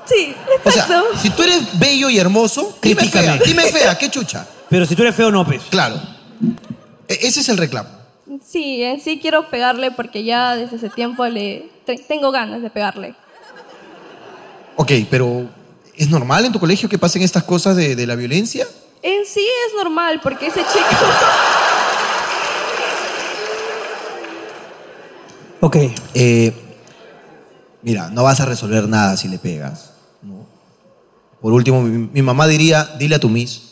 O: Sí,
C: O sea, si tú eres bello y hermoso, dime fea, dime fea, qué chucha.
B: Pero si tú eres feo, no, pues.
C: Claro. E- ese es el reclamo.
O: Sí, en sí quiero pegarle porque ya desde ese tiempo le te- tengo ganas de pegarle.
C: Ok, pero ¿es normal en tu colegio que pasen estas cosas de, de la violencia?
O: En sí es normal porque ese chico
B: Ok.
C: Eh, mira, no vas a resolver nada si le pegas. ¿no? Por último, mi, mi mamá diría, dile a tu miss.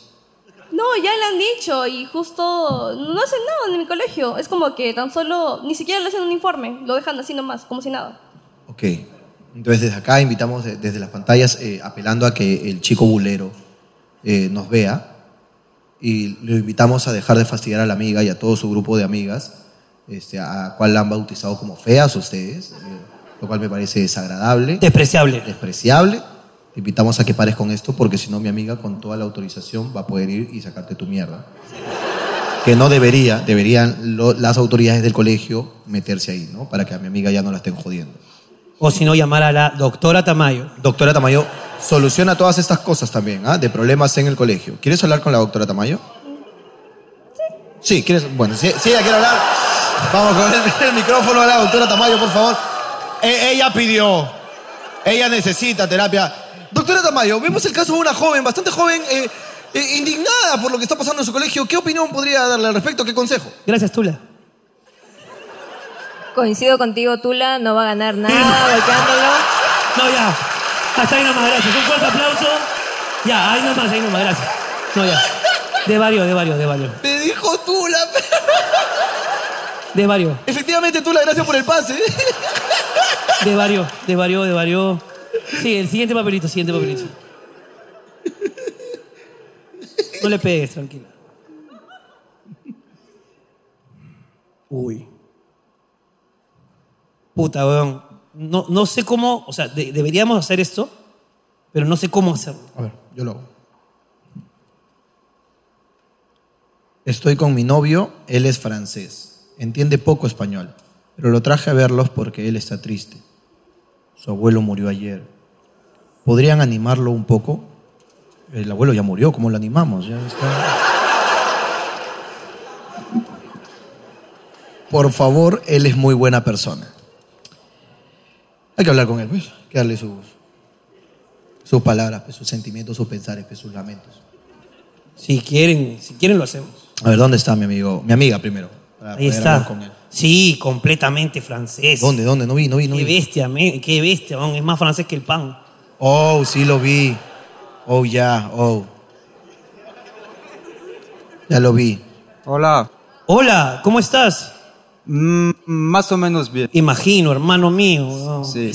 O: No, ya le han dicho y justo no hacen nada en mi colegio. Es como que tan solo, ni siquiera le hacen un informe, lo dejan así nomás, como si nada.
C: Ok. Entonces desde acá invitamos de- desde las pantallas eh, apelando a que el chico bulero eh, nos vea y lo invitamos a dejar de fastidiar a la amiga y a todo su grupo de amigas, este, a cual la han bautizado como feas ustedes, eh, lo cual me parece desagradable.
B: Despreciable.
C: Despreciable. Te invitamos a que pares con esto porque si no mi amiga con toda la autorización va a poder ir y sacarte tu mierda. Que no debería, deberían lo- las autoridades del colegio meterse ahí, ¿no? Para que a mi amiga ya no la estén jodiendo.
B: O si no, llamar a la doctora Tamayo.
C: Doctora Tamayo soluciona todas estas cosas también, ¿ah? De problemas en el colegio. ¿Quieres hablar con la doctora Tamayo? Sí. ¿quieres? Bueno, si, si ella quiere hablar, vamos con el, el micrófono a la doctora Tamayo, por favor. E- ella pidió, ella necesita terapia. Doctora Tamayo, vemos el caso de una joven, bastante joven, eh, eh, indignada por lo que está pasando en su colegio. ¿Qué opinión podría darle al respecto? ¿Qué consejo?
B: Gracias, Tula.
I: Coincido contigo, Tula, no va a ganar nada golpeándolo.
B: No, ya. Hasta ahí nomás, gracias. Un fuerte aplauso. Ya, ahí nomás, ahí nomás, gracias. No, ya. De varios, de varios, de varios.
C: Me dijo Tula.
B: De varios,
C: Efectivamente, Tula, gracias por el pase.
B: de varios, de varios, de varios. Sí, el siguiente papelito, siguiente papelito. No le pegues, tranquilo. Uy. Puta, weón. No, no sé cómo, o sea, de- deberíamos hacer esto, pero no sé cómo hacerlo.
C: A ver, yo lo hago. Estoy con mi novio, él es francés, entiende poco español, pero lo traje a verlos porque él está triste. Su abuelo murió ayer. ¿Podrían animarlo un poco? El abuelo ya murió, ¿cómo lo animamos? Ya está. Por favor, él es muy buena persona. Hay que hablar con él, pues, que darle sus, sus palabras, pues, sus sentimientos, sus pensares, pues, sus lamentos.
B: Si quieren, si quieren lo hacemos.
C: A ver, ¿dónde está mi amigo? Mi amiga primero. para
B: Ahí
C: poder
B: está.
C: Ah, hablar con él.
B: Sí, completamente francés.
C: ¿Dónde? ¿Dónde? No vi, no vi, no
B: Qué
C: vi.
B: bestia, men, qué bestia, man, es más francés que el pan.
C: Oh, sí lo vi. Oh, ya, oh. Ya lo vi.
P: Hola. Mm,
B: Hola, ¿cómo estás?
P: más o menos bien.
B: Imagino, hermano mío. ¿no?
P: Sí.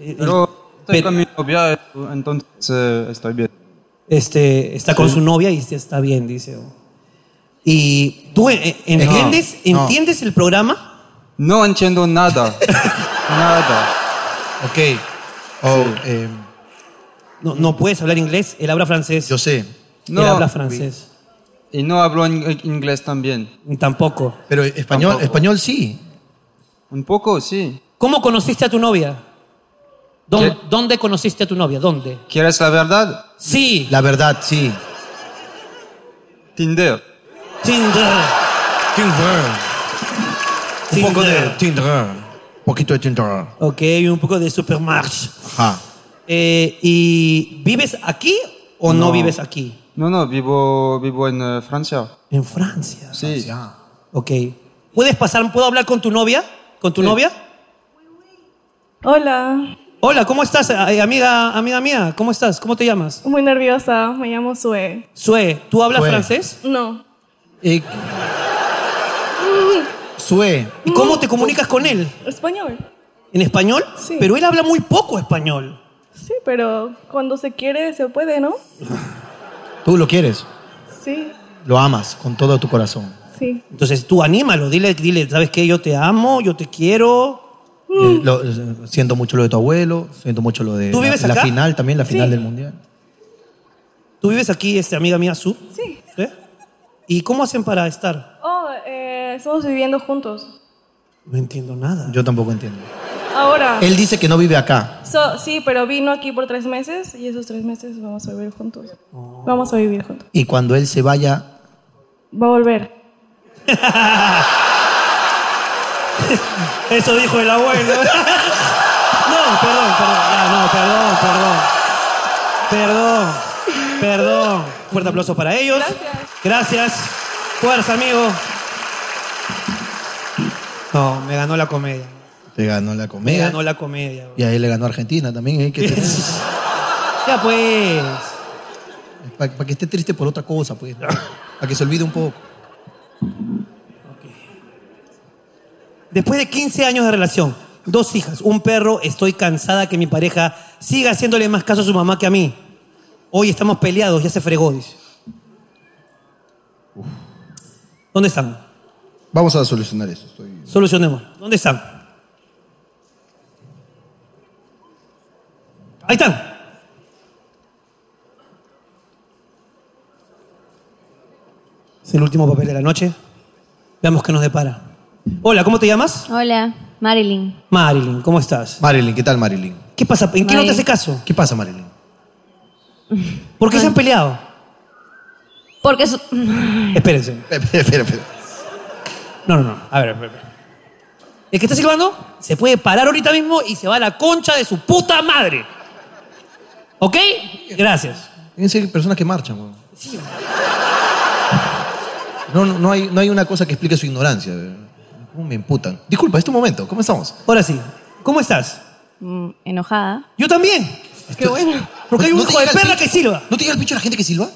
B: El-
P: Pero estoy
B: Eh, pero-
P: con mi novia, entonces eh, estoy bien.
B: Este, está con
P: Sí.
B: su novia y está bien, dice. ¿Y tú eh, eh, entiendes,
P: No, no.
B: entiendes el programa?
P: No entiendo nada. nada.
C: Ok. Oh, eh,
B: No, no puedes hablar inglés, él habla francés. Yo
C: sé.
B: él habla francés.
P: Y no hablo en- en inglés también.
B: Tampoco.
C: Pero español, español sí.
P: Un poco, sí.
B: ¿Cómo conociste a tu novia? ¿Dó- ¿Dónde, conociste a tu novia? ¿Dónde?
P: ¿Quieres la verdad?
B: Sí.
C: La verdad, sí.
P: Tinder.
B: Tinder.
C: Tinder. Un poco de
B: Tinder.
C: Tinder. Un poquito de Tinder.
B: Ok, un poco de supermarché.
C: Ajá.
B: Eh, ¿Y vives aquí o no, vives aquí?
P: No, no, vivo, vivo en eh, Francia.
B: En Francia. Ah,
P: Sí.
B: Ok. ¿Puedes pasar? ¿Puedo hablar con tu novia? ¿Con tu novia?
Q: Hola,
B: Hola, ¿cómo estás, eh, amiga, amiga mía? ¿Cómo estás? ¿Cómo te llamas?
Q: muy nerviosa, me llamo Sue.
B: Sue, ¿tú hablas
Q: Sue.
B: francés?
Q: No.
C: Eh, Sue.
B: ¿Y cómo te comunicas con él?
Q: Español.
B: ¿En español?
Q: Sí.
B: Pero él habla muy poco español.
Q: Sí, pero cuando se quiere se puede, ¿no?
C: Tú lo quieres.
Q: Sí,
C: Lo amas con todo tu corazón.
Q: sí.
B: Entonces tú anímalo, dile, dile, ¿sabes qué? Yo te amo, yo te quiero.
C: Eh, lo- eh, siento mucho lo de tu abuelo, siento mucho lo de
B: ¿Tú
C: la,
B: vives
C: la
B: acá?
C: final también, la final
B: Sí.
C: del mundial.
B: ¿Tú vives aquí, este, amiga mía, Su?
Q: Sí.
B: ¿Sí? ¿Y cómo hacen para estar?
Q: Oh, eh, Eh, estamos viviendo juntos.
B: No entiendo nada.
C: Yo tampoco entiendo.
Q: Ahora.
C: Él dice que no vive acá.
Q: So- sí, pero vino aquí por tres meses y esos tres meses vamos a vivir juntos.
C: Oh.
Q: Vamos a vivir juntos.
C: Y cuando él se vaya,
Q: Va a volver.
F: Eso dijo el abuelo. No, perdón, perdón. Ya, no, perdón, perdón. Perdón, perdón. Fuerte aplauso para ellos. Gracias. Fuerza, amigo. No, me ganó la comedia.
C: te ganó la
B: Me
C: comedia.
B: ganó la comedia.
C: Y ahí le ganó a Argentina también. ¿eh? Que te-
B: Ya pues.
C: Para que esté triste por otra cosa, pues. Para que se olvide un poco.
B: Después de 15 años de relación, dos hijas, un perro, estoy cansada que mi pareja siga haciéndole más caso a su mamá que a mí. Hoy estamos peleados, ya se fregó, dice. ¿Dónde están?
C: Vamos a solucionar eso.
B: Solucionemos. ¿Dónde están? Ahí están. Es el último papel de la noche. Veamos qué nos depara. Hola, ¿cómo te llamas?
R: Hola, Marilyn.
B: Marilyn, ¿cómo estás?
C: Marilyn, ¿qué tal Marilyn?
B: ¿Qué pasa? ¿En qué no
R: Marilyn.
B: te hace caso?
C: ¿Qué pasa, Marilyn?
B: ¿Por qué se han peleado?
R: Porque su...
B: Espérense.
C: Espera, espera, espera.
B: No, no, no. A ver, espera, espera. El que está silbando se puede parar ahorita mismo y se va a la concha de su puta madre. ¿Ok? Gracias.
C: Fíjense que hay personas que marchan, weón. No, no, no hay, no hay una cosa que explique su ignorancia. weón. ¿Cómo me imputan? Disculpa, es tu momento. ¿Cómo estamos?
B: Ahora sí. ¿Cómo estás?
J: Mm, enojada.
B: Yo también.
J: Qué bueno.
B: Porque hay un hijo de perra que silba.
C: ¿No te llega al picho la gente que silba?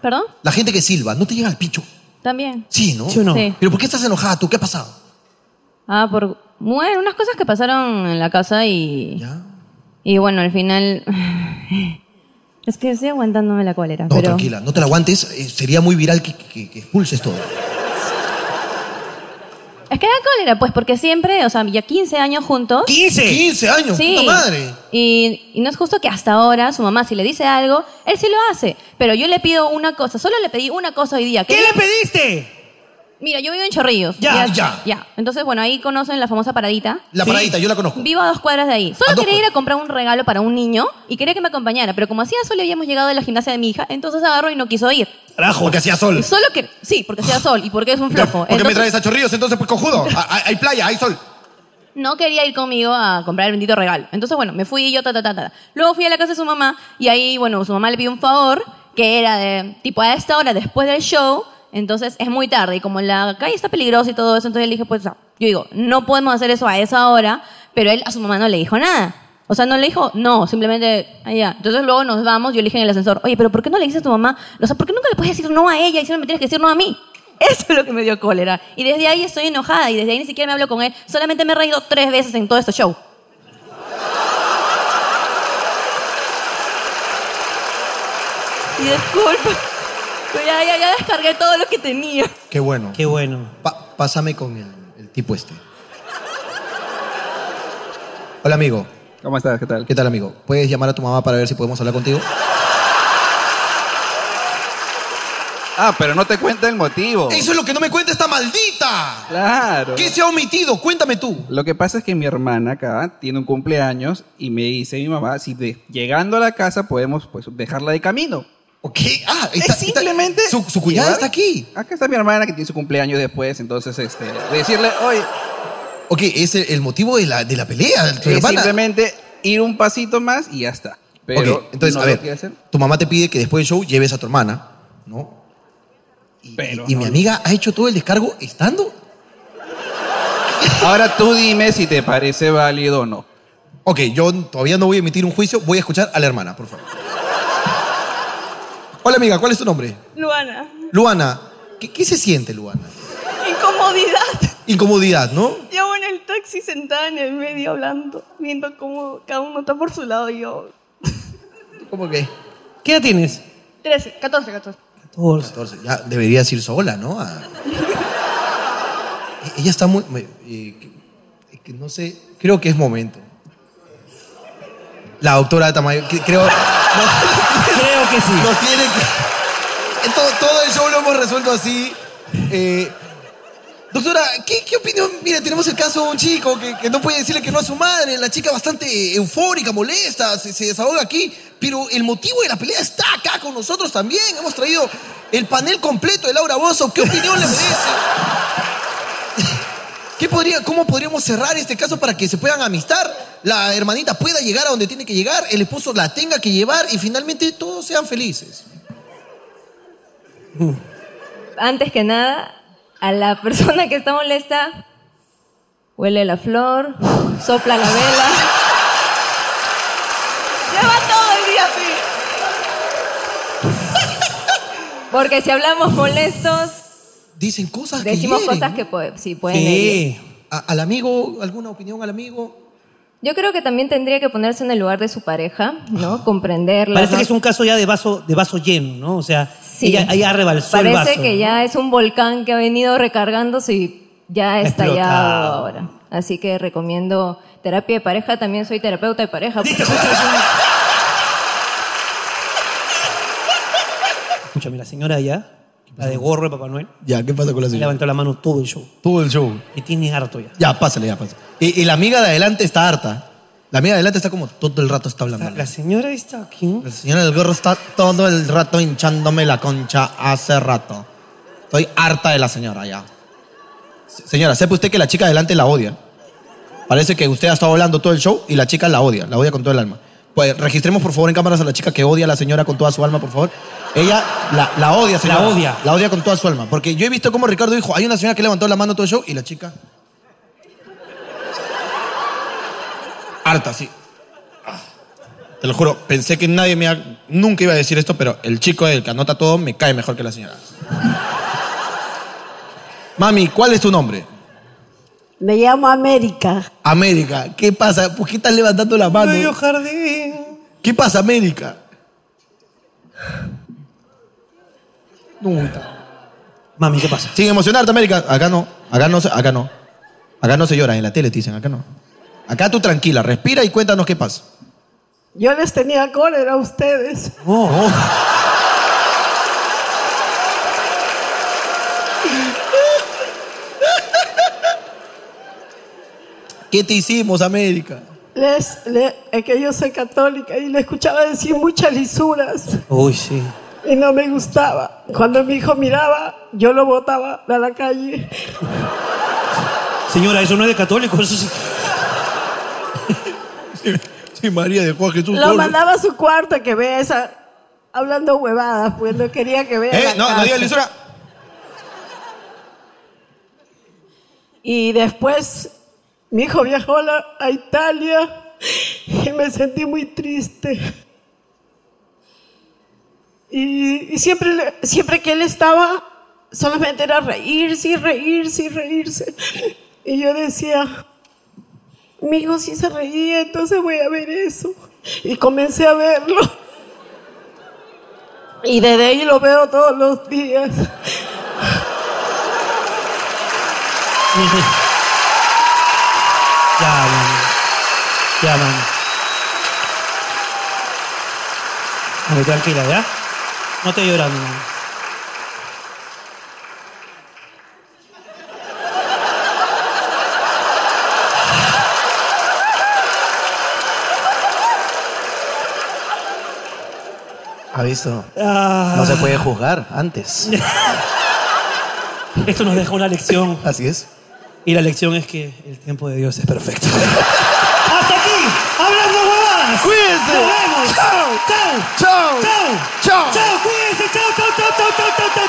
R: ¿Perdón?
C: La gente que silba, ¿no te llega al picho?
R: También.
C: Sí, ¿no?
R: ¿Sí o no? Sí.
C: ¿Pero por qué estás enojada tú? ¿Qué ha pasado?
R: Ah, por... Bueno, unas cosas que pasaron en la casa y... Y bueno, al final... Es que estoy aguantándome la cólera,
C: No,
R: pero...
C: tranquila, no te la aguantes. eh, sería muy viral que, que- que expulses todo.
R: Es que da cólera, pues, porque siempre, o sea, ya 15 años juntos.
C: 15. 15 años, puta madre.
R: Y, y no es justo que hasta ahora su mamá, si le dice algo, él sí lo hace. Pero yo le pido una cosa, solo le pedí una cosa hoy día. que-
B: ¿Qué le pediste?
R: Mira, yo vivo en Chorrillos.
B: Ya,
C: ya.
R: Ya. Entonces, bueno, ahí conocen la famosa paradita.
C: La paradita, yo la conozco.
R: Vivo a dos cuadras de ahí. Solo quería ir a comprar un regalo para un niño y quería que me acompañara, pero como hacía sol y habíamos llegado de la gimnasia de mi hija, entonces agarró y no quiso ir.
C: Carajo, porque hacía sol.
R: Y solo que... Sí, porque hacía sol y porque es un flojo.
C: Porque me
R: Entonces-
C: traes a chorrillos, entonces pues cojudo. A- a- Hay playa, hay sol.
R: no quería ir conmigo a comprar el bendito regalo. Entonces, bueno, me fui yo, ta, ta, ta, ta. Luego fui a la casa de su mamá y ahí, bueno, su mamá le pidió un favor que era de, tipo, a esta hora después del show, entonces es muy tarde y como la calle está peligrosa y todo eso, entonces le dije, pues, no. yo digo, no podemos hacer eso a esa hora, pero él a su mamá no le dijo nada. O sea, no le dijo, no, simplemente, allá. Entonces luego nos vamos, yo le dije en el ascensor, oye, pero ¿por qué no le dices a tu mamá? O sea, ¿por qué nunca le puedes decir no a ella y siempre me tienes que decir no a mí? Eso es lo que me dio cólera. Y desde ahí estoy enojada y desde ahí ni siquiera me hablo con él. Solamente me he reído tres veces en todo este show. Y disculpa. pero Ya, ya, ya descargué todo lo que tenía.
C: Qué bueno.
B: Qué bueno.
C: pásame con el, el tipo este. Hola, amigo.
L: ¿Cómo estás? ¿Qué tal?
C: ¿Qué tal, amigo? ¿Puedes llamar a tu mamá para ver si podemos hablar contigo?
P: Ah, pero no te cuenta el motivo.
C: Eso es lo que no me cuenta esta maldita.
P: Claro.
C: ¿Qué se ha omitido? Cuéntame tú.
P: Lo que pasa es que mi hermana acá tiene un cumpleaños y me dice mi mamá si de- llegando a la casa podemos pues dejarla de camino.
C: ¿Qué? Ah,
P: es simplemente
C: su, su cuñada está aquí.
P: Acá está mi hermana que tiene su cumpleaños después, entonces este decirle, "Oye,
C: Ok, es el, el motivo de la, de la pelea. Tu
P: es
C: hermana.
P: simplemente ir un pasito más y ya está." Pero
C: Ok, entonces,
P: no
C: a
P: lo
C: ver.
P: quiere hacer.
C: Tu mamá te pide que después del show lleves a tu hermana.
P: Pero
C: Y mi amiga ha hecho todo el descargo estando.
P: Ahora tú dime si te parece válido o no.
C: Ok, yo todavía no voy a emitir un juicio, voy a escuchar a la hermana, por favor. Hola amiga, ¿cuál es tu nombre?
Q: Luana,
C: Luana. ¿Qué, qué se siente, Luana?
Q: incomodidad.
C: Incomodidad, ¿no?
Q: Yo en el taxi sentada en el medio hablando, viendo cómo cada uno está por su lado y yo...
C: ¿Cómo que?
B: ¿Qué edad tienes?
Q: 13, 14, 14.
C: 14. Ya deberías ir sola, ¿no? A- E- Ella está muy... me- eh, que- que no sé, creo que es momento. La doctora Tamayo, que- creo...
B: creo que sí.
C: Nos tiene que... Todo, todo el show lo hemos resuelto así. Eh, Doctora, ¿qué, qué opinión? Mira, tenemos el caso de un chico que, que no puede decirle que no a su madre. La chica bastante eufórica, molesta, se, se desahoga aquí. Pero el motivo de la pelea está acá con nosotros también. Hemos traído el panel completo de Laura Bozo. ¿Qué opinión le merece? ¿Qué podría, ¿Cómo podríamos cerrar este caso para que se puedan amistar? La hermanita pueda llegar a donde tiene que llegar, el esposo la tenga que llevar y finalmente todos sean felices.
I: Antes que nada, a la persona que está molesta, huele la flor, sopla la vela. Lleva todo el día así. Porque si hablamos molestos,
C: Dicen cosas que
I: decimos
C: hieren,
I: cosas
C: ¿no?
I: que po- sí pueden herir.
C: Sí. A- al amigo, alguna opinión al amigo.
I: Yo creo que también tendría que ponerse en el lugar de su pareja, ¿no? Comprenderla.
B: Parece
I: ¿no?
B: que es un caso ya de vaso, de vaso lleno, ¿no? O sea,
I: Sí.
B: ella, ella rebalsó
I: Parece
B: el vaso.
I: que ya es un volcán que ha venido recargándose y ya ha
B: Explotado.
I: estallado ahora. Así que recomiendo terapia de pareja. También soy terapeuta de pareja.
B: Escúchame, la señora allá, la de gorro de Papá Noel,
C: Ya, ¿qué pasa con la
B: me
C: señora?
B: levantó la mano todo el show.
C: Todo el show.
B: Que tiene harto ya.
C: Ya, pásale, ya, pásale. Y, y la amiga de adelante está harta. La amiga de adelante está como todo el rato está hablando.
B: La señora está aquí.
C: La señora del gorro está todo el rato hinchándome la concha hace rato. Estoy harta de la señora ya. Se- Señora, sepa usted que la chica de adelante la odia. Parece que usted ha estado hablando todo el show y la chica la odia, la odia con todo el alma. Pues registremos por favor en cámaras a la chica que odia a la señora con toda su alma, por favor. Ella la, la odia, señora.
B: La odia.
C: La odia con toda su alma. Porque yo he visto como Ricardo dijo, hay una señora que levantó la mano todo el show y la chica... Harta, sí. Te lo juro, pensé que nadie me iba- nunca iba a decir esto, pero el chico del que anota todo me cae mejor que la señora. Mami, ¿cuál es tu nombre?
S: Me llamo América.
C: América. ¿Qué pasa? ¿Por qué estás levantando la mano?
S: Bello
B: jardín.
C: ¿Qué pasa, América? No,
B: Mami, ¿qué pasa?
C: Sin emocionarte, América. Acá no, acá no, se- acá no. Acá no se llora, en la tele te dicen, acá no. Acá tú tranquila, respira y cuéntanos qué pasa.
S: Yo les tenía cólera a ustedes.
C: ¿Qué te hicimos, América?
S: Les, le- es que yo soy católica y le escuchaba decir muchas lisuras
B: Uy, sí.
S: y no me gustaba. Cuando mi hijo miraba, yo lo botaba a la calle.
B: Señora, eso no es de católico, eso sí.
C: Sí, María de Juan Jesús.
S: Lo mandaba a su cuarto a que vea esa hablando huevadas, pues no quería que vea.
C: Eh,
S: la
C: no, no
S: casa.
C: digas lisura.
S: Y después mi hijo viajó a, la- a Italia y me sentí muy triste. Y, y siempre, le- siempre que él estaba, solamente era reírse y reírse y reírse. Y yo decía, mi hijo sí se reía, entonces voy a ver eso. Y comencé a verlo. Y desde ahí lo veo todos los días.
B: Ya, mami. Ya, mami. Mami, tranquila, ¿ya? No te lloras, mi mami.
C: Ha visto.
B: Ah.
C: No se puede juzgar antes.
B: Esto nos deja una lección.
C: Así es.
B: Y la lección es que el tiempo de Dios es perfecto.
F: ¡Hasta aquí! ¡Hablando huevadas!
C: ¡Cuídense!
F: ¡Nos vemos!
C: ¡Chao!
F: ¡Chao! ¡Chao! ¡Chao! ¡Chao! ¡Cuídense! ¡Chao, chao, chao, chao, chao, chao! chao.